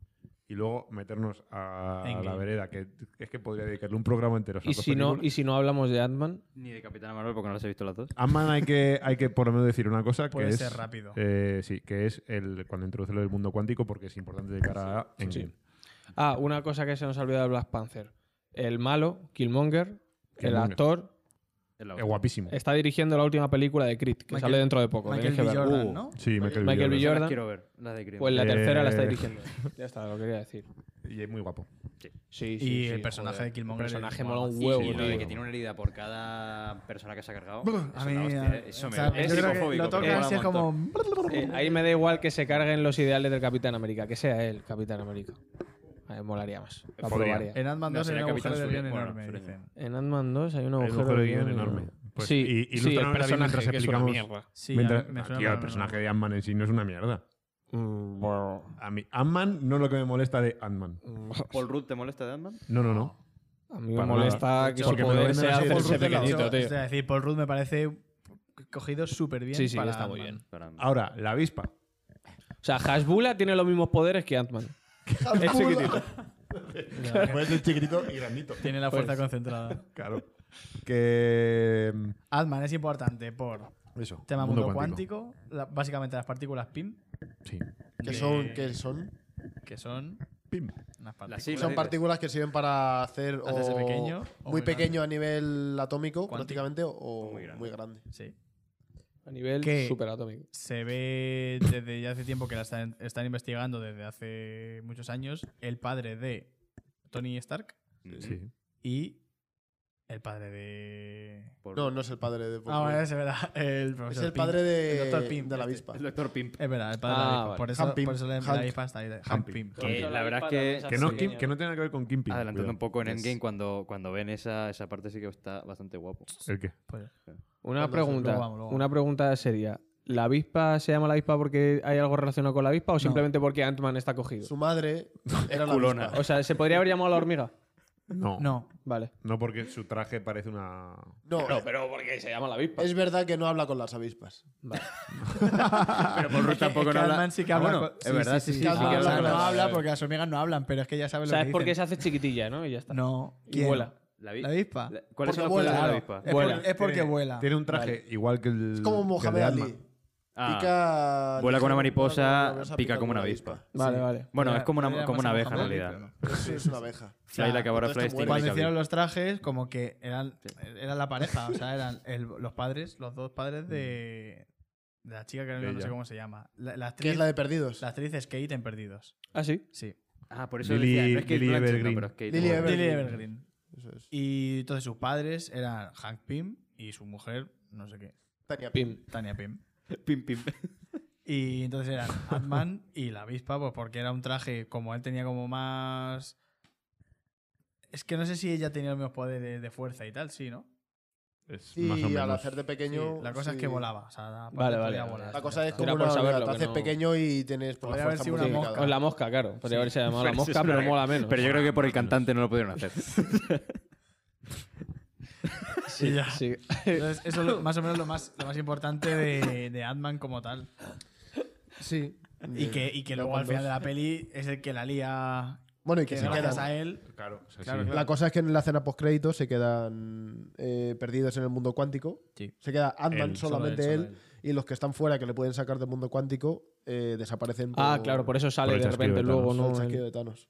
y luego meternos a Endgame. la vereda, que es que podría dedicarle un programa entero. a esas Y Pues dos si, no, películas. y si no hablamos de Ant-Man, Ni de Capitana Marvel porque no las he visto las dos. Ant-Man hay que, hay que por lo menos decir una cosa que Puede es. ser rápido. eh, sí, que es el, cuando introduce lo del mundo cuántico porque es importante de cara a Endgame. Ah, una cosa que se nos ha olvidado de Black Panther. El malo, Killmonger, el Killmonger. actor, Es la Es otra. guapísimo. Está dirigiendo la última película de Creed, que Michael- sale dentro de poco. Michael tenéis que B. verla. Jordan, Uh, ¿no? Sí, Michael, Michael B. B. Esa Jordan. las quiero ver, las de Grimm. Pues la Eh, tercera la está dirigiendo. ya está, lo quería decir. Jordan. Y es muy guapo. Sí, Y el personaje de Killmonger El personaje es mola un guapo. huevo. y lo de tío. que tiene una herida por cada persona que se ha cargado. eso A es la mí, hostia, a- ¿eh? eso o me sea, es yo creo que psicofóbico, lo pero mola tocas y es un montón. como. Eh, ahí me da igual que se carguen los ideales del Capitán América, que sea él, Capitán América. A mí molaría más. La Podría. probaría. En Ant-Man No, 2 hay sería un agujero Capitán de guión Sule- bueno, enorme, Sule- dicen. En Ant-Man 2 hay un Hay un agujero, agujero de guión enorme. Pues, sí, y- sí, ilústranos el David, personaje mientras que es una explicamos- mierda. Sí, Mientras- a mí me Ah, suena tío, el una- personaje de Ant-Man en sí no es una mierda. Mm, bueno. A mí, Ant-Man no es lo que me molesta de Ant-Man. ¿Paul Rudd te molesta de Ant-Man? No, no, no. A mí me Para molesta nada. que su Porque me lo poder venden sea así de hacerse repente. pequeñito, Es tío. decir, Paul Rudd me parece cogido súper bien. Sí, sí, para está muy Ant-Man. bien. Para- Ahora, la avispa. O sea, Hasbula tiene los mismos poderes que Ant-Man. es chiquitito. Puede ser chiquitito y grandito. Tiene la fuerza concentrada. Claro. Que. Ant-Man es importante por Eso. tema mundo mundo, cuántico, la- básicamente las partículas PIM, Sí. ¿Qué son? ¿Qué son? que son Pim. unas Las partículas. siglas, Son dices. partículas que sirven para hacer o Hacerse pequeño o muy muy pequeño a nivel atómico Cuántico. prácticamente o muy grande. muy grande. Sí. A nivel ¿Qué? superatómico. Se ve desde ya hace tiempo que la están, están investigando desde hace muchos años el padre de Tony Stark Ujú. Sí. y el padre de... Por- No, no es el padre de Ah, bueno, es verdad. El es profesor el Pym. padre de, el doctor Pym, de la este. avispa. El doctor Pimp. Es verdad, el padre Ah, de la avispa. vale. Por eso, Hank Pym. por eso le la Hank. avispa está ahí. Hank, Hank Pim. Que la verdad es que- Que, no, Kim- que no tiene nada que ver con Kimping. Adelantando un poco en Endgame, cuando, cuando ven esa, esa parte sí que está bastante guapo. ¿El qué? Una Cuando pregunta, luego vamos, luego una pregunta seria. ¿La avispa se llama la avispa porque hay algo relacionado con la avispa o simplemente porque Ant-Man está cogido? Su madre era la Culona. avispa. O sea, ¿se podría haber llamado la hormiga? No. no. No, Vale. porque su traje parece una. No, pero porque se llama la avispa. es verdad que no habla con las avispas. Pero Paul Rudd Es que- tampoco es que no habla. Ant-Man sí que Ah, habla. bueno, con- es verdad, sí, sí. sí, Ant-Man que habla, habla con no las- habla porque las hormigas no hablan, pero es que ya O saben lo sea, que es porque se dicen. hace chiquitilla, ¿no? Y ya está. No. Y vuela. La, vi- ¿La avispa? la- ¿Cuáles son Porque los poderes de la vuela. avispa? Es, Vuela. por- es porque Tiene- vuela. Tiene un traje igual que el. Es como que el de Mohamed Ali. Ant-Man. Ah, Pica, Vuela con una mariposa, vuela con pica como una avispa. Vale, vale. Bueno, Era- es como una, era como más una como abeja en jamón, realidad. pero no. Eso es una abeja. Fly like a butterfly, Entonces te sting mueres. like Cuando a hicieron bee. los trajes, como que eran, eran la pareja, o sea, eran el- los padres, los dos padres de, Mm. de la chica que ahora mismo no Ella. sé cómo se llama. La, la Que actriz, es la de perdidos. la actriz es Kate en Perdidos. Ah, sí. Sí. Ah, por eso Lily- decía, no es Kate Lily Blanchett, no, Evergreen. pero es Kate Lily Blanchett. Evergreen. Lily Evergreen. Eso es. Y entonces sus padres eran Hank Pym y su mujer, no sé qué, Tania Pim. Tania Pym. Pim, pim. Y entonces eran Ant-Man y la avispa, pues porque era un traje, como él tenía como más. Es que no sé si ella tenía los mismos poderes de fuerza y tal, sí, ¿no? Es más o Y menos. al hacer de pequeño. Sí, la cosa sí. es que volaba. O sea, la parte Vale, podía vale, volar, vale. La ya cosa es está. Era como por una saberlo, hormiga. Te que haces no- pequeño y tienes por Podría la haber fuerza sido una multiplicada. mosca. O la mosca, claro. Podría haberse llamado la Pero eso mosca, es una pero mola regla. menos. Pero yo creo que por el cantante no lo pudieron hacer. Y ya. Sí. Entonces, eso es lo- más o menos lo más, lo más importante de, de Ant-Man como tal. Sí. Y que, y que Pero luego al con final dos. de la peli es el que la lía Bueno, y que Que se gracias quedan. a él. Claro, o sea, Claro, sí. claro. La cosa es que en la escena postcrédito se quedan eh, perdidos en el mundo cuántico. Sí. Se queda Él, Ant-Man, solo solamente él, él, solo y los que están fuera que le pueden sacar del mundo cuántico eh, desaparecen. Ah, claro, por eso sale por el de chasquido repente de luego, Thanos. por el ¿no? chasquido El- de Thanos.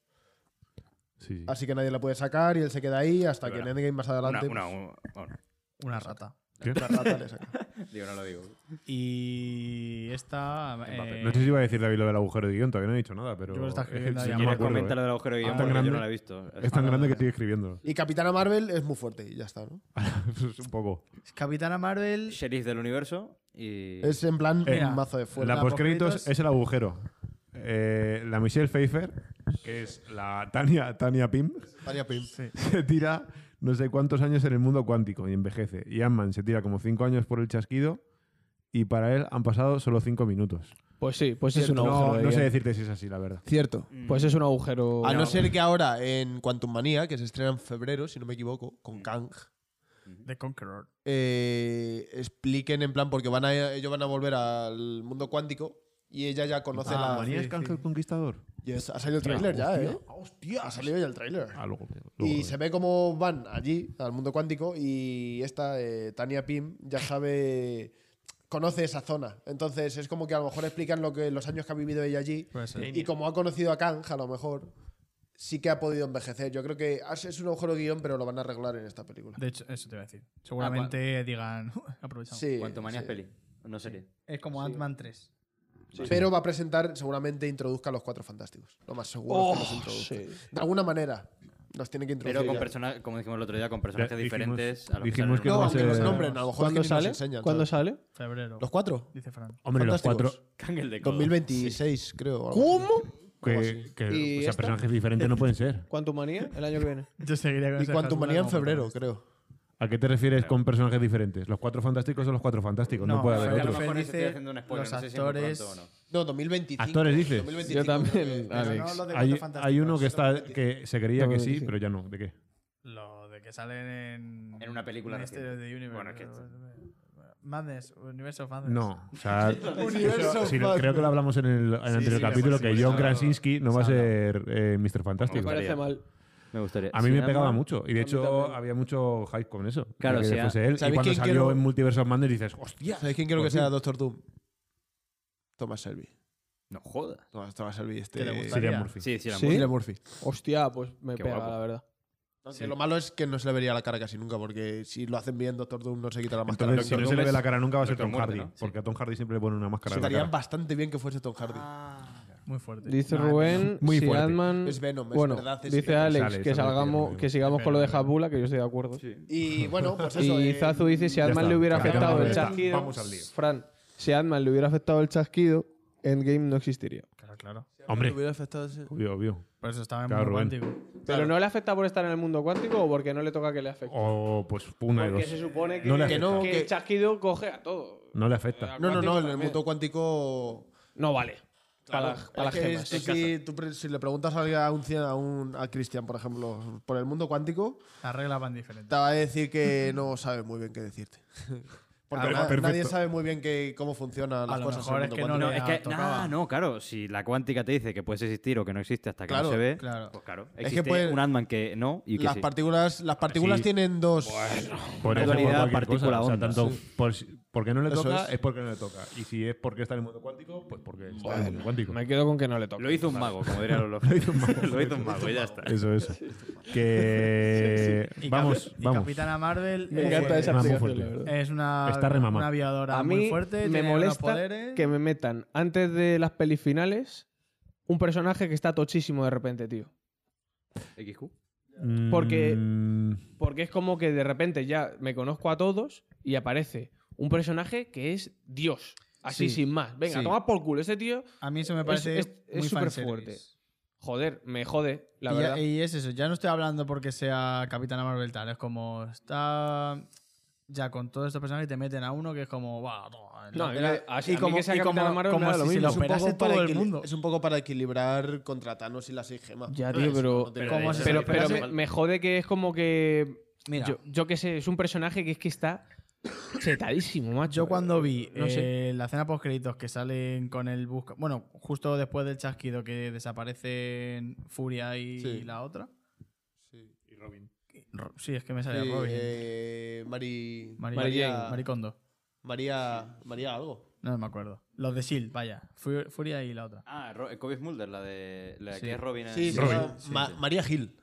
Sí, sí. Así que nadie la puede sacar y él se queda ahí hasta que en Claro. Endgame más Una, adelante una, un- bueno, Una rata. ¿Qué? pues, la rata le saca. digo, no lo digo. Y esta. Mbappé. eh, No sé si iba a decir David lo del agujero de guión, todavía no he dicho nada, pero. Yo lo estaba escribiendo sí, ahí a no me mano. ¿Quieres acuerdo, comentar ¿eh? lo del agujero de Ah, guión? tan Porque yo grande- no lo he visto. Es tan grande que sigue escribiéndolo. Y Capitana Marvel es muy fuerte y ya está, ¿no? Es un poco. Capitana Marvel. Sheriff del universo y... Es en plan Eh, un mazo de fuerza. La La postcréditos postcréditos- es el agujero. Eh, la Michelle Pfeiffer, que es la Tania, Tania Pym, Tania Pym. se tira no sé cuántos años en el mundo cuántico y envejece. Y Ant-Man se tira como cinco años por el chasquido y para él han pasado solo cinco minutos. Pues sí, pues es un No, agujero. de no sé guión. decirte si es así, la verdad. Cierto. Mm. Pues es un agujero. A Ah, no ser que ahora en Quantum Manía, que se estrena en febrero, si no me equivoco, con Kang, The Conqueror. eh, expliquen en plan, porque van a, ellos van a volver al mundo cuántico y ella ya conoce Ah, la. manía es Kang el Conquistador? Yes, ha salido el tráiler ya, ¿eh? Ah, ¡Hostia! Ha salido ya el tráiler. Ah, luego, Y eh. se ve cómo van allí, al mundo cuántico, y esta, eh, Tania Pym, ya sabe, conoce esa zona. Entonces es como que a lo mejor explican lo que, los años que ha vivido ella allí. Puede ser. Y como ha conocido a Kang, a lo mejor sí que ha podido envejecer. Yo creo que ah, es es un agujero guión, pero lo van a arreglar en esta película. De hecho, eso te iba a decir. Seguramente digan. aprovechamos. Ah, Sí, ¿Cuánto manías sí. peli? No serie. Es como Ant-Man 3. Pero va a presentar, seguramente introduzca a los cuatro fantásticos. Lo más seguro es que los introduzca. Oh, sí. De alguna manera, los tiene que introducir. Pero con ya. personajes, como dijimos el otro día, con personajes dijimos- diferentes. a los dijimos salen que en una va no, a aunque ser- los nombren, a lo mejor es que ¿Cuándo ni nos sale? enseñan, ¿Cuándo ¿sabes? sale? Febrero. ¿Los cuatro? Dice Fran. Hombre, los Fantásticos. cuatro. Kang el de codo. 2026, creo. o algo así. Que, que, ¿Y o sea, esta? personajes diferentes no pueden ser. ¿Cuánto manía? El año que viene. Yo seguiría con Y esa Quantum jazula Manía en como febrero, protagonista. creo. ¿A qué te refieres con personajes diferentes? ¿Los cuatro fantásticos son los cuatro fantásticos? No, No, puede Pero haber que a lo otros. Fer mejor dice estoy haciendo un spoiler, los no sé si es muy actores- pronto o no. No, 2025. Actores, dices. 2025, Yo también, creo que- eh, Pero Alex. no los de Hay, Cuatro hay Fantásticos. uno que está que se creía que sí, Sí. pero ya no. ¿De qué? Lo de que salen en. En una película Mystery reciente. of the Universe. Eh, Bueno, es que esto- Madness, Universe of Madness. No. O sea, Universo sí, lo- Batman. creo que lo hablamos en el, en el anterior sí, capítulo, sí, que sí, John sí. Krasinski no va a Sano. ser eh, Mr. Me Fantástico. Hombre. parece mal. Me gustaría. A mí Si me Ant-Man- pegaba mucho. Y de A mí hecho también. había mucho hype con eso. de Claro, que sí, fuese ah. él. Y ¿Sabéis cuando quién salió quiero? en Multiverse of Madness dices, hostia. ¿Sabéis quién quiero que Por fin. sea Doctor Doom? Thomas Shelby. No jodas. Thomas, Thomas Shelby. Este... Que le gusta. Cillian Estaría. Murphy. Sí, sí, era Sí. muy- Cillian Murphy. Hostia, pues me Qué pega, guapo. la verdad. Que Lo malo es que no se le vería la cara casi nunca, porque si lo hacen bien, Doctor Doom no se quita la máscara. Entonces, si no se le ve la cara nunca va a ser Doctor Tom Muerte, Hardy. ¿no? Sí. Porque a Tom Hardy siempre le pone una máscara. en la Estaría cara. bastante bien que fuese Tom Hardy. Muy fuerte. Dice No, Rubén, Muy si fuerte. Ant-Man- Es Venom, es bueno, verdad, es dice Venom. Alex Sale, que sale, salgamos, tío, que sigamos con lo de Jabula, que yo estoy de acuerdo. Y bueno, pues eso. Y eh, Zazu dice si Ya a Ant-Man está, le hubiera Capitán afectado el Marvel. chasquido, Vamos al lío. Fran, si a Ant-Man le hubiera afectado el chasquido, Endgame no existiría. Claro, claro. Hombre, hubiera afectado ese- obvio, obvio. Por eso estaba en Claro, mundo Rubén. cuántico. Pero no le afecta por estar en el mundo cuántico o porque no le toca que le afecte. O pues una de porque se dos. supone que, No le que afecta. que el chasquido coge a todo. No le afecta. No, no, no, en el También. mundo cuántico. No vale. para las, para las Es que gemas. esto si, tú pre- si le preguntas a alguien- a un, cien- a un a Cristian, por ejemplo, por el mundo cuántico, Las reglas van diferentes. te va a decir que no sabe muy bien qué decirte. Porque Ah, na- perfecto. nadie sabe muy bien que, cómo funcionan A las lo cosas. mejor en es el mundo que cuántico. no No, le es que. ha tocado. Ah, no, claro. Si la cuántica te dice que puedes existir o que no existe hasta que Claro, no se ve. claro. Pues claro. que Existe puede- un Ant-Man que no y que las sí. partículas, las partículas sí. tienen dos. Por Una eso, por dualidad cualquier cosa. partícula O sea, onda. tanto por si- porque no le Eso toca es. es. porque no le toca. Y si es porque está en el mundo cuántico, pues porque está en el mundo cuántico. Me quedo con que no le toca. Lo hizo un mago, como diría los Lo hizo un mago. Lo hizo un mago, y ya está. Eso es. Que Y vamos, Capi- y vamos. Capitana Marvel Me es- encanta esa Ah, muy aplicación, fuerte. la verdad. es una, Está remamada. una aviadora A muy mí fuerte. me tiene unos molesta poderes. que me metan antes de las pelis finales un personaje que está tochísimo de repente, tío. XQ. Porque- Mm, Porque es como que de repente ya me conozco a todos y aparece un personaje que es Dios. Así Sí, sin más. Venga, sí. toma por culo. Ese tío, A mí eso me Es- parece es- es muy superfuerte. fanservice. joder, me jode, la y, ya- verdad. y es eso, ya no estoy hablando porque sea Capitana Marvel tal, es como está ya con todos estos personajes y te meten a uno que es como, "Buah, no, No, a mí era- me- a- a mí como- que sea y Capitana como- Marvel me como da lo si se mismo. lo Es un poco operase para todo el equili- mundo. Es un poco para equilibrar contra Thanos y las seis gemas. Pues, Ya, tío, pero- No tiene pero- nada se- que pero ver. pero hace me, falta. me jode que es como que. Mira, Yo, yo qué sé, es un personaje que es que está Chetadísimo, macho. Yo cuando vi No sé. eh, la escena post créditos que salen con el busca. Bueno, justo después del chasquido que desaparecen Furia y Sí. la otra. Sí, Y Robin. Ro- Sí, es que me Sí, sale Robin. eh, Mari- Mari- María, Maricondo. María, María algo. No me acuerdo. Los de Shield, E vaya. Fu- Furia y la otra. Ah, Ro- Kobe Mulder, la de la Sí. que es Robin. en- Sí, se Robin. llama Ma- María Gil.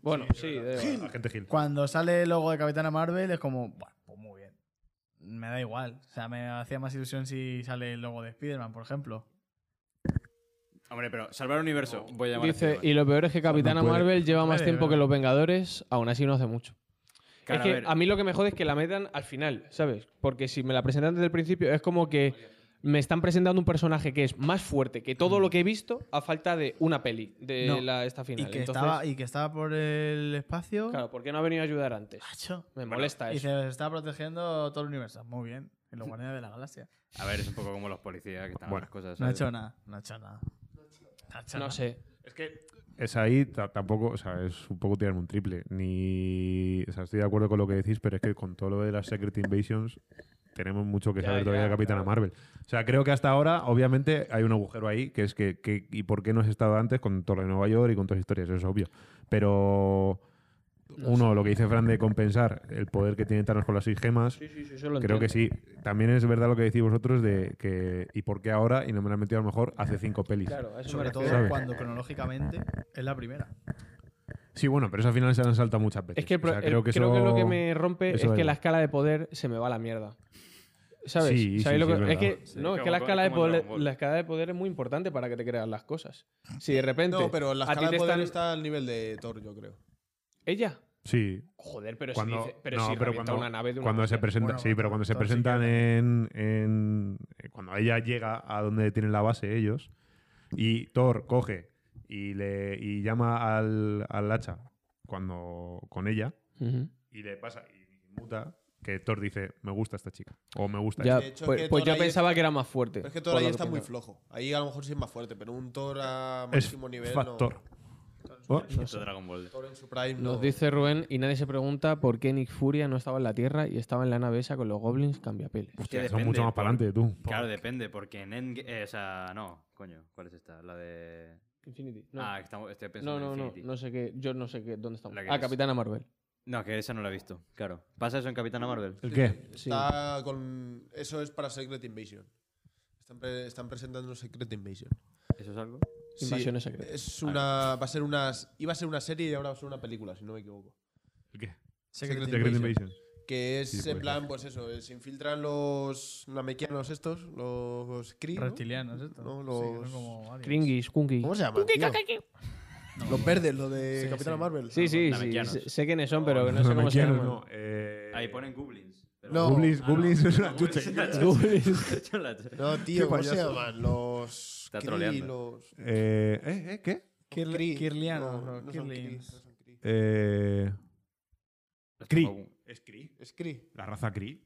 Bueno, sí, da igual. Agente Gil. Cuando sale el logo de Capitana Marvel es como, bueno, pues muy bien. Me da igual. O sea, me hacía más ilusión si sale el logo de Spider-Man, por ejemplo. Hombre, pero salvar el universo. Voy a llamar a Dice, Spiderman. y lo peor es que Capitana No puede. Marvel lleva más Puede, tiempo que pero- los Vengadores, aún así no hace mucho. Claro, es que a a, ver. mí lo que me jode es que la metan al final, ¿sabes? Porque si me la presentan desde el principio, es como que me están presentando un personaje que es más fuerte que todo lo que he visto a falta de una peli de No. la, esta final. Y que, Entonces, estaba, y que estaba por el espacio. claro, ¿por qué no ha venido a ayudar antes? Macho. Me molesta Y eso. se está protegiendo todo el universo. Muy bien. En los Guardianes de la Galaxia. A ver, es un poco como los policías que están Bueno. a las cosas. No ha ¿sabes? hecho nada. No ha hecho nada. No ha hecho No nada. sé. Es que es ahí ta- tampoco, o sea, es un poco tirarme un triple. Ni, o sea, estoy de acuerdo con lo que decís, pero es que con todo lo de las Secret Invasions tenemos mucho que Ya, saber todavía ya, de Capitana claro. Marvel. O sea, creo que hasta ahora, obviamente, hay un agujero ahí, que es que, que- ¿y por qué no has estado antes con todo lo de Nueva York y con todas las historias? Eso es obvio. Pero, uno, lo que dice Fran de compensar el poder que tiene Thanos con las seis gemas, Creo que sí. También es verdad lo que decís vosotros de que. ¿Y por qué ahora? Y no me lo han metido a lo mejor hace cinco pelis. Claro, a eso Sobre me todo refiero. ¿Sabes? cuando cronológicamente es la primera. Sí, bueno, pero eso al final se han saltado muchas veces. Es que, el O sea, pro- el- creo que eso- lo que me rompe eso es da que igual. la escala de poder se me va a la mierda. ¿Sabes? Sí, ¿Sabéis sí, lo sí, que- es es que, verdad. Sí, no, es como- que la como escala, de en Dragon poder, Ball. la escala de poder es muy importante para que te creas las cosas. Si de repente. No, pero la a ti escala te de poder están- está al nivel de Thor, yo creo. Ella. Sí. Joder, pero Cuando, si dice. Pero no, si pero revienta cuando, una nave de una cuando se hostia. presenta, Bueno, sí, pero cuando se entonces sí que presentan en, en- eh, cuando ella llega a donde tienen la base ellos y Thor coge y le y llama al, al hacha cuando con ella Ujú. y le pasa y muta que Thor dice me gusta esta chica o me gusta este-". Ya, De hecho, pues, que pues Thor yo ahí pensaba que era más fuerte. Pero es que por Thor ahí lo está muy pienso. flojo. Ahí a lo mejor sí es más fuerte, pero un Thor a es máximo nivel. no. factor. Oh, Esto es Dragon Ball. Thor en su prime no. Nos dice Rubén y nadie se pregunta por qué Nick Furia no estaba en la Tierra y estaba en la nave esa con los goblins cambiapeles. Hostia, son depende, mucho más para por- adelante, tú. Claro, depende, porque en Endgame. eh, o sea, no, coño, ¿cuál es esta? La de. Infinity. No, Ah, estamos, estoy pensando no, no, en no, Infinity. no sé qué, yo no sé qué, dónde estamos. La que Ah, es- Capitana Marvel. No, que esa no la he visto, claro. ¿Pasa eso en Capitana Marvel? ¿El qué? Sí. Está con. Eso es para Secret Invasion. Están, pre- están presentando Secret Invasion. ¿Eso es algo? Sí, Invasiones secretas. Es una. Va a ser unas. Iba a ser una serie y ahora va a ser una película, si no me equivoco. ¿El qué? Secret Secret Invasion. Invasion. Que es Sí, puede en plan, pues eso, eh, se infiltran los namequianos estos, los Kree. ¿no? Reptilianos, esto. No, Sí, los- que son como aliens. Kringis, Kunki. ¿Cómo se llaman? tío? No, Los verdes, los de Sí, Capitana sí. Marvel. Sí, sí, sí. Namekianos. Sé, sé quiénes son, pero no sé cómo se Namekianos, llaman. no, eh, Ahí ponen Goblins. pero- No. Goblins, Ah, Goblins no. es una Goblins chuche. es una chuche. Son la chuche. No, tío, Qué ¿cómo se payaso. llaman? Los Está Kree, troleando. los... Eh, ¿eh, eh, ¿Qué? Kirli- Kree. Kirlianos, los son Kree, Kirlins. no son Kree. Eh, Kree. ¿Es Cree? Es Kree, ¿La raza Cree?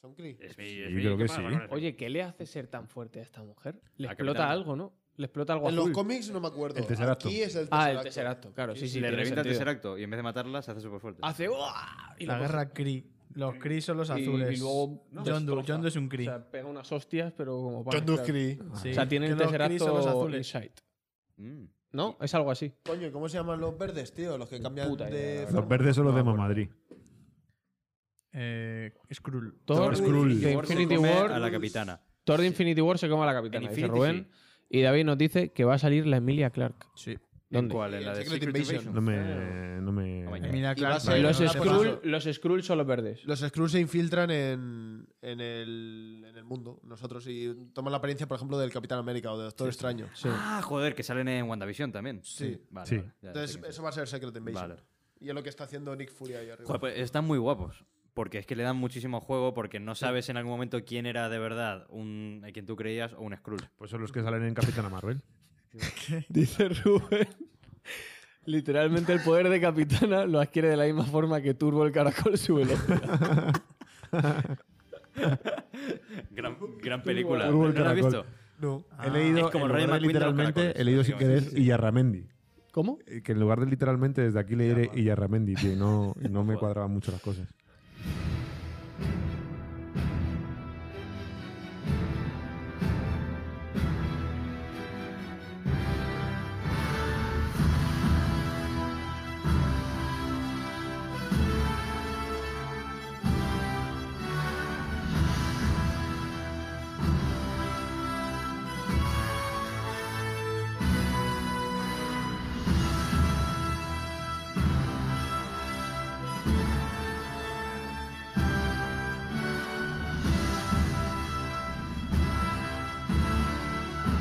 son Kree. Es mi, Sí, creo que sí. Oye, ¿qué le hace ser tan fuerte a esta mujer? Le La explota Capitana. algo, ¿no? Le explota algo En los azul. cómics no me acuerdo. El Tesseracto. Aquí es el Ah, el Tesseracto. Tesseracto, claro, sí, sí. le tiene revienta el sentido. tercer acto y en vez de matarla se hace súper fuerte. Hace ¡uah! y La lo coge. guerra Kree. Los Kree son los Y- azules. Y, luego John Doe. destroza. John Doe es un Kree. O sea, pega unas hostias, pero como para John Doe es Kree. Sí, O sea, tiene que el los Kree son los tercerazo azules. Insight. Mm. ¿No? Es algo así. Coño, ¿cómo se llaman los verdes, tío? Los que cambian Puta idea, la de... verdad. Los verdes son los de Mamadri. Eh, Skrull. Thor, Skrull. de Thor se Infinity come War. A la capitana. Thor de Infinity War se come a la capitana, En dice Infinity, Rubén. Y David nos dice que va a salir la Emilia Clark. Sí. ¿Dónde? ¿Cuál? ¿En la de Secret Invasion? No me. No Vaya. me. Emilia Y va a Clarke. ser- no Los no la Skrull, pasó. los Skrull son los verdes. Los Skrulls se infiltran en, en, el, en el mundo, nosotros, y toman la apariencia, por ejemplo, del Capitán América o de Doctor Extraño. Sí. Ah, joder, que salen en WandaVision también. Sí. Vale, Sí. vale, ya Entonces, sé quién eso va a ser Secret Invasion. Vale. Y es lo que está haciendo Nick Fury ahí arriba. Joder, pues están muy guapos. Porque es que le dan muchísimo juego porque no sabes en algún momento quién era de verdad, un, a quien tú creías o un Skrull. Pues son los que salen en Capitana Marvel. Dice Rubén. Literalmente el poder de capitana lo adquiere de la misma forma que Turbo el caracol su velocidad. Gran, gran película. Turbo el ¿No la has caracol. visto? No. Ah, es como en Rayo McQueen de lugar de los literalmente, caracoles, he leído sin querer básicamente. Iyarramendi. ¿Cómo? Eh, Que en lugar de literalmente, desde aquí leeré Iyarramendi, tío. y No, y no me cuadraban mucho las cosas.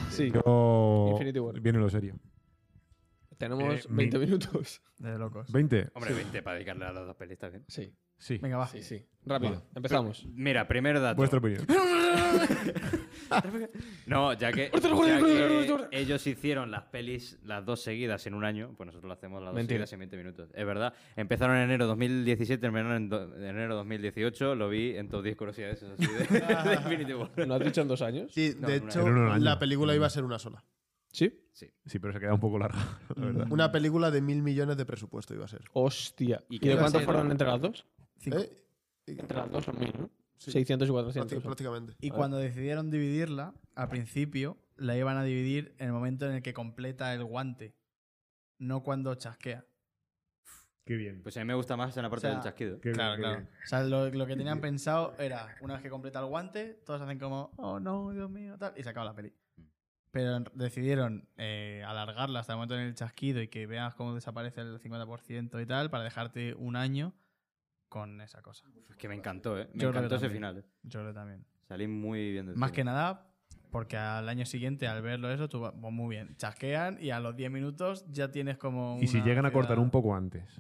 Sí. Yo- Infinity War. Viene lo serio. Tenemos Eh, 20 mi- minutos. Ah. De locos. ¿20? Hombre, 20 para dedicarle a las dos pelis, está bien. Sí. Sí. Venga, va. Sí, sí. Rápido. Vale. Empezamos. Mira, primer dato. Vuestra opinión. No, ya que, ya que ellos hicieron las pelis, las dos seguidas en un año, pues nosotros las hacemos las dos Mentira. seguidas en 20 minutos. Es verdad. Empezaron en enero 2017, terminaron en do- en enero 2018, lo vi en top 10 curiosidades, eso sí, de, de Ah. Infinity War. ¿No has dicho en dos años? Sí, No, de una- hecho, Era un año. la película iba a ser una sola. Sí. Sí, pero se queda un poco larga, la verdad. Una película de mil millones de presupuesto iba a ser. Hostia. ¿Y ¿Y, qué de iba a cuántos ser? fueron entre las dos? Cinco. ¿Eh? Y- Entre las dos son mil, ¿no? sí, 600 y prácti- 400. son. prácticamente. Y Vale. cuando decidieron dividirla, al principio la iban a dividir en el momento en el que completa el guante, no cuando chasquea. Qué bien. Pues a mí me gusta más en la parte O sea, del chasquido. Qué Claro, bien, qué claro. bien. O sea, lo, lo que tenían pensado era, una vez que completa el guante, todos hacen como, oh no, Dios mío, tal, y se acaba la peli. Mm. Pero en- decidieron eh, alargarla hasta el momento en el chasquido y que veas cómo desaparece el 50% y tal, para dejarte un año con esa cosa. Es que me encantó, ¿eh? Me Yo creo que encantó ese también. final. ¿eh? Yo creo también. Salí muy bien del Más que cine. nada, porque al año siguiente, al verlo eso, tú vas pues muy bien. Chasquean y a los 10 minutos ya tienes como. Y si una llegan a cortar ciudad- un poco antes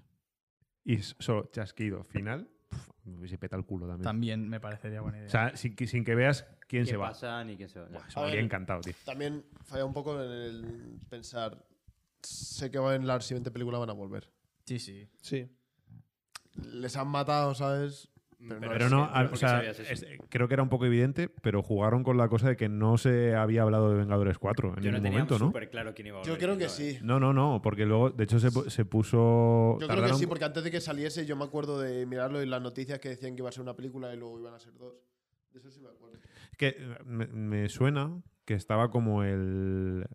y es solo chasquido final, puf, me hubiese peta el culo también. También me parecería buena idea. O sea, sin que, sin que veas quién ¿Qué se va. pasa ni quién se va? Ya. Buah, eso A me habría ver. encantado, tío. También falla un poco en el pensar. Sé que va en la siguiente película van a volver. sí, sí. Sí. Les han matado, ¿sabes? Pero no, Pero es- no, sí, a- porque o sea, sabías eso. es- creo que era un poco evidente, pero jugaron con la cosa de que no se había hablado de Vengadores 4 en Yo no ningún tenía momento, ¿no? súper claro quién iba a Yo volver, creo quién que no, ¿eh? sí. No, no, no, porque luego, de hecho, se, pu- se puso. Yo creo que tardaron- sí, porque antes de que saliese, yo me acuerdo de mirarlo y las noticias que decían que iba a ser una película y luego iban a ser dos. De eso sí me acuerdo. Que eh, me, me suena que estaba como el.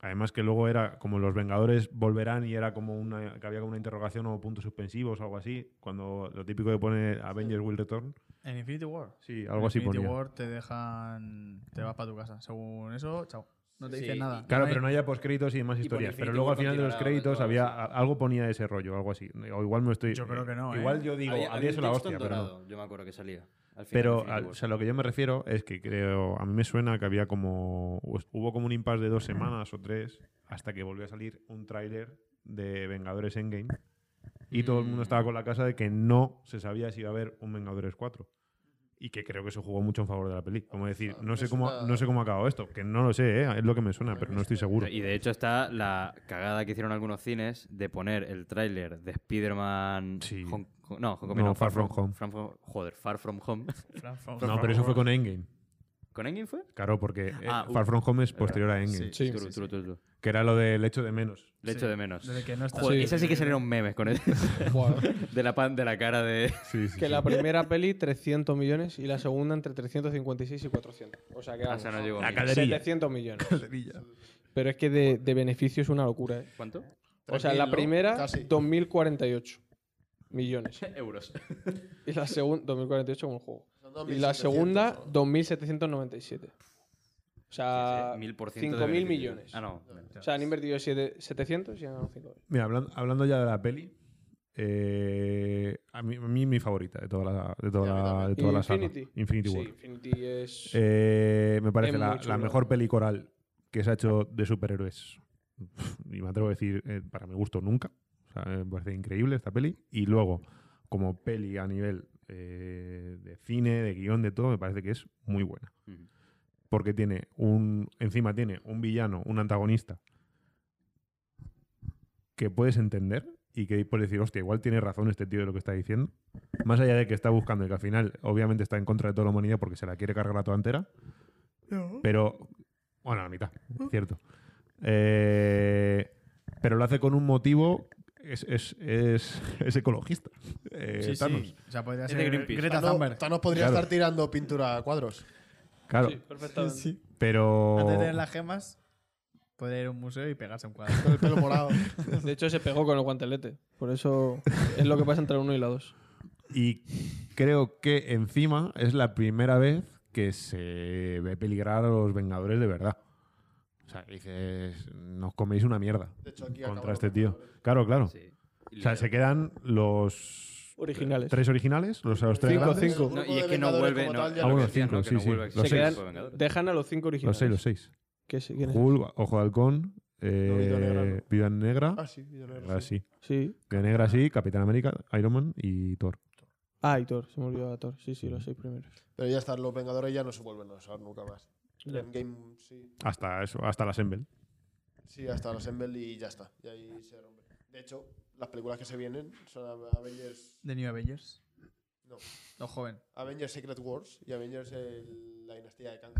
Además que luego era como los Vengadores volverán y era como una que había como una interrogación o puntos suspensivos o algo así, cuando lo típico que pone Avengers Will Return. En Infinity War. Sí, algo así en Infinity ponía. War te dejan. Te vas para tu casa. Según eso, chao. No te Sí, dicen nada. y- Claro, hay- pero no haya postcréditos y demás Y ponía historias. Pero Infinity luego War al final de los continuará, créditos todo, había sí. a- algo ponía ese rollo, algo así. O igual me estoy Yo creo que no, ¿eh? Igual yo digo, Había- había, había un sido la texto hostia, en pero no. dorado, Yo me acuerdo que salía. al final de Pero Infinity al- War. o sea, lo que yo me refiero es que creo, a mí me suena que había como, pues, hubo como un impasse de dos semanas o tres hasta que volvió a salir un tráiler de Vengadores Endgame y todo el mundo estaba con la casa de que no se sabía si iba a haber un Vengadores 4 y que creo que eso jugó mucho en favor de la peli. Como decir, no sé cómo, no sé cómo ha acabado esto, que no lo sé, ¿eh? es lo que me suena, pero no estoy seguro. Y de hecho está la cagada que hicieron algunos cines de poner el tráiler de Spider-Man... Sí. Hon- Hon- no, Homecoming No, Far From Home. Far From- joder, Far From Home. Fran Fawkes. No, pero eso fue con Endgame. ¿Con Engin fue? Claro, porque eh, Ah, uh, Far From Home es verdad. posterior a Endgame, Sí. Tru, tru, tru, tru. que era lo del hecho de menos. Le echo de menos. Desde que no estás. Joder, Sí. Esa sí que salieron memes con él. de, la pan, de la cara de... Que la primera peli 300 millones y la segunda entre 356 y 400. O sea que Ah, vamos, esa no llegó. La Mira. caderilla. 700 millones. Pero es que de, de beneficio es una locura. ¿eh? ¿Cuánto? O sea, 3.000, la ¿no? primera, Casi. 2048 millones. Euros. Y la segunda, 2048 como el juego. Son Y la 2.700, segunda, ¿no? 2.797. O sea, Sí, sí, 1000% de 5.000 beneficio. Ah, millones. Ah, no. O sea, han invertido siete- 700 y han ganado 5.000. Mira, hablando, hablando ya de la peli, eh, a, mí, a mí mi favorita de toda la, de toda Sí, a mí la- también. de toda la saga. Infinity. Infinity Sí, War. Infinity es... Eh, me parece Es muy la, chula. la mejor peli coral que se ha hecho de superhéroes. Y me atrevo a decir, eh, para mi gusto, nunca. O sea, me parece increíble esta peli. Y luego, como peli a nivel eh, de cine, de guión, de todo, me parece que es muy buena. Ujú. Porque tiene un. Encima tiene un villano, un antagonista que puedes entender y que puedes decir, hostia, igual tiene razón este tío de lo que está diciendo. Más allá de que está buscando y que al final, obviamente, está en contra de toda la humanidad porque se la quiere cargar la toda entera. Pero. Bueno, a la mitad, cierto. Eh, pero lo hace con un motivo. Es, es, es, es ecologista. Eh, Sí, Thanos. sí. O sea, podría Es de ser Greenpeace. Greta Thanos, Thunberg. Thanos podría Claro. estar tirando pintura a cuadros. Claro, Sí, perfectamente. pero. Antes de tener las gemas, podría ir a un museo y pegarse un cuadro. Con el pelo morado. De hecho, se pegó con el guantelete. Por eso es lo que pasa entre uno y la dos. Y creo que encima es la primera vez que se ve peligrar a los Vengadores de verdad. O sea, dices, nos coméis una mierda De hecho, aquí contra acabaron este los tío. Vengadores. Claro, claro. Sí. O sea, se quedan los. Originales. Tres originales, los, los tres Cinco, grandes. cinco. El No, grupo y es de que no Vengadores vuelve... como No, tal ya lo Ah, que bueno, decían, cinco, ¿no? sí, que no sí. vuelve a Los Se existir seis. el grupo de quedan, Vengadores. dejan a los cinco originales. Los seis, los seis. ¿Qué es- quién es? Hulk, Ojo de Halcón, eh, Viuda Negra no. Viuda Negra. Ah, sí, Viuda Negra, Negra, sí. sí. Sí. Viuda Negra, sí. Capitán América, Iron Man y Thor. Ah, y Thor. Se me olvidó a Thor. Sí, sí, los seis primeros. Pero ya están los Vengadores ya no se vuelven a usar nunca más. En Game, sí. Hasta eso, hasta la Assemble. Sí, hasta los Assemble y ya está. Y ahí se rompe. De hecho, las películas que se vienen son Avengers, ¿De New Avengers? No. No, joven. Avengers Secret Wars y Avengers el- la dinastía de Kang.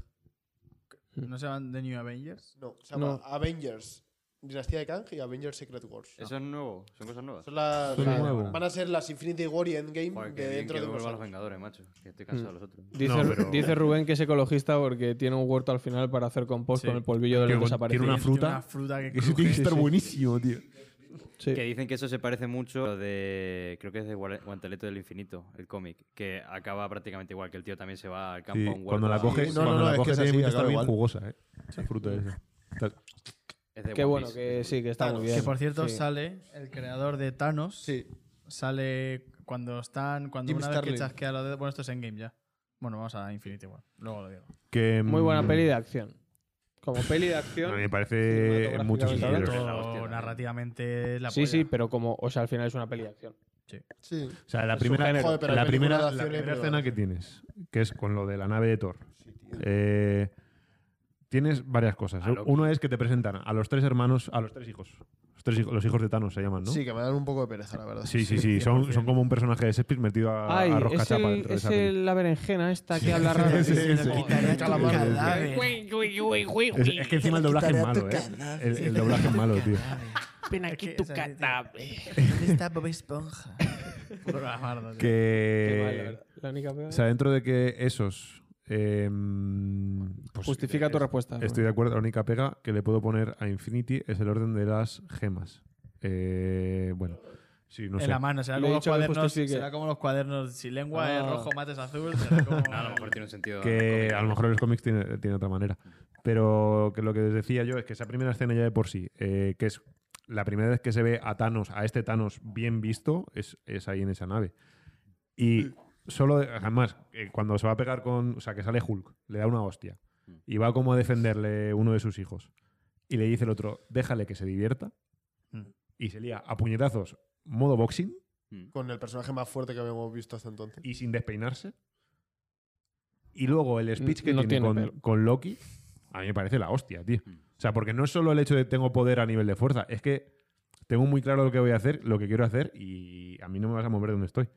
¿No se llaman The New Avengers? No, se llama No. Avengers Dinastía de Kang y Avengers Secret Wars. Eso es nuevo, son cosas nuevas. Son las, Son las- nuevo. van a ser las Infinity War y Endgame Joder, que de bien dentro que de unos vuelvan los años. Vengadores, macho. Que estoy cansado de Mm. los otros. Dice, No, pero- dice Rubén que es ecologista porque tiene un huerto al final para hacer compost Sí. con el polvillo de Que los con- tiene desaparecidos. una Tiene fruta. Una fruta que Eso cruje. tiene que estar buenísimo, tío. Sí. Que dicen que eso se parece mucho a lo de. Creo que es de Guale- Guantelete del Infinito, el cómic. Que acaba prácticamente igual, que el tío también se va al campo Sí, a un huerto. cuando la a- coge, Sí, no, cuando no, no, la es que coge es tiene así, pinta de estar acaba bien igual. jugosa, eh. La fruta esa. Está- Es de Qué One bueno, Piece. que sí, que está Claro. muy bien. Que por cierto, Sí. sale el creador de Thanos. Sí, Sale cuando están. Cuando Jim una vez Starlin. que chasquea los dedos. Bueno, esto es en game ya. Bueno, vamos a Infinity War. Luego lo digo. que, Muy buena mm, peli de acción. Em, Como peli de acción. A mí me parece en muchos Cinematográficamente sentidos. es la Todo hostia, narrativamente la sí, sí, polla. pero como, o sea, al final es una peli de acción. sí. O sea, la Es un primera, género. Joder, pero la hay películas primera, de la acción y primera películas escena de que tienes, que es con lo de la nave de Thor. Sí, tío. Eh, tienes varias cosas. A Loki. Uno es que te presentan a los tres hermanos, a los tres hijos. Los, tres hijos, los hijos de Thanos se llaman, ¿no? Sí, que me dan un poco de pereza, la verdad. sí, sí. sí. Son, son como un personaje de Shakespeare metido a, Ay, a es, roscachapa el, dentro de es esa peli. el- la berenjena esta que habla raro. Sí, sí, sí. Quitaré tu Calamar. cadáver. Es, es que encima el doblaje es malo, ¿eh? El, el doblaje es malo, tío. Ven Es aquí que, tu o sea, dice- cadáver. ¿Dónde está Bob Esponja? Programardo, tío. Qué mal, la Que. verdad. La única peor- O sea, dentro de que esos. eh, pues, Justifica tu es- respuesta. Estoy de acuerdo, la única pega que le puedo poner a Infinity es el orden de las gemas. Eh, bueno, sí, no en sé. la mano, será Le como, he los dicho que cuadernos, justifique. será como los cuadernos. Si lengua es Ah. rojo, mates azul, será como. No, a lo mejor tiene un sentido. Que cómico. a lo mejor en los cómics tiene, tiene otra manera. Pero que lo que les decía yo es que esa primera escena ya de por sí, eh, que es la primera vez que se ve a Thanos, a este Thanos bien visto, es, es ahí en esa nave. Y solo, además, eh, cuando se va a pegar con, o sea, que sale Hulk, le da una hostia. Y va como a defenderle uno de sus hijos. Y le dice el otro, déjale que se divierta. Mm. Y se lía a puñetazos, modo boxing, Con el personaje más fuerte que habíamos visto hasta entonces. y sin despeinarse. Y luego el speech que No tiene, tiene con, pelo. con Loki, a mí me parece la hostia, tío. Mm. O sea, porque no es solo el hecho de tengo poder a nivel de fuerza, es que tengo muy claro lo que voy a hacer, lo que quiero hacer, y a mí no me vas a mover de donde estoy.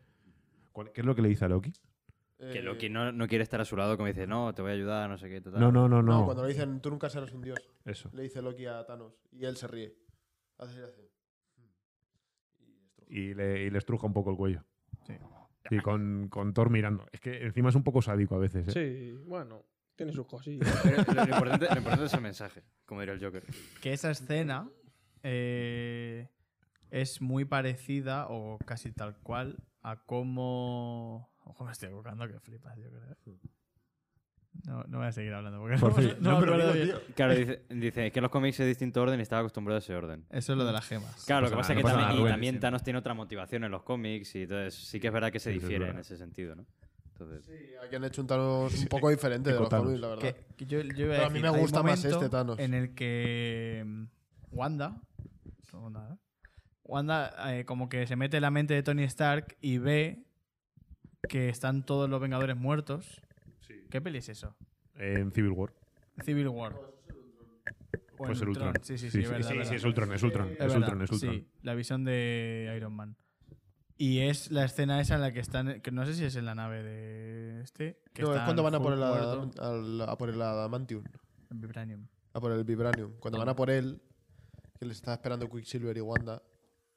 ¿Cuál- ¿Qué es lo que le dice a Loki? Que Eh, Loki no, no quiere estar a su lado, como dice, no, te voy a ayudar, no sé qué. Total. No, no, no, No, no. cuando le dicen tú nunca serás un dios, Eso. le dice Loki a Thanos y él se ríe. Hace así, hace. Y estruja. Y le, y le estruja un poco el cuello. Sí. Y con, con Thor mirando. Es que encima es un poco sádico a veces. ¿eh? Sí, bueno, tiene sus cosillas. Pero lo, lo importante, lo importante es el mensaje, como diría el Joker. que esa escena eh, es muy parecida o casi tal cual a cómo. Ojo, me estoy equivocando que flipas, yo creo. No, no voy a seguir hablando porque Por no, fin. no me acuerdo bien. Claro, dice, dice es que en los cómics es distinto orden y estaba acostumbrado a ese orden. Eso es lo de las gemas. Claro, lo que pasa es pasa nada, que no pasa también, nada, y Rubén. también Thanos tiene otra motivación en los cómics y entonces sí que es verdad que se Sí, eso es difiere en verdad. ese sentido, ¿no? Entonces, Sí, aquí han hecho un Thanos un poco diferente de los Eco-Thanos. cómics, la verdad. Que- que yo, yo iba Pero a, a mí decir, me hay un gusta más momento este Thanos. En el que mm, Wanda. Wanda, ¿eh? Wanda, eh, como que se mete en la mente de Tony Stark y ve que están todos los Vengadores muertos. ¿Qué peli es eso? En Civil War. Civil War. O Pues en el Ultron. Sí, sí, sí, es verdad, verdad. es Ultron, es Ultron. Es, Es verdad, Ultron, es Ultron. Sí, la visión de Iron Man. Y es la escena esa en la que están, que no sé si es en la nave de este. Que no, es están cuando van a por, Hulk el, adam- muerto al- a por el Adamantium, en Vibranium. a por el Vibranium. Cuando van a por él, que les está esperando Quicksilver y Wanda,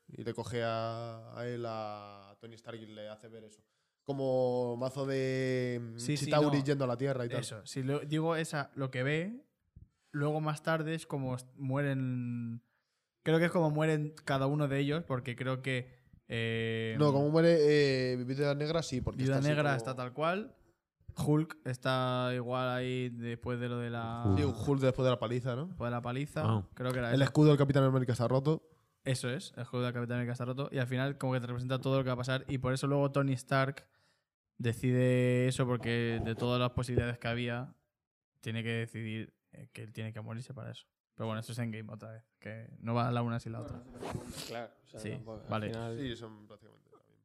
y le coge a, a él a Tony Stark y le hace ver eso. Como mazo de mm, Sí, sí, Chitauri no. yendo a la Tierra y tal. Eso, si lo- digo esa, lo que ve, luego más tarde es como est- mueren. Creo que es como mueren cada uno de ellos, porque creo que. eh, No, como muere eh, Viuda Negra, sí. Porque Viuda está así Negra como- está tal cual. Hulk está igual ahí después de lo de la. Sí, un Hulk después de la paliza, ¿no? después de la paliza. Ah. Creo que era El esa. escudo del Capitán América está roto. Eso es, el juego de la Capitán América está roto. Y al final, como que te representa todo lo que va a pasar. Y por eso luego Tony Stark decide eso, porque de todas las posibilidades que había, tiene que decidir eh, que él tiene que morirse para eso. Pero bueno, eso es en game otra vez. Que no va la una sin la otra. Claro. o sea, Sí, tampoco- al vale. final- Sí, son prácticamente la misma.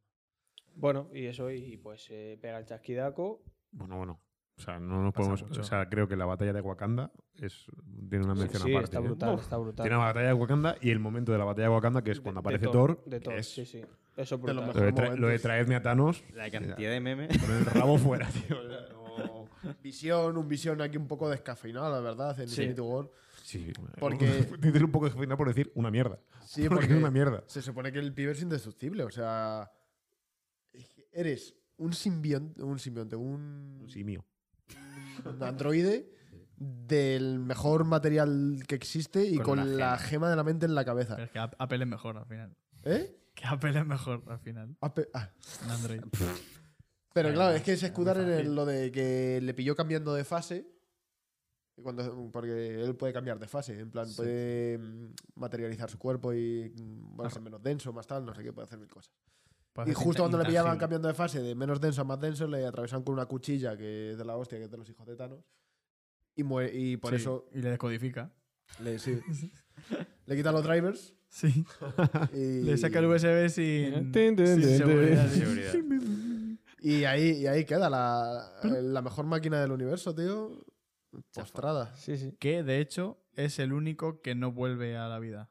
Bueno, y eso, y pues eh, pega el chasquidaco. Bueno, bueno. O sea, no nos Pasa podemos. mucho. O sea, creo que la batalla de Wakanda es, tiene una Sí, mención sí, aparte. está ¿eh? brutal, Uf. está brutal. Tiene la batalla de Wakanda y el momento de la batalla de Wakanda, que es De- cuando de aparece Thor. De Thor, es- sí, sí. Eso es De lo brutal. Lo, de tra- momentos. lo de traedme a Thanos La cantidad de memes. con el rabo fuera, tío. O sea, no- Visión, un visión aquí un poco descafeinado, la verdad, en Sí. Infinity War. Sí, Porque- Tienes un poco de final por decir una mierda. Sí, porque, porque es una mierda. se supone que el pibe es indestructible, o sea. Eres un simbionte, un simbionte, un, Un simio. un androide del mejor material que existe y Con con, una gema. la gema de la mente en la cabeza. Pero es que Ap- Apple es mejor al final. ¿Eh? Que Apple es mejor al final. Ah, pe- ah. en Android. Pues Pero Ahí claro, va, es que se es muy escudan en fácil. el- lo de que le pilló cambiando de fase. y cuando- porque él puede cambiar de fase. En plan, Sí. puede mm, materializar su cuerpo y mm, bueno, Ajá. ser menos denso, más tal, no sé qué, puede hacer mil cosas. Parece Y justo cuando le intangible. pillaban cambiando de fase, de menos denso a más denso, le atravesan con una cuchilla que es de la hostia, que es de los hijos de Thanos. Y, mue- y por Sí, eso Y le descodifica. le, sí. le quitan los drivers. Sí. Y, Le saca el USB sin, Tin, tin, sin tin, seguridad. tin. sí. Seguridad. y ahí, y ahí queda la, la mejor máquina del universo, tío. Postrada. Sí, sí. Que de hecho es el único que no vuelve a la vida.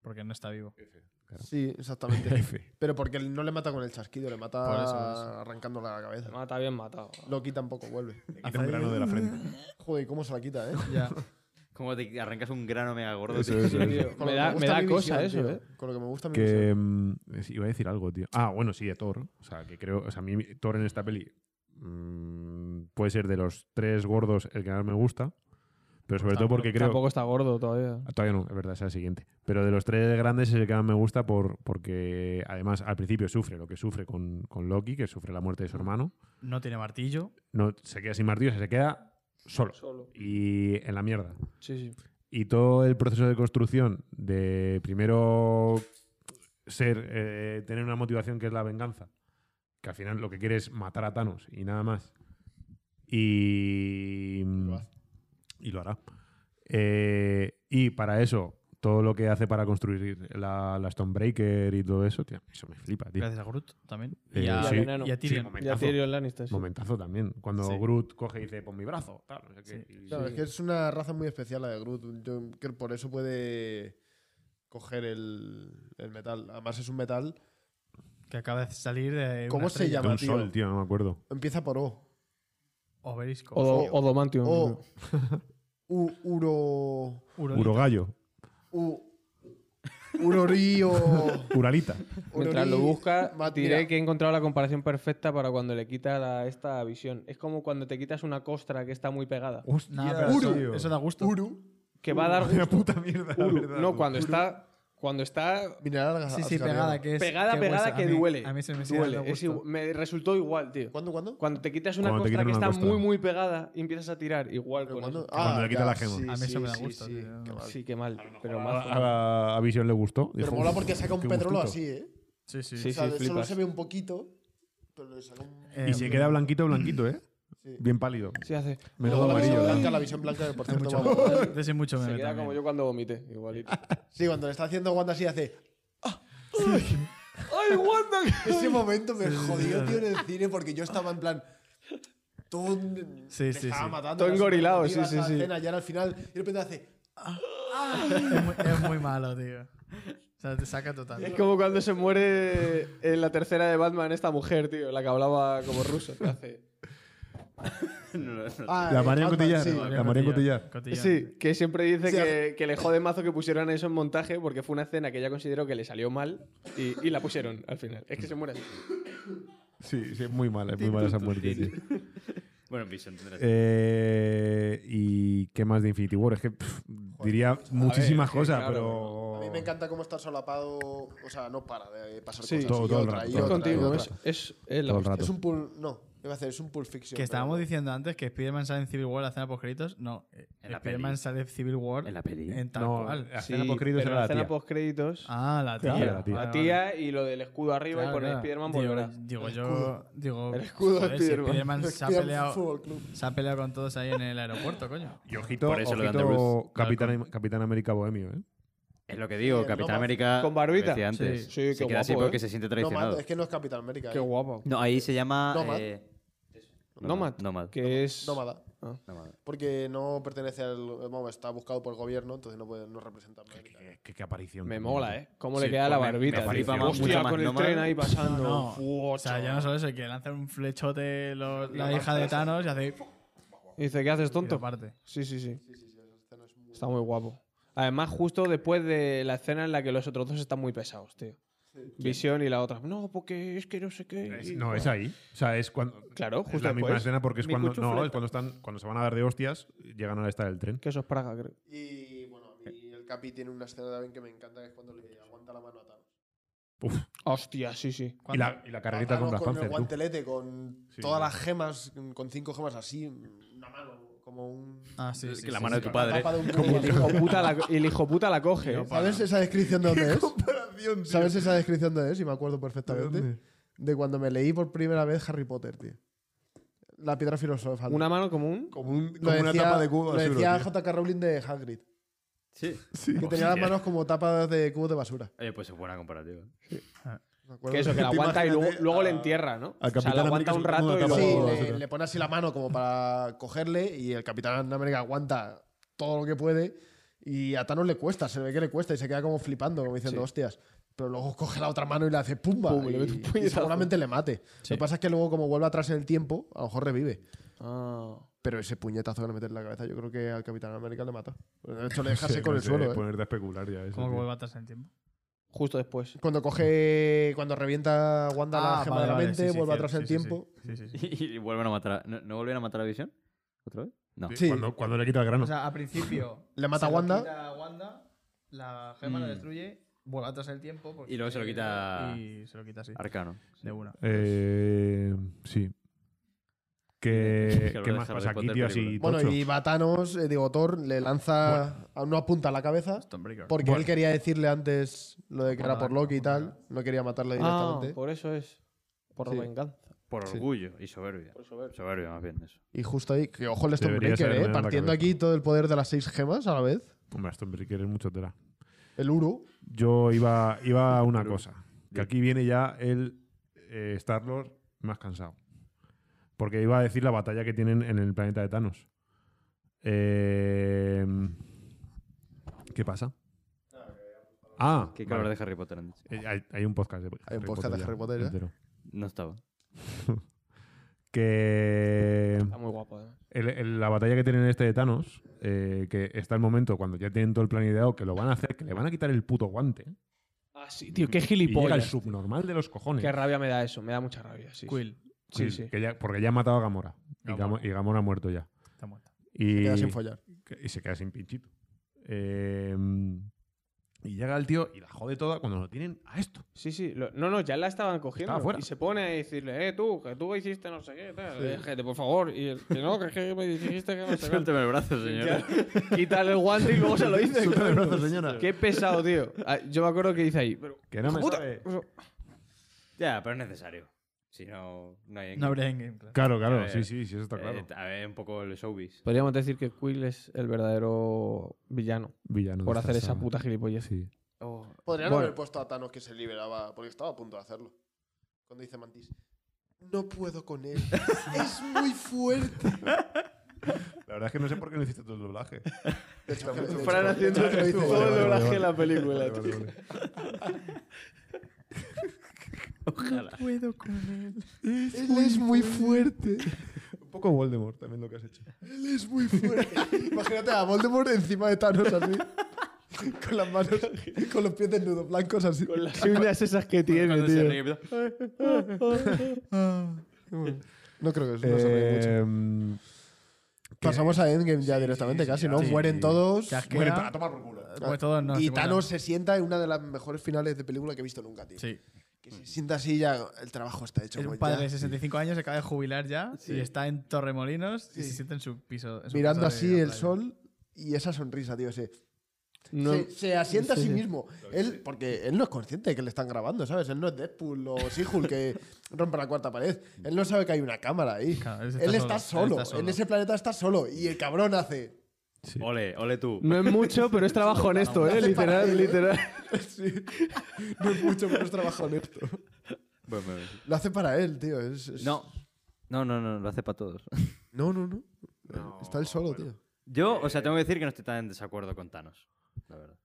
Porque no está vivo. Sí, exactamente. F. Pero porque no le mata con el chasquido, le mata Por eso, por eso. arrancando la cabeza. Mata bien matado. Loki tampoco vuelve. Quita un grano de la frente. Joder, ¿cómo se la quita, eh? Ya. Como te arrancas un grano mega gordo. Eso, tío. eso, eso. Tío, Con lo me que da, me gusta da mi cosa eso, visión, ¿eh? tío. Con lo que me gusta mi Que visión. mm, es- iba a decir algo, tío. Ah, bueno, sí, de Thor. O sea, que creo. O sea, a mí Thor en esta peli mm, puede ser de los tres gordos el que más me gusta. Pero sobre todo porque creo. Tampoco está gordo todavía. Ah, Todavía no, es verdad, es el siguiente. Pero de los tres grandes es el que más me gusta por, porque además al principio sufre lo que sufre con, con Loki, que sufre la muerte de su hermano. No tiene martillo. No, se queda sin martillo, o sea, se queda solo. Solo. Y en la mierda. Sí, sí. Y todo el proceso de construcción de primero ser, eh, tener una motivación que es la venganza, que al final lo que quiere es matar a Thanos y nada más. Y mm, hace. y lo hará. Eh, y para eso, todo lo que hace para construir la, la Stonebreaker y todo eso, tío, eso me flipa, tío. Gracias a Groot también. Eh, y, a, sí. y a Tyrion. Sí, Ya Momentazo. Tyrion Lannister. sí. Momentazo también. Cuando Sí. Groot coge y dice, pon mi brazo, tal, no sé qué. Sí. Y- Claro, es que es una raza muy especial la de Groot. Yo creo que por eso puede coger el, el metal. Además es un metal. que acaba de salir de una ¿Cómo se estrella. De llama, un tío? sol, tío, no me acuerdo. Empieza por O. Obelisco. Odo- Odomantium. O. U, uro. Urolito. Urogallo. U, urorío. Uralita. Mientras lo busca, Matt, diré mira. que he encontrado la comparación perfecta para cuando le quita la- esta visión. Es como cuando te quitas una costra que está muy pegada. Hostia, Nah, pero eso- tío. eso, da gusto. Uru. Que va a dar Una gusto. puta mierda, la Uru. verdad. No, cuando está, cuando está Mineral Sí, sí, pegada que es. pegada, que pegada, huesa. que A mí- duele. A mí se me sigue duele. dando Es gusto. igual- me resultó igual, tío. ¿Cuándo, cuándo? Cuando te quitas una Cuando te costra quitan que una está costra. muy, muy pegada y empiezas a tirar igual ¿Pero ah, con cuándo? eso. Cuando le quita la gema. A mí eso me da gusto, tío. qué mal. Sí, qué mal. Pero A, mazo. a la- a Vision le gustó. Pero dijo, mola "Uf, porque saca un qué petrolo gustito". así, ¿eh? Sí, sí. Sí, O sea, sí, solo flipas. se ve un poquito, pero le saca un... Eh, Y se queda blanquito, blanquito, ¿eh? Sí. Bien pálido. Sí, hace. Menudo la amarillo. visión ¿eh? blanca, la visión blanca, que por Hay cierto... mucho vamos- De ese mucho Se meme queda como también. yo cuando vomité. Igualito. Sí, cuando le está haciendo Wanda así hace... ¡Ay, Wanda! Ese momento me jodió, tío, en el cine porque yo estaba en plan... Todo... Sí, me sí, estaba sí. matando. Todo las engorilado, expectativas, sí, sí, la sí. Escena, y ahora al final, y de repente hace... Es muy, es muy malo, tío. O sea, te saca total. Es como cuando se muere en la tercera de Batman esta mujer, tío, la que hablaba como ruso. que hace- No, no, no. "Ah, La eh, María Batman, Cotillard. sí". La María Cotillard. Sí, que siempre dice Sí, que, que le jode mazo que pusieran eso en montaje porque fue una escena que ella consideró que le salió mal y, y la pusieron al final. Es que se muere así. Sí, sí, es muy mala, es muy mala esa muerte. tío. Bueno, Vision tendrás. Eh, ¿Y qué más de Infinity War? Es que pff, diría muchísimas es que, cosas, claro, pero. A mí me encanta cómo está solapado, o sea, no para de pasar Sí. cosas. Todo- y todo el otra, rato, y todo el Es otra, y continuo, otra. es, es, es la Todo el hostia. rato. Es un pul... No, Iba a hacer, es un Pulp Fiction. que estábamos pero- diciendo antes que Spider-Man sale en Civil War la escena post créditos. No, eh, En la Spider-Man peli. sale en Civil War En la peli. en tal no, cual. la Sí, escena postcréditos pero era la la escena tía. postcréditos. Ah, la tía. claro, era la tía. Vale, la vale. tía y lo del escudo arriba Claro, y poner claro. Spider-Man Digo- volverá. Digo, yo. escudo. Digo, El escudo de joder, si Spider-Man. Spider-Man se ha Spider-Man peleado. Fútbol Club. Se ha peleado con todos ahí en el aeropuerto, coño. Y ojito, Por eso lo de ojito Underwood. Capitán, Capitán América Bohemio, ¿eh? Es lo que digo, Sí, el Capitán Lomas. América. ¿Con barbita? lo decía antes. Sí. Sí, qué se queda así guapo, porque ¿eh? se siente No, traicionado. Matt, es que no es Capitán América. Qué eh. guapo. No, ahí se llama. Nomad. eh, Nomad. Nomad. Que es. Nómada. Ah. Nomad. Porque no pertenece al. Vamos, está buscado por el gobierno, entonces no, puede, no representa a América. Qué, qué- qué aparición. Me tan mola, bonita. ¿eh? Cómo le Sí, queda la me- barbita. me tío. flipa más- Hostia, mucho más con el nómada. tren ahí pasando. No, Fu, o sea, ya no chaval. solo eso, que lanzan un flechote lo- la hija de Thanos y hace. Y Dice, ¿qué haces, Tonto. tonto? Parte. Sí, sí, sí. Sí, sí, sí, esa escena es muy. Está muy guapo. Además, justo después de la escena en la que los otros dos están muy pesados, tío. Visión y la otra. No, porque es que no sé qué. Es- no, es ahí. O sea, es cuando. Claro, es justo la misma después. escena porque es Mi cuando. No, cuchufleta. es cuando, están, cuando se van a dar de hostias, llegan a la esta del tren. Que eso es Praga, creo. Y bueno, a mí el Capi tiene una escena también que me encanta, que es cuando le aguanta la mano a Thanos. Hostia, sí, sí. Y la, y la carrerita A con Thanos Black Panther. el tú. guantelete, con Sí, todas sí. las gemas, con cinco gemas así, una mano, como un. Ah, sí, sí, Que la sí, mano sí. de tu padre. tapa de un Y el cuello. hijo puta la, y el hijo puta la coge. ¿eh? ¿Sabes esa descripción de dónde es? ¿Sabes esa descripción de dónde es? Y me acuerdo perfectamente. ¿De, cuando me leí por primera vez Harry Potter, tío. La piedra filosofal. Una mano como un. Como, un, Lo como una decía- tapa de cubo Lo de basura, decía tío. J.K. Rowling de Hagrid. Sí. Que tenía las manos como tapas de cubos de basura. Oye, pues es buena comparativa. Me acuerdo. Que eso, que la Te aguanta y luego, imagínate luego le a- entierra, ¿no? al O sea, Capitán la América aguanta un subiendo rato una y tapa Sí, Oh, luego. sí, le, sí. le pone así la mano como para cogerle y el Capitán América aguanta todo lo que puede y a Thanos le cuesta, se ve que le cuesta y se queda como flipando, como diciendo, Sí. hostias. Pero luego coge la otra mano y le hace pumba Pum, y, le mete un y puñetazo. seguramente le mate. Lo que pasa es que luego como vuelve atrás en el tiempo, a lo mejor revive. Ah. Pero ese puñetazo que le mete en la cabeza yo creo que al Capitán América le mata. De hecho le deja Sí, pues seco en no el sé, suelo. ¿eh? Ponerte a especular ya. Eso, Como que tío. vuelve atrás en el tiempo. Justo después. Cuando coge, cuando revienta Wanda la Ah, gema vale, de la vale, mente, sí, sí, vuelve cierto, atrás en el sí, sí, sí. tiempo. Sí, sí, sí. Y, vuelven a matar a- ¿No, no vuelven a matar a Visión? ¿Otra vez? No. Sí. Cuando, cuando le quita el grano. O sea, a principio. Le mata se a lo Wanda. quita a Wanda, la gema lo Mm. destruye, vuelve atrás en el tiempo. porque- Y luego se lo quita- Y se lo quita así. Arcano. De una. Eh, sí. Es ¿Qué, que lo ¿qué de más Harry pasa aquí, Potter tío? Así, película. Bueno, tocho? y Batanos, eh, digo, Thor le lanza a una punta a la cabeza porque él quería decirle antes lo de que era por Loki y tal. No quería matarle Ah, directamente. por eso es. Por Sí. venganza. Por orgullo y soberbia. soberbia. más bien eso. Y justo ahí, que ojo el Debería Stonebreaker, ser ¿eh? en la Partiendo cabeza. aquí todo el poder de las seis gemas a la vez. Hombre, esto me requiere mucho tela. El Uru. Yo iba, iba a una cosa. Que aquí viene ya el eh, Star-Lord más cansado. Porque iba a decir la batalla que tienen en el planeta de Thanos. Eh, ¿Qué pasa? Ah, ¿Qué vale. calor de Harry Potter antes? Eh, hay, hay un podcast de Hay un podcast de Harry Potter, ¿eh? entero. No estaba. Que Está muy guapo, además. el- el- la batalla que tienen este de Thanos, eh, que está el momento cuando ya tienen todo el plan ideado, que lo van a hacer, que le van a quitar el puto guante. Ah, sí, tío, qué Y llega el gilipollas. subnormal de los cojones. Qué rabia me da eso, me da mucha rabia. Sí, sí. Quill. Sí, Quill, sí. que ya- porque ya ha matado a Gamora. Y, Gamora. Gamo- y Gamora ha muerto ya. Está muerta. Y, Queda sin follar. que- y se queda sin pinchito. Eh, y llega el tío y la jode toda cuando lo tienen a esto. Sí, sí. lo- no, no, ya la estaban cogiendo. Estaba fuera. Y se pone a decirle, eh, tú, que tú hiciste no sé qué, tal. Le dije, "Gente, por favor. Y él, que no, que, es que me dijiste que no sé qué. Suéltame el brazo, señor. Ya, Quítale el guante y luego se lo dice. Suéltame el claro. brazo, señora. Qué pesado, tío. Ah, Yo me acuerdo que dice ahí. Pero, Que no me puta, sabe. eso- Ya, pero es necesario. Si no, no hay... No habría endgame, claro. Claro, A claro, ver, sí, sí, sí, eso está Eh, claro. a ver, un poco el showbiz. Podríamos decir que Quill es el verdadero villano Villano. de por esta hacer esa saga. puta gilipollez. Sí. Oh. Podrían Bueno. haber puesto a Thanos que se liberaba, porque estaba a punto de hacerlo. Cuando dice Mantis. No puedo con él. es muy fuerte. La verdad es que no sé por qué no hiciste todo el doblaje. De hecho, que- de hecho, Fran haciendo de hecho, que dice- todo el vale, doblaje vale. de la película. tío. Ojalá. Puedo con él. Él es muy fuerte. Un poco Voldemort también lo que has hecho. Él es muy fuerte. Imagínate a Voldemort encima de Thanos así. con las manos, con los pies desnudos blancos así. Con las uñas esas que tiene, Cuando se tío. ríe, empieza- Ah. No creo que eso, no se ríe mucho. Em, Eh, Pasamos a Endgame ya directamente, sí, casi, sí, ¿no? sí, Mueren sí. todos. Que asquea. Bueno, a tomar por culo. Pues todos no. y se Thanos cuentan. se sienta en una de las mejores finales de película que he visto nunca, tío. Sí. Que Que se sienta así ya el trabajo está hecho. Es un pues, padre ya. de 65 años, se acaba de jubilar ya y Sí. está en Torremolinos y Sí. se sienta en su piso. en su Mirando casa de así la el playa. sol y esa sonrisa, tío. Ese. No- se, se asienta sí, a sí sí. mismo. Él, porque él no es consciente de que le están grabando, ¿sabes? Él no es Deadpool o Seahul que rompe la cuarta pared. Él no sabe que hay una cámara ahí. Claro, él, está solo, En ese planeta está solo. Y el cabrón hace. Ole, ole tú. No es mucho, pero es trabajo honesto, ¿eh? Hace para Literal, él, ¿eh? literal. Sí. No es mucho, pero es trabajo honesto. Bueno, bueno. Lo hace para él, tío. es- es- No. No, no, no, lo hace para todos. No, no, no. No, Está él solo, bueno. tío. Yo, o sea, tengo que decir que no estoy tan en desacuerdo con Thanos, la verdad.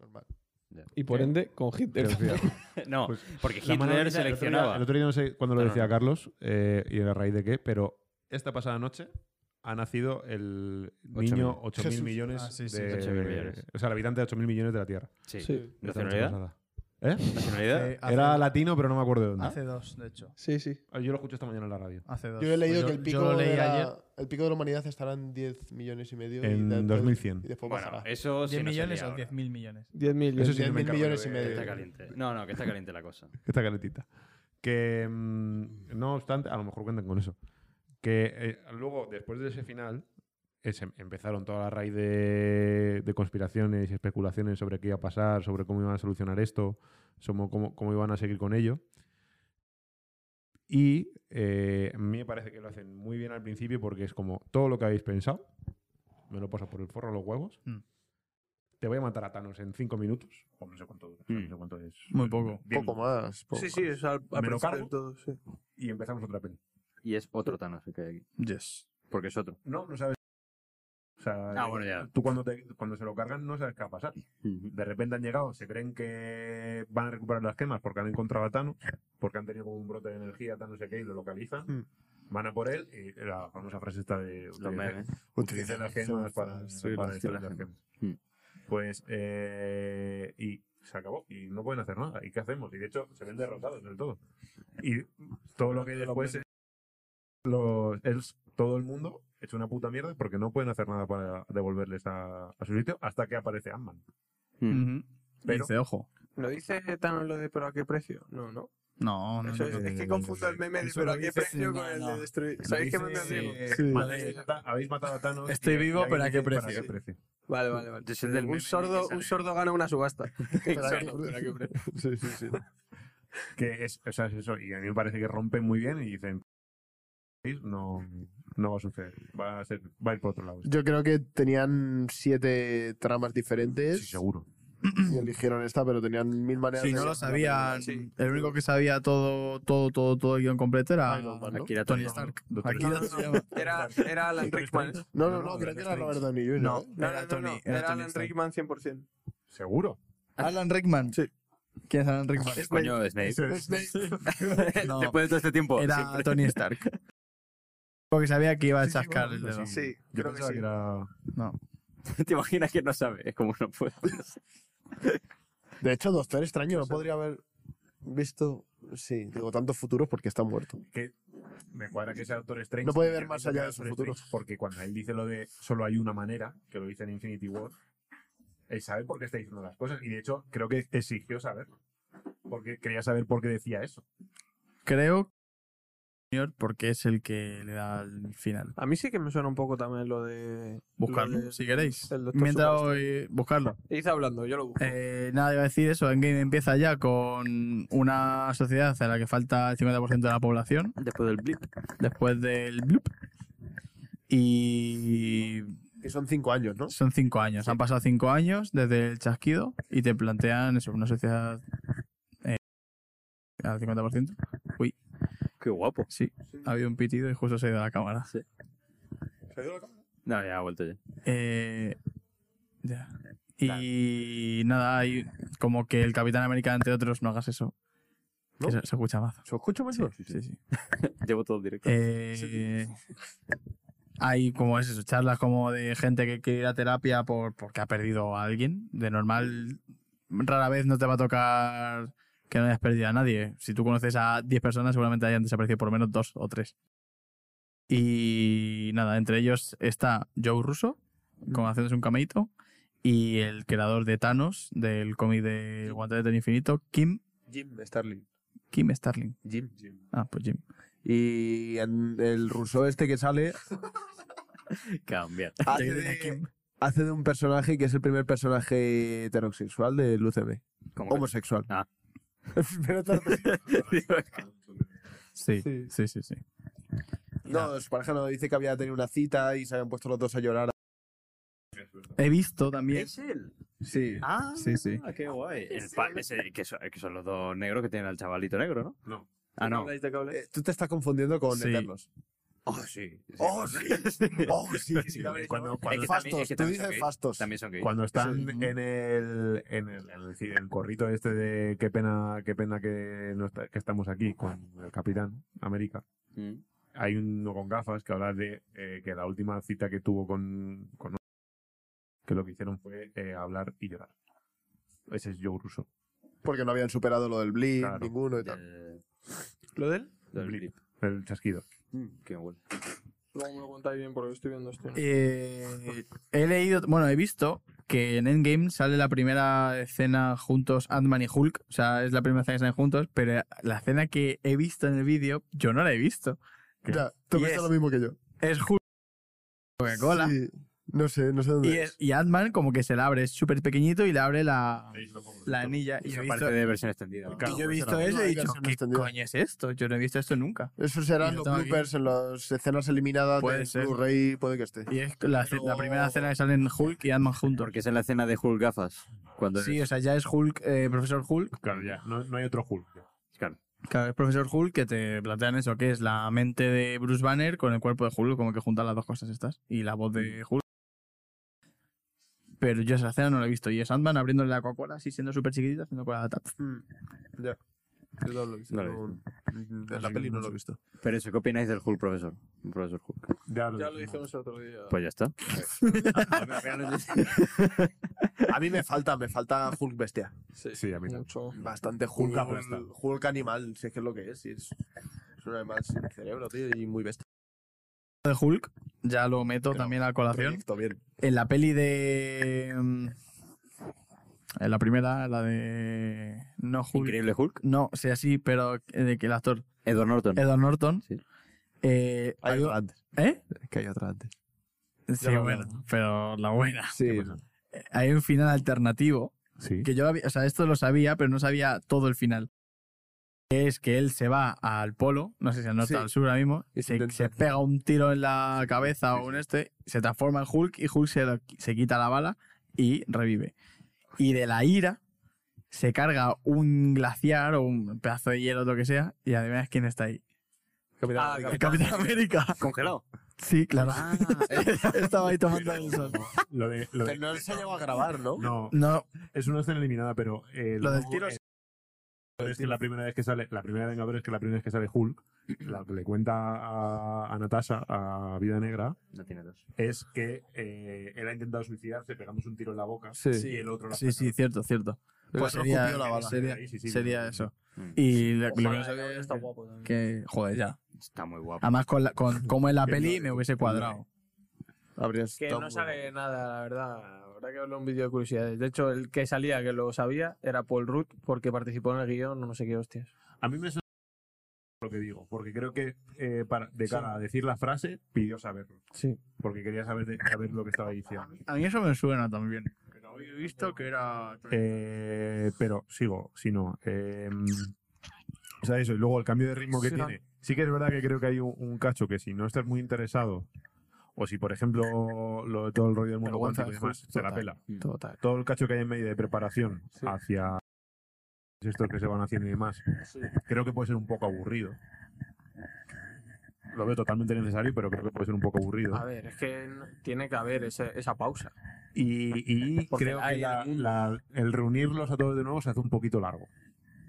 Normal. Ya. Y por ende, con Hitler. No, Pues, porque La mano Hitler derecha, el otro día- seleccionaba. El otro día no sé cuándo lo No, no, decía no. Carlos eh, y a raíz de qué, pero esta pasada noche ha nacido el niño 8.000 Jesús. millones, Ah, sí, sí. de, 8.000 millones. O sea, el habitante de 8.000 millones de la Tierra. Sí. Sí, Esta noche ¿Nacionalidad? pasada. ¿Eh? ¿Nacionalidad? Hace- Era hace- latino, pero no me acuerdo de dónde. Hace dos, de hecho. sí, sí. Ah, Yo lo escuché esta mañana en la radio. Hace dos. Yo he leído Pues que el pico, yo lo leí de la, ayer. el pico de la humanidad estará en 10 millones y medio. En y de- 2100. Y después Bueno, eh, bajará. eso sí. 10 no millones sería o ahora. 10.000 millones. 10.000. Eso sí, 10.000 no me encargo millones yo y de- Que medio. Está caliente. No, no, que está caliente la cosa. Esta calentita. Que mm, no obstante, a lo mejor cuentan con eso. Que eh, luego, después de ese final, ese- empezaron toda la raíz de, de conspiraciones y especulaciones sobre qué iba a pasar, sobre cómo iban a solucionar esto, sobre cómo, cómo iban a seguir con ello. Y eh, a mí me parece que lo hacen muy bien al principio porque es como todo lo que habéis pensado, me lo paso por el forro a los huevos. Mm. Te voy a matar a Thanos en cinco minutos. O no sé cuánto, dura, no sé cuánto es. Muy poco. Bien. Poco más. poco Sí, sí, más. es al, al ¿Me lo principio cargo? de todo, sí. Y empezamos otra peli. Y es otro Thanos el que hay aquí. Yes. Porque es otro. No, no sabes. O sea, eh, Ah, bueno, ya. tú cuando, te- cuando se lo cargan no sabes qué va a pasar. De repente han llegado, se creen que van a recuperar las gemas porque han encontrado a Thanos, porque han tenido como un brote de energía, tal no sé qué, y lo localizan. Hmm. Van a por él y la famosa frase está de... Los memes. Utilicen las gemas para destruir para las destruir gemas. las gemas. Hmm. Pues, eh, y se acabó. Y no pueden hacer nada. ¿Y qué hacemos? Y de hecho, se ven derrotados del todo. Y todo lo que después es, los- es todo el mundo hecho una puta mierda porque no pueden hacer nada para devolverles a, a su sitio hasta que aparece Ant-Man. Mm. Mm. Pero- Dice, ojo. ¿Lo dice Thanos lo de pero a qué precio? No, no. No, no, Eso no. es, no, es que no, confundo no, el meme de Eso pero lo a qué dice- precio no, con el no. de destruir. ¿Sabéis qué meme os digo? Eh, Sí. madre, ya está, habéis matado a Thanos. Estoy y- vivo, y alguien pero ¿a dice, qué precio? precio? Vale, vale, vale. Es el del meme un, sordo, que un sale. sordo gana una subasta. Espera, Exacto, pero a qué precio. Sí, sí, sí. Que es, o sea, es eso. Y a mí me parece que rompen muy bien y dicen, no, no va a suceder. Va a, ser, va a ir por otro lado. Yo creo que tenían siete tramas diferentes. Sí, seguro. Y eligieron esta, pero tenían mil maneras Si de. no lo sabían, Sí. el único que sabía todo, todo, todo, todo el guión completo era Iron Man, ¿no? Akira Tony Toriyama. Stark. Doctor Akira Strange. Toriyama. Era, era Alan Rickman. No, No, no, no, creo que era Robert Downey Jr. No. ¿eh? no, Era no, Tony, no, era Era, Tony Alan Stark. Rickman 100%. Seguro. Alan Rickman. Sí. ¿Quién es Alan Rickman? Coño, Snape. Este No. Después de todo este tiempo. Era siempre- Tony Stark. Porque sabía que iba a Sí, sí, chascar bueno, el dedo. Sí, Yo creo que pensaba que, sí. era. ¿Te imaginas que no sabe? Es como no puedo. De hecho, Doctor Extraño no podría haber visto. Sí, digo, tantos futuros porque está muerto. Que me cuadra que sea Doctor Strange. No puede y ver que más no sea allá de su Doctor futuro. Strange, Porque cuando él dice lo de solo hay una manera, que lo dice en Infinity War, él sabe por qué está diciendo las cosas. Y de hecho, creo que exigió saberlo. Porque quería saber por qué decía eso. Creo que- porque es el que le da el final. A mí sí que me suena un poco también lo de. Buscarlo, lo de- si queréis. el Doctor Mientras Superstar. voy buscarlo. Id hablando, yo lo busco. Eh, nada, iba a decir eso. Endgame empieza ya con una sociedad a la que falta el 50% de la población Después del blip. después del bloop. Y Que son cinco años, ¿no? son cinco años. Han pasado cinco años desde el chasquido y te plantean eso, una sociedad eh, al 50%. Uy, Qué guapo. sí, ha habido un pitido y justo se ha ido la cámara. No, ya ha vuelto ya. Eh, ya. Y nada, hay como que el Capitán América, entre otros, no hagas eso. ¿No? Que se, se escucha más. ¿Se escucha Sí, mucho? sí, sí. Llevo todo el directo. Eh, hay como es eso, charlas como de gente que quiere ir a terapia por, porque ha perdido a alguien. De normal, rara vez no te va a tocar que no hayas perdido a nadie. Si tú conoces a 10 personas, seguramente hayan desaparecido por lo menos dos o tres. Y nada, entre ellos está Joe Russo, como haciéndose un cameito, y el creador de Thanos, del cómic de El Guantelete del Infinito, Kim Jim Starling. Kim Starling. Jim. Ah, pues Jim. Y en el ruso este que sale Cambiar. hace diría de, Kim. hace de un personaje que es el primer personaje heterosexual del UCB. ¿Cómo que- Homosexual. Ah. El primer heterosexual. Sí, sí, sí, sí. no, su pareja no dice que había tenido una cita y se habían puesto los dos a llorar. He visto también. ¿Es él? Sí. Ah, Sí, sí. qué guay. El pa- ese- que, son, que son los dos negros que tienen al chavalito negro, ¿no? No. Ah, no. ¿Habláis de qué habláis? Eh, tú te estás confundiendo con Sí. Eternos. Oh, sí. Oh, sí. Oh, sí. Sí, Cuando- cuando- cuando- es que fastos, también- es que tú también dices son gays. fastos. También son gays. Cuando están Ujú. en el, en el, en el, ci- el corrito este de qué pena, qué pena que, no está- que estamos aquí con el Capitán América. Mm. Hay uno con gafas que habla de eh, que la última cita que tuvo con, con que lo que hicieron fue eh, hablar y llorar. Ese es Joe Russo. Porque no habían superado lo del Blink, Claro. ninguno y tal. Del- ¿Lo de él? del Blip. blip. El chasquido. Mm, Qué bueno. Luego me lo contáis bien porque estoy viendo este esto. Eh, he leído, bueno, he visto que en Endgame sale la primera escena juntos Ant-Man y Hulk. O sea, es la primera escena que salen juntos, pero la escena que he visto en el vídeo, yo no la he visto. ¿Qué? Ya, tú Y piensas es- lo mismo que yo. Es Hulk. Coca-Cola. Sí. No sé, no sé dónde Y, es. es- y Ant-Man como que se la abre, es súper pequeñito y le abre la, la anilla. Y Eso yo he visto, parece de versión extendida. ¿no? y yo he visto será. eso y he Hay dicho, versión ¿qué extendida". coño es esto? Yo no he visto esto nunca. Eso serán Yo los estaba aquí. bloopers en las escenas eliminadas Puede del ser. Blu-ray, puede que esté. Y es la, ce- la primera escena que salen Hulk y Ant-Man juntos. Porque es en la escena de Hulk gafas. Cuando Sí, o sea, ya es Hulk, eh, profesor Hulk. Claro, ya. No, no hay otro Hulk. Claro. Claro, es profesor Hulk que te plantean eso, que es la mente de Bruce Banner con el cuerpo de Hulk, como que juntan las dos cosas estas. Y la voz de Hulk. Pero yo esa escena no la he visto. Y es Ant-Man abriéndole la Coca-Cola, así siendo súper chiquitita, haciendo con la tap. Mm, Yo no lo he visto. No lo he no- mm, en la peli no lo he visto. Pero eso, ¿qué opináis del Hulk profesor? Profesor Hulk. Ya lo Ya lo dijimos. hicimos el otro día. Pues ya está. A mí me falta, me falta Hulk bestia. Sí, a mí también. mucho. Bastante Hulk. Hulk Hulk, apuesta. animal, si es que es lo que es. si es, es un animal sin cerebro, tío, y muy bestia. de Hulk, ya lo meto Claro, también a colación. Proyecto, bien. En la peli de... mm, En la primera, la de... No, Hulk. Increíble Hulk. No, sea así, pero eh, de que el actor Edward Norton. Edward Norton. Sí. eh, Hay hay- otra antes. ¿Eh? Que hay otra antes. Sí, lo bueno, pero la buena. Sí. Eh, Hay un final alternativo Sí. que yo había, o sea, esto lo sabía, pero no sabía todo el final. Que es que él se va al polo, no sé si al norte Sí. o al sur ahora mismo, Y se se, intenta- se pega un tiro en la cabeza o un este, se transforma en Hulk y Hulk se, lo- se quita la bala y revive. Y de la ira se carga un glaciar o un pedazo de hielo o lo que sea, y además quién está ahí. Ah, El Capitán América. Ah, eh. Congelado. Sí, claro. Estaba ahí tomando el sol. Lo de, lo de- Pero no se llegó a grabar, ¿no? no, No, es una escena eliminada, pero. eh, Lo del luego, tiro eh, es que este, la primera vez que sale, la primera de Vengadores que la primera vez que sale Hulk, la que le cuenta a, a Natasha, a Vida Negra, No tiene dos. es que eh, él ha intentado suicidarse pegándose un tiro en la boca Sí. y el otro la Sí, sí, cierto, cierto. Pues otro sería, escupió la bala. sería, Sí, sí, sí, sería sí. eso. Mm. Y lo, lo que Ojalá, no sabía está guapo también. que, joder, ya. Está muy guapo. Además, con, la- con cómo es la peli, me hubiese cuadrado. Habrías Que estado no muy sabe nada, la verdad. Habrá que verlo en un vídeo de curiosidades. De hecho, el que salía que lo sabía era Paul Rudd porque participó en el guión, no sé qué hostias. A mí me suena lo que digo, porque creo que eh, para, de cara a decir la frase, pidió saberlo. Sí. Porque quería saber, de- saber lo que estaba diciendo. A mí eso me suena también. Pero he visto que era. Eh, pero sigo, si no. eh, o sea, eso, y luego el cambio de ritmo que Sí. tiene. Sí que es verdad que creo que hay un, un cacho que si no estás muy interesado, o si por ejemplo lo de todo el rollo del mundo Vergüenza cuántico y demás, ajena, se la total. pela. Total. Mm. Todo el cacho que hay en medio de preparación Sí. hacia estos que se van haciendo y demás, Sí. creo que puede ser un poco aburrido. Lo veo totalmente necesario, pero creo que puede ser un poco aburrido. A ver, es que n- tiene que haber ese- esa pausa. Y, y Porque creo que hay la- algún- la- el reunirlos a todos de nuevo se hace un poquito largo.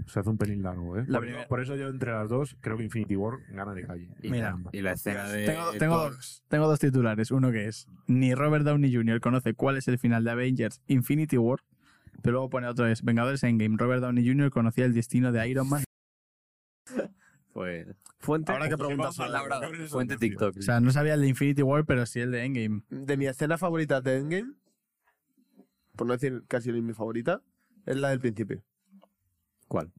Se hace un pelín largo, ¿eh? La por, primera- por eso yo entre las dos creo que Infinity War gana de calle. Y, Mira. la- y la escena de. Tengo, de tengo Eh, Thor. dos, tengo dos titulares. Uno que es: ni Robert Downey Jr. conoce cuál es el final de Avengers Infinity War. Pero luego pone otro: es Vengadores Endgame. Robert Downey Jr. conocía el destino de Iron Man. Pues. Fuente. Ahora que preguntas. Fuente TikTok. O sea, no sabía el de Infinity War, pero sí el de Endgame. De mi escena favorita de Endgame, por no decir casi mi favorita, es la del principio. ¿Cuál?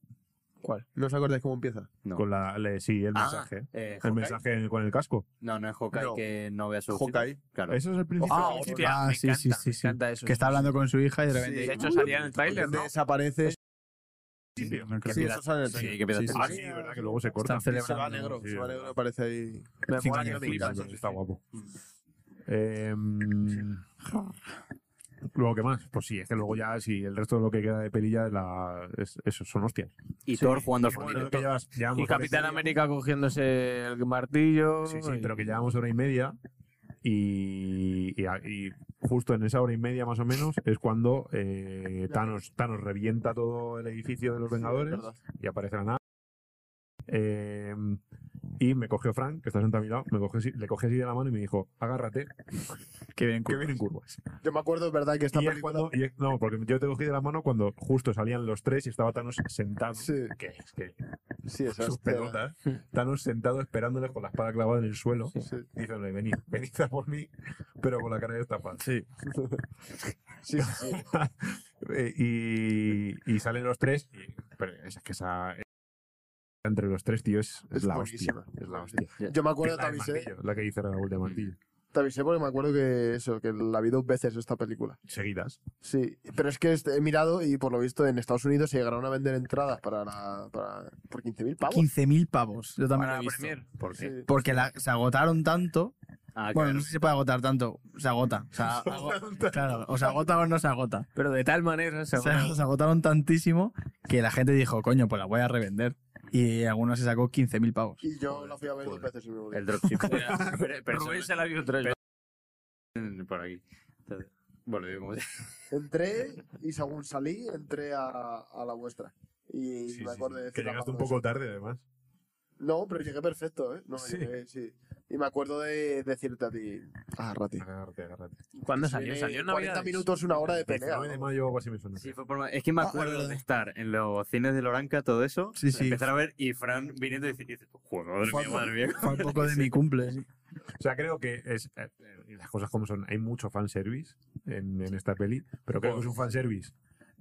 ¿Cuál? ¿No os acordáis cómo empieza? No. Con la, le- sí, el Ah, mensaje. Eh, el Hawkeye. mensaje con el casco. no, no es Hawkeye No. que no vea su Hawkeye. Claro. Eso es el principio. Ah, del hostia. libro. Ah, me sí, sí, encanta, sí, me sí. encanta eso. Que está hablando con su hija y de Sí. repente... De hecho, salía en el tráiler, ¿no? Desaparece. Creo Sí, que- eso sale en el Sí, trailer. que empieza a Ah, sí, verdad, que luego se corta. Están celebrando. Se va negro, Sí, se va verdad. negro, aparece ahí. Me Sí, mola sí, que sí, flipas. sí, eso, Está sí. guapo. Eh, luego, ¿qué más? Pues sí, es que luego ya, si el resto de lo que queda de pelilla es la, es- eso son hostias. Y Thor jugando al Bueno, fútbol. que llevas- llevamos Y hora Capitán media. América cogiéndose el martillo. Sí, sí, y- pero que llevamos hora y media y, y, y justo en esa hora y media más o menos es cuando eh, Thanos, Thanos revienta todo el edificio de los Vengadores verdad. y aparece la nave. Eh, y me cogió Frank, que está sentado a mi lado, me cogió así- le cogió así de la mano y me dijo, agárrate, que vienen curvas. Yo me acuerdo, es verdad, que esta Y es película... cuando, y es- no, porque yo te cogí de la mano cuando justo salían los tres y estaba Thanos sentado. Sí. Que es que Sí, esa sus hostia. pelotas. Thanos sentado esperándoles con la espada clavada en el suelo. Sí. Diciéndole, venid, venid a por mí, pero con la cara de estafa. Sí. Sí, sí, sí. Eh, y, y salen los tres. y- pero es que esa. Entre los tres, tío, es, es Es la buenísima. hostia. Es la hostia. Yo me acuerdo, Es te la, de avisé, Martillo, la que dice Raúl de Martillo. te avisé porque me acuerdo que eso, que la vi dos veces esta película. Seguidas. Sí, pero es que este- he mirado y por lo visto en Estados Unidos se llegaron a vender entradas para, la- para por 15.000 pavos. 15.000 pavos. Yo también Para lo he visto. Premier. ¿Por Sí. qué? Porque la- se agotaron tanto. Ah, bueno, claro. no sé si se puede agotar tanto. Se agota. O sea, ago- claro, o se agota o no se agota. Pero de tal manera, O sea, seguro. se agotaron tantísimo que la gente dijo, coño, pues la voy a revender. Y alguno se sacó 15.000 pavos. Y yo la fui a ver dos veces en mi vida. El dropship. Pero- pero Rubén eso se la vio tres veces. no- por aquí. Entonces, Bueno, digo como Entré y según salí, entré a, a la vuestra. Y Sí, sí, me acuerdo sí. de Que decirle a llegaste un Pablo poco tarde, además. eso. No, pero llegué perfecto, ¿eh? No, Sí. llegué, sí. Y me acuerdo de decirte a ti, ah, Rati. Agárrate, agárrate. ¿Cuándo se salió? viene Salió en 40 Navidades? minutos, una hora de pelea. 19 de ¿no? mayo o algo así me suena. Sí, fue por ma- Es que me acuerdo de estar en los cines de Loranca, todo eso. Sí, sí. Empezar a ver y Fran viniendo y diciendo, joder, madre mía, madre mía. Fue un poco de mi cumple. sí. O sea, creo que es eh, eh, las cosas como son. Hay mucho fanservice en, en esta peli, pero creo que es un fanservice.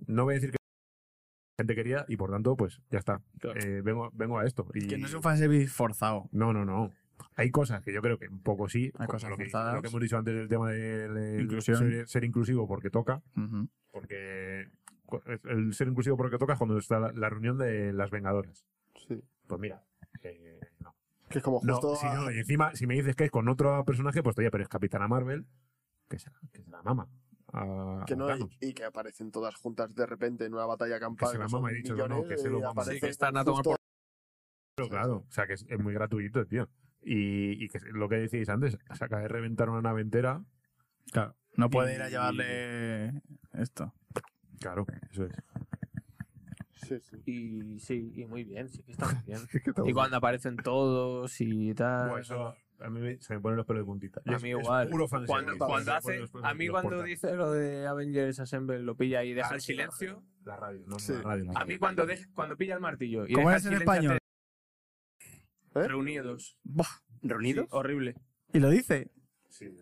No voy a decir que la gente quería y por tanto, pues ya está. Eh, vengo, vengo a esto. Y Que no es un fanservice forzado. No, no, no. Hay cosas que yo creo que un poco sí. Hay como cosas lo que, forzadas. lo que hemos dicho antes del tema de, de- Inclusión. Ser, ser inclusivo porque toca. Ujú. Porque cu- el ser inclusivo porque toca es cuando está la, la reunión de las Vengadoras. Sí. Pues mira, eh, no. Que es como No, justo... si a- no, y encima, si me dices que es con otro personaje, pues todavía, pero es Capitana Marvel, que se la, que se la mama. a- que a no, y, Thanos. y que aparecen todas juntas de repente en una batalla campal. la son mama, he dicho, no, millones, que se lo y mama. aparecen Sí, que están a justo tomar por- Pero claro, o sea, que es, es muy gratuito, tío. Y, y que es lo que decíais antes, se acaba de reventar una nave entera. Claro. No puede ir a llevarle esto. Claro, eso es. Sí, sí. Y sí, y muy bien, sí que está muy bien. Es que está Y guay. cuando aparecen todos y tal. Buah, eso a mí me- se me ponen los pelos de puntita. Y Ah, A es- mí es igual. puro fanservice. Cuando, Se cuando me hace, ponen los pelos a de- mí los cuando cortan. dice lo de Avengers Assemble lo pilla y deja Ah, el sí, la silencio. radio, La radio, no, no, Sí. la radio. la A radio. mí cuando, de- cuando pilla el martillo y ¿Cómo deja es el en silencio español? hace- ¿Eh? Reunidos. Buah, ¿Reunidos? horrible. Y lo dice.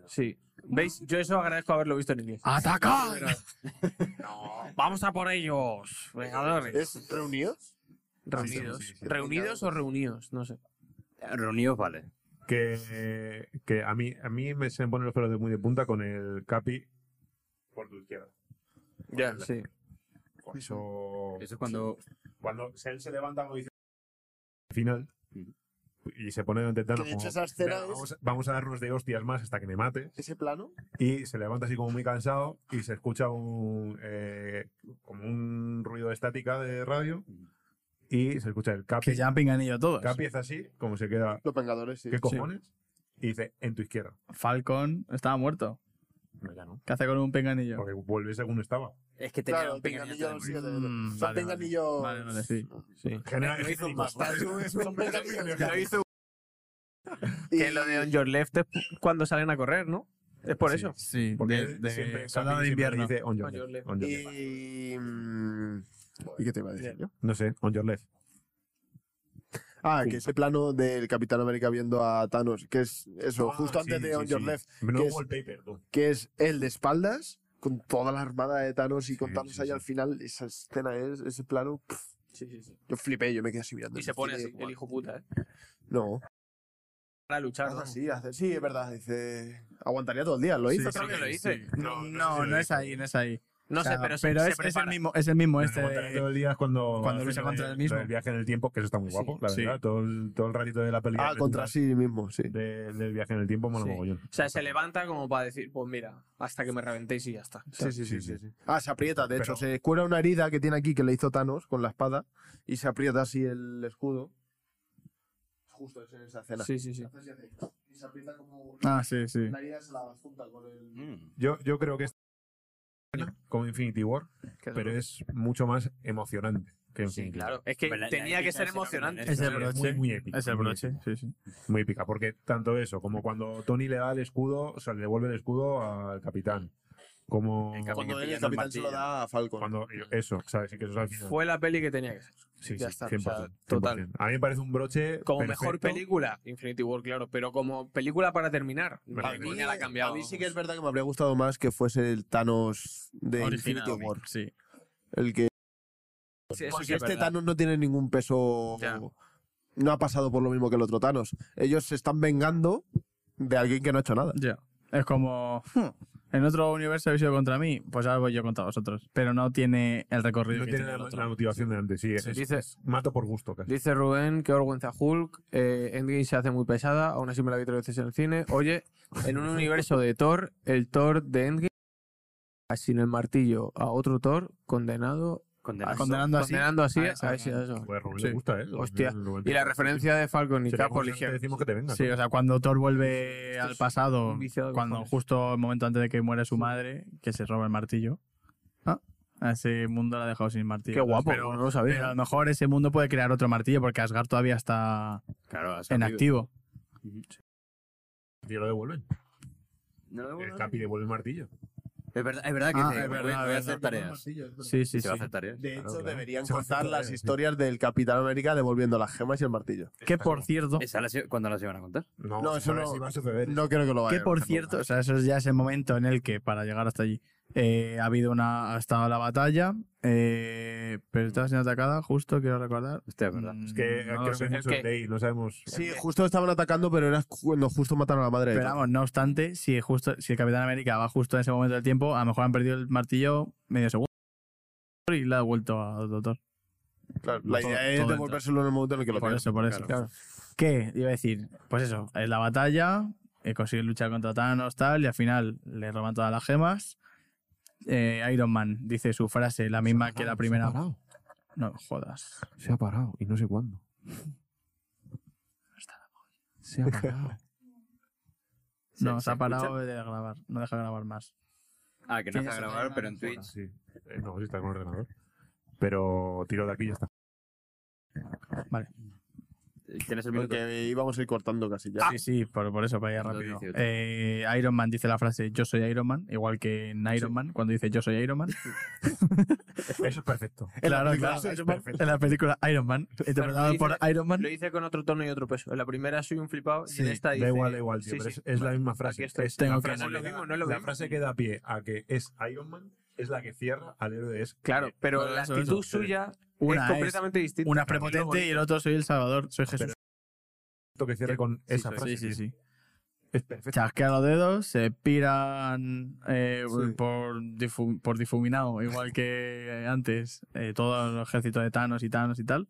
Sí. ¿Veis? Yo eso agradezco haberlo visto en inglés. Ah. ¡Atacar! No, vamos a por ellos. Vengadores. ¿Es reunidos? Reunidos. sí, sí, sí. ¿Reunidos o reunidos? No sé. Reunidos, vale. que, que a mí, a mí me se me ponen los pelos de muy de punta con el Capi por tu izquierda. Ya, sí. Con Eso, Eso es cuando. cuando se- él se levanta como dice al final y se pone delante de Thanos Que de hecho como, esa escena "Venga, es- vamos, a- vamos a darnos de hostias más hasta que me mates ¿Ese plano? y se levanta así como muy cansado y se escucha un eh, como un ruido de estática de radio y se escucha el Capi Que ya pues, han pinganillo todos. Capi es así como se queda Los Vengadores, sí. ¿qué cojones? y dice en tu izquierda Falcon estaba muerto. No, ya no. ¿Qué hace con un pinganillo? porque vuelve según estaba Es que tenía Claro, un pequeño Pinganillo antes de este sigue morir. teniendo. Mm, Son vale, Pinganillo. Vale, vale, sí. sí. Genera- Lo hizo un genéricos. bastardo, es un Lo Pinganillo. hizo- Y- Que lo de On Your Left es cuando salen a correr, ¿no? Es por Sí. eso. Sí, porque de, él de siempre- Soldado Capi de siempre invierno. dice on your On your left, left. on your left. Y. mm, ¿Y qué te iba a decir yo? No sé, on your left. Ah, que ese plano del Capitán América viendo a Thanos, que es eso, Ah, justo antes sí, de sí, On Your sí. Left, No que es- wallpaper, tú. que es el de espaldas, con toda la armada de Thanos y con Sí, Thanos sí, ahí sí. al final, esa escena es, ese plano. pff, Sí, sí, sí. Yo flipé, yo me quedé así mirando. Y el se pone cine, así, como- el hijo puta, ¿eh? No. Para luchar. Ah, ¿no? sí, hace- sí, es verdad. Dice. Aguantaría todo el día, lo hizo. Yo creo que lo hice. No, no, es ahí, no es ahí. No O sea, sé, pero, se- pero se es, es el prepara. mismo, es el mismo este. Bueno, de- Montaner todo el día es cuando, cuando hacen lucha lo contra de- el mismo. lo del viaje en el tiempo, que eso está muy guapo, la sí. verdad. Todo, el, todo el ratito de la peli. Ah, de- contra sí mismo, sí. de- del viaje en el tiempo mola Sí. mogollón. O sea, se levanta como para decir, pues mira, hasta que me reventéis y ya está. Sí, sí, Sí, sí, sí, sí. Ah, se aprieta, de Pero- hecho. Se cuela una herida que tiene aquí que le hizo Thanos con la espada y se aprieta así el escudo. Justo es en esa escena. Sí, sí, sí. Haces y haces. Y se aprieta como. Ah, sí, sí. La herida se la junta con el. Mm. Yo, yo creo que es como Infinity War, pero es mucho más emocionante que Sí, Infinity claro. Es que Pero la- la tenía que épica ser es enorme, emocionante. ¿eh? Es el War. Es muy, broche. muy épico. Es el muy broche, épico. sí, sí. Muy épica, porque tanto eso, como cuando Tony le da el escudo, o sea, le devuelve el escudo al capitán. Como El capitán. Cuando que él, el pillan capitán se lo martillo. da a Falcon. cuando eso, ¿sabes? Que eso es al final. Fue la peli que tenía que ser. sí, ya sí, está, o 100%, sea, total. 100%. A mí me parece un broche Como mejor perfecto. película, Infinity War, claro, pero como película para terminar, madre mía, la ha cambiado. a mí sí que es verdad que me habría gustado más que fuese el Thanos de Original, Infinity War. Sí. El que, Sí, eso sí porque es este verdad. Thanos no tiene ningún peso. Ya. No ha pasado por lo mismo que el otro Thanos. Ellos se están vengando de alguien que no ha hecho nada. Ya. Es como. "Hmm, En otro universo habéis ido contra mí, pues ahora voy yo contra vosotros. Pero no tiene el recorrido No que tiene tiene la, el otro. la motivación de antes, sí. es- es- Dice, mato por gusto, casi. dice Rubén que vergüenza Hulk, eh, Endgame se hace muy pesada, aún así me la vi tres veces en el cine. Oye, en un universo de Thor, el Thor de Endgame, sin el martillo a otro Thor, condenado, Condenado. a- Condenando así condenando así a esa- a ese- a eso. Joder, Rubén Sí. le gusta, ¿eh? Hostia. Rubén Y le la gusta. referencia de Falcon y Sería Cap por como si no te ligero. decimos que te venga. Sí, ¿no? o sea, cuando Thor vuelve al pasado, un viciado de cuando cojones. justo el momento antes de que muere su madre, que se roba el martillo. Ah, a ese mundo la ha dejado sin martillo. Qué guapo, Pero, no lo sabía. pero a lo mejor ese mundo puede crear otro martillo porque Asgard todavía está Claro, o sea, en vive. activo. Y lo devuelven. No lo El devuelvo, Capi devuelve el martillo. Es verdad, es verdad que Ah, se- es verdad, voy a es hacer verdad. tareas. Sí, sí, Se sí. va a eh? hacer tareas. De hecho, Claro, claro. deberían Se va a hacer contar las tarea, sí. historias del Capitán América devolviendo las gemas y el martillo. Que por cierto, Esa la se- ¿Cuándo las iban a contar? No, No, eso eso no. no- Si va a suceder. No creo que lo vaya que por cierto, o sea, eso es ya ese momento en el que para llegar hasta allí eh, ha habido una, ha estado la batalla, eh, pero estaba siendo atacada, justo quiero recordar. Hostia, Mm. es verdad. Mm, Es que no lo creo sé. que es mucho que- el day, no sabemos. Sí, eh, justo estaban atacando, pero era cuando justo mataron a la madre. de Pero Thor. vamos, no obstante, si, justo, si el Capitán América va justo en ese momento del tiempo, a lo mejor han perdido el martillo medio segundo y le ha vuelto al doctor. Claro, la todo- idea es todo devolvérselo en el momento en el que lo Por pierdan. eso, por eso. Claro. ¿Qué? Iba a decir, pues eso, en la batalla, eh, consigue luchar contra Thanos, tal, y al final le roban todas las gemas. Eh, Iron Man dice su frase, la misma que la primera. No jodas. Se ha parado y no sé cuándo. Se ha parado. No, ¿Se- se ha se parado de grabar, no deja grabar más. Ah, que no Sí, está se grabado, llama pero en Fuera. Twitch. Sí. Eh, No, si está con el ordenador. Pero tiro de aquí y ya está. Tienes el minuto. Porque íbamos a ir cortando casi Ah. ya. Sí, sí, por, por eso, para ir rápido. 2.18. Eh, Iron Man dice la frase yo soy Iron Man, igual que en Iron Man, cuando dice yo soy Iron Man. Eso es perfecto. claro, película claro. Iron Man. En la película Iron Man, interpretado dice- por Iron Man. Ah, Lo hice con otro tono y otro peso. En la primera soy un flipado y Sí, en esta dice... Da igual, da igual, tío, Sí, pero sí. es, es la misma Aquí frase. estoy. Es Tengo la que- frase No es lo que da- mismo, no es lo la mismo. frase que da pie a que es Iron Man es la que cierra al héroe de S. Claro, pero Bueno, la eso, actitud eso. suya Una es es- completamente distinta. Una es prepotente y el otro soy el Salvador, soy Jesús. Que cierre con Sí, esa sí, frase. sí, sí, tío. sí. Es perfecto. Chasquea los dedos, se piran eh, Sí. por, difu- por difuminado, igual que antes, eh, todo el ejército de Thanos y Thanos y tal.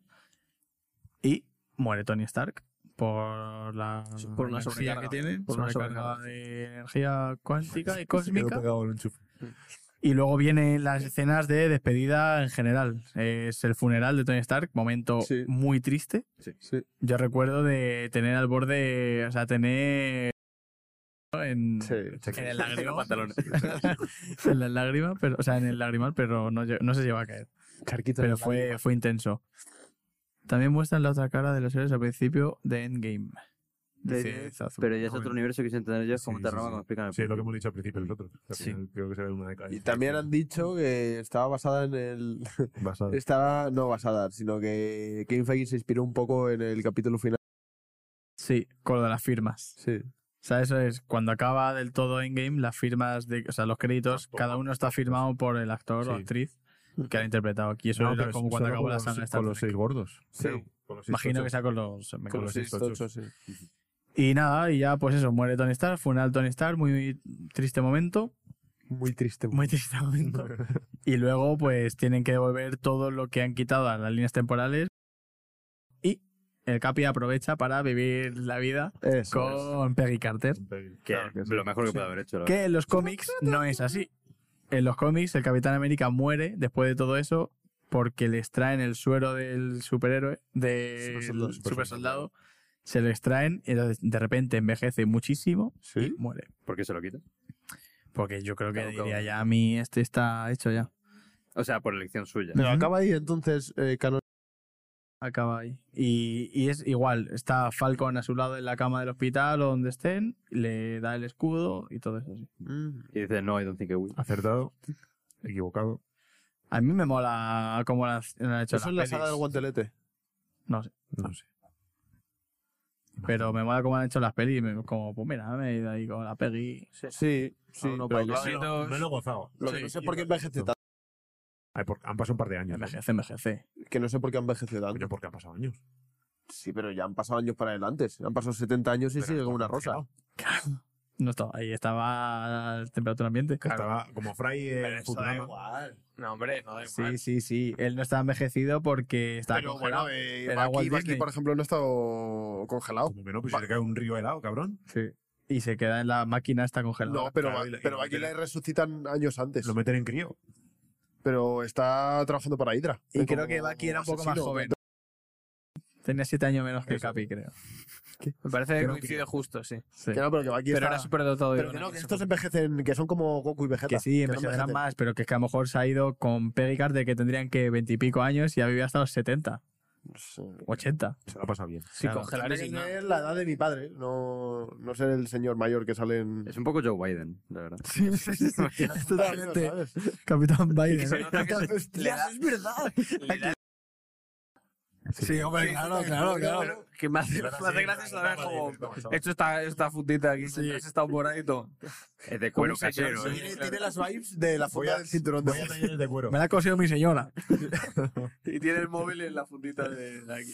Y muere Tony Stark por la Sí, por energía una que sobrecarga. tiene, Por una sobrecarga sobrecarga. de energía cuántica y Se quedó cósmica. Mm. pegado al enchufe. Y luego vienen las escenas de despedida en general. Es el funeral de Tony Stark, momento Sí. muy triste. Sí. Yo recuerdo de tener al borde, o sea, tener en, en el lágrima, en las lágrimas, pero, o sea, en el lagrimal, pero no, lle- no sé si va a caer. pero fue, fue intenso. También muestran la otra cara de los héroes al principio de Endgame. Dice Zazu. Pero ya es otro Rubén. universo que se entender yo, es como Sí, te sí, rama sí. como explican. Sí, es lo que hemos dicho al principio nosotros. Al Sí. final Creo que se ve una década. Y también han dicho que estaba basada en el. Basado. Estaba no basada, sino que Kevin Feige se inspiró un poco en el capítulo final. Sí, con lo de las firmas. Sí. O sea, eso es, cuando acaba del todo Endgame, las firmas, de, o sea, los créditos, Exacto. cada uno está firmado por el actor o Sí. actriz. Mm. que han interpretado aquí. Eso No, era pero como solo cuando acabó con la los- sangre. de Star Con los Trek. seis gordos. Sí. creo. Con los seis Imagino que tochos. sea con los, con Con los los seis Sixto. tochos. sí. Y nada, y ya pues eso, muere Tony Stark, funeral Tony Stark, muy triste momento. Muy triste. Muy triste momento. y luego, pues, tienen que devolver todo lo que han quitado a las líneas temporales. Y el Capi aprovecha para vivir la vida con Peggy Carter. Que lo mejor que puede haber hecho. la Que en los cómics no es así. En los cómics, el Capitán América muere después de todo eso porque le extraen el suero del superhéroe, del Supersoldado. supersoldado. Se lo extraen y entonces de repente envejece muchísimo y muere. verdad. ¿Por qué se lo quita? Porque yo creo que Claro, diría claro. ya a mí, este está hecho ya. O sea, por elección suya. Pero acaba ahí entonces eh, Canon. Acaba ahí. Y, y es igual, está Falcon a su lado en la cama del hospital o donde estén, le da el escudo y todo eso. así. Y dice, no, I don't think I will. Acertado, equivocado. A mí me mola cómo la han hecho Eso es la las saga pelis. del guantelete. No sé, No sé. pero me mola cómo han hecho las pelis. me- Como, pues mira, me he ido ahí con la Peggy. Sí, sí. uno pero para claro, ellos. no- Dos. Me lo he gozado. Lo que no sé por qué envejece tanto. Ay, por- han pasado un par de años. ¿no? Envejece, envejece. Que no sé por qué envejece Coño, tanto. porque han pasado años. Sí, pero ya han pasado años para adelante. Han pasado 70 años y Pero sigue está como una rosa. congelado. No estaba ahí, estaba a temperatura ambiente. Estaba como Fry en Futurama. igual. No, hombre, no da Sí, igual. sí, sí. Él no estaba envejecido porque estaba Pero congelado. bueno, eh, Era Bucky- Walt Bucky, Disney. por ejemplo, no ha estado congelado. Como que no, pues se le cae un río helado, cabrón. Sí. Y se queda en la máquina, está congelado. No, pero, claro, va- y lo- y pero lo aquí meten- le resucitan años antes. Lo meten en crío. Pero está trabajando para Hydra. Y creo Como que Bucky era un poco más asesino. joven. Tenía siete años menos que el Eso. Capi, creo. Me parece que Creo que- coincide justo, sí. Sí. Que no, pero que Bucky Pero está- era súper dotado de Pero que no, que estos envejecen, que son como Goku y Vegeta. Que sí, no envejecerán envejecen. más, pero que es que a lo mejor se ha ido con Peggy Carter, que tendrían que veintipico años y ha vivido hasta los 70, Sí. 80. Se la pasa bien. Si Claro. congelar Tendría es que ignorar. tener la edad de mi padre, no, no ser el señor mayor que sale en... Es un poco Joe Biden, la verdad. Sí, sí, sí. Totalmente. Capitán Que Biden. se nota que se- le da- verdad. le da- Sí, hombre, claro, claro, claro. Pero Que me hace, me hace gracia saber como. Esto está esta fundita aquí, Sí. has estado por ahí y todo. Es de cuero Un señor, casero, ¿eh? sí. Tiene, tiene las vibes de la funda del cinturón de Goku. de cuero. Me la ha cosido mi señora. Y tiene el móvil en la fundita de de aquí.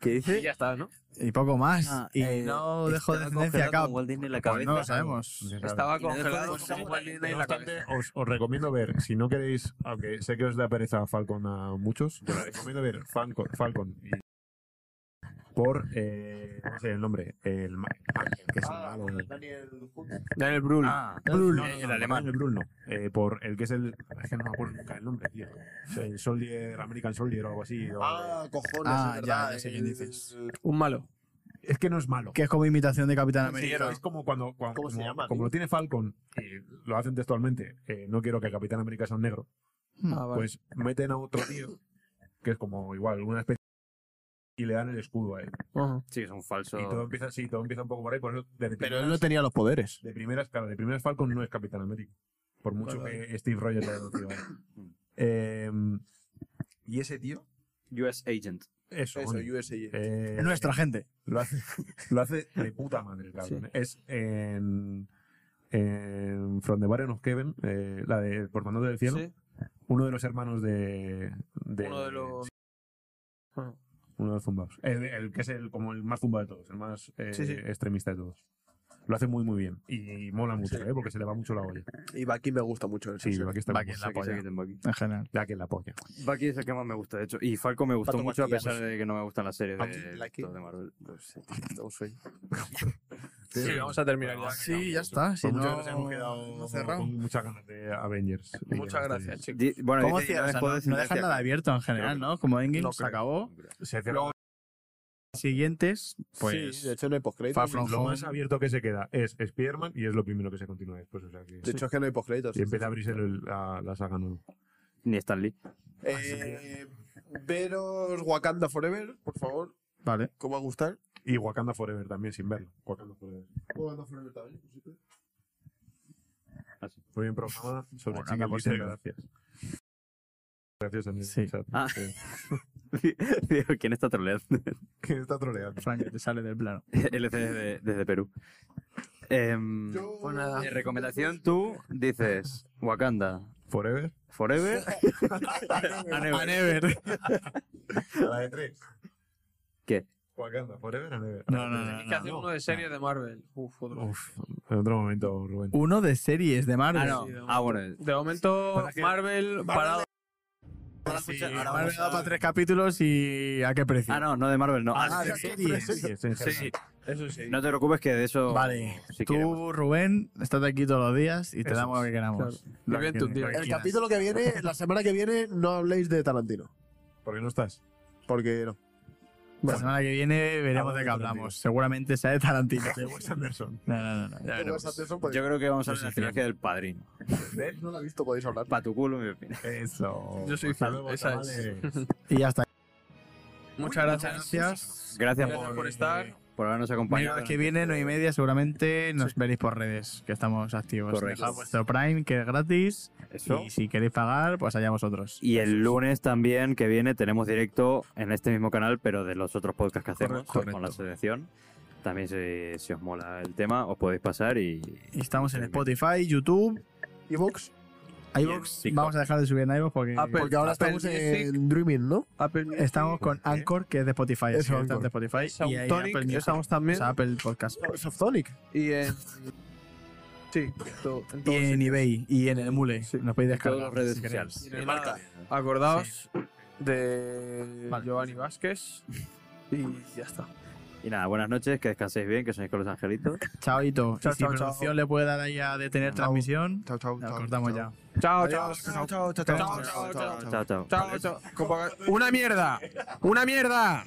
¿Qué Y ya está, ¿no? Y poco más. Ah, y eh, no dejo estaba descendencia a congelado Cap. con Walt Disney en la Pues cabeza. no lo sabemos. Estaba Y no congelado deja de con Walt Disney en No la obstante, cabeza. os, os recomiendo ver, si no queréis, aunque sé que os da pereza Falcon a muchos, os recomiendo ver Falcon, Falcon y- por, eh, no sé el nombre, el ma- que es el malo. Daniel Brühl. Brul, el alemán. El Brul no, eh, por el que es el, es que no me acuerdo nunca el nombre, tío. El Soldier, American Soldier o algo así. o- Ah, cojones, Ah, es ya, verdad. eh, ya sé quién dices. Un malo. es que no es malo. Que es como imitación de Capitán Pero América. es como cuando, cuando- ¿Cómo se como, llama, como tío? lo tiene Falcon y lo hacen textualmente, eh, no quiero que el Capitán América sea un negro. Ah, vale. pues meten a otro tío que es como igual una especie y le dan el escudo a él Ajá. Sí, es un falso. y todo empieza sí todo empieza un poco por ahí por eso de Pero primeras, él no tenía los poderes. de primeras claro de primeras Falcon no es Capitán América por mucho que Steve Rogers le haya metido ahí. Mm. Eh, y ese tío US Agent. eso, coño. USA. Eh, Es nuestra gente. lo hace lo hace de puta madre cabrón. es en en From the Baron of Kevin eh, la de Por Mandato del Cielo Sí. uno de los hermanos de, de Uno de los. Uno de los zumbados. El, el que es el, como el más zumbado de todos, el más eh, Sí, sí. extremista de todos. Lo hace muy, muy bien. Y, mola mucho, ¿eh? Porque se le va mucho la olla. Y Bucky me gusta mucho. en esa Sí, serie. aquí está Bucky muy- La Aquí se polla. quiten Bucky. En general. Bucky en la polla. Bucky es el que más me gusta, de hecho. Y Falco me gustó Pato mucho, a Bucky, pesar vamos. de que no me gustan las series Bucky, de, Lucky. todas de Marvel. No sé, tío, tengo un sueño. Sí, vamos a terminar ya. Sí, ya está. Si Pues muchas no, gracias, hemos quedado no cerramos. con muchas ganas de Avengers. Y Muchas ya gracias, está. chicos. Di- Bueno, ¿Cómo dice que cierra? O sea, dejó no, no descendencia. dejan nada abierto en general, ¿no? Como Endgame se acabó. Se cierra- Siguientes, pues. sí, de hecho no hay postcréditos. Far From lo Home. más abierto que se queda es Spider-Man y es lo primero que se continúa después. O sea que, De hecho es que no hay postcréditos. y empieza a abrirse el- la, la saga nueva. Ni Stan Lee. Eh, veros Wakanda Forever, por favor. Vale. ¿Cómo va a gustar? Y Wakanda Forever también, sin verlo. Wakanda Forever. Wakanda Forever también. Muy bien programada. Sobre Wakanda chicas, por dice, siempre. gracias. Gracias, Daniel. Sí. Chat. Ah. Sí. Digo, ¿quién está troleando? ¿Quién está troleando? Frank, te sale del plano. LC desde, desde Perú. Em, Yo- Mm, pues nada. De recomendación, tú dices Wakanda, Forever. Forever. A Never. La de tres. ¿Qué? Wakanda, Forever and Ever. No, no, no. Hay que hacer no. uno de serie de Marvel. Uf, otro. Uf, en otro momento, Rubén. Uno de series de Marvel. Ah, no. Ah, bueno. De momento, Para que- Marvel parado. Sí, Marvel da para tres capítulos y a qué precio. Ah, no, no de Marvel, no. Ah, de series. Sí, sí. No te preocupes que de eso. Vale. Si Tú, queremos. Rubén, estate aquí todos los días y te Eso damos lo que Claro. queramos. Lo Muy bien, que tú, quieras, lo tío. que El El quieras. capítulo que viene, la semana que viene, no habléis de Tarantino. ¿Por qué no estás? Porque no. La semana que viene veremos de qué hablamos. Seguramente sea de Tarantino. De Wes Anderson. No, no, no. no, ya veremos. Anderson, podéis- Yo creo que vamos a No ver sé la si trilogía del padrino. ¿Ves? No la he visto, podéis hablar. Pa' tu culo, mi opinión. Eso. Yo soy Oh, Hasta fan, luego, esa es. chavales. Y ya está. Muchas gracias. Gracias. Gracias Gracias por, por estar. por habernos Mira, acompañado. es que viene, 9 y media, seguramente nos veréis por redes, que estamos activos. Correcto. Dejad vuestro Prime, que es gratis. Eso. Y si queréis pagar, pues allá vosotros. Y el lunes también que viene tenemos directo en este mismo canal, pero de los otros podcasts que hacemos Correcto. con la asociación. También si, si os mola el tema, os podéis pasar y... Y estamos en Spotify, YouTube, ¿Y Vox? iVoox. TikTok. Vamos a dejar de subir en iVoox porque Apple. Porque ahora Apple estamos Music. en Dreaming, ¿no? Apple Music, estamos con Anchor, que es de Spotify. Eso, así que están Anchor. de Spotify. y ahí Soundtonic, Apple Music, estamos o también. sea, Apple Podcast. Softonic. Y en. Sí, to- en Y todos en eBay y en el Mule. Sí. Nos podéis descargar. todas las redes si queréis. sociales. Y nada, Acordaos de Vale. Giovanni Vázquez. Y ya está. Y nada, buenas noches, que descanséis bien, que sois con los angelitos. Chaito. Chao, y si chao, producción chao. le puede dar ahí a detener Chao. transmisión, Chao, chao. la chao, cortamos chao. ya. Chao, chao, Adiós. chao, chao, chao, chao, chao, chao. Chao, chao. Chao, chao. Compa- Una mierda. Una mierda.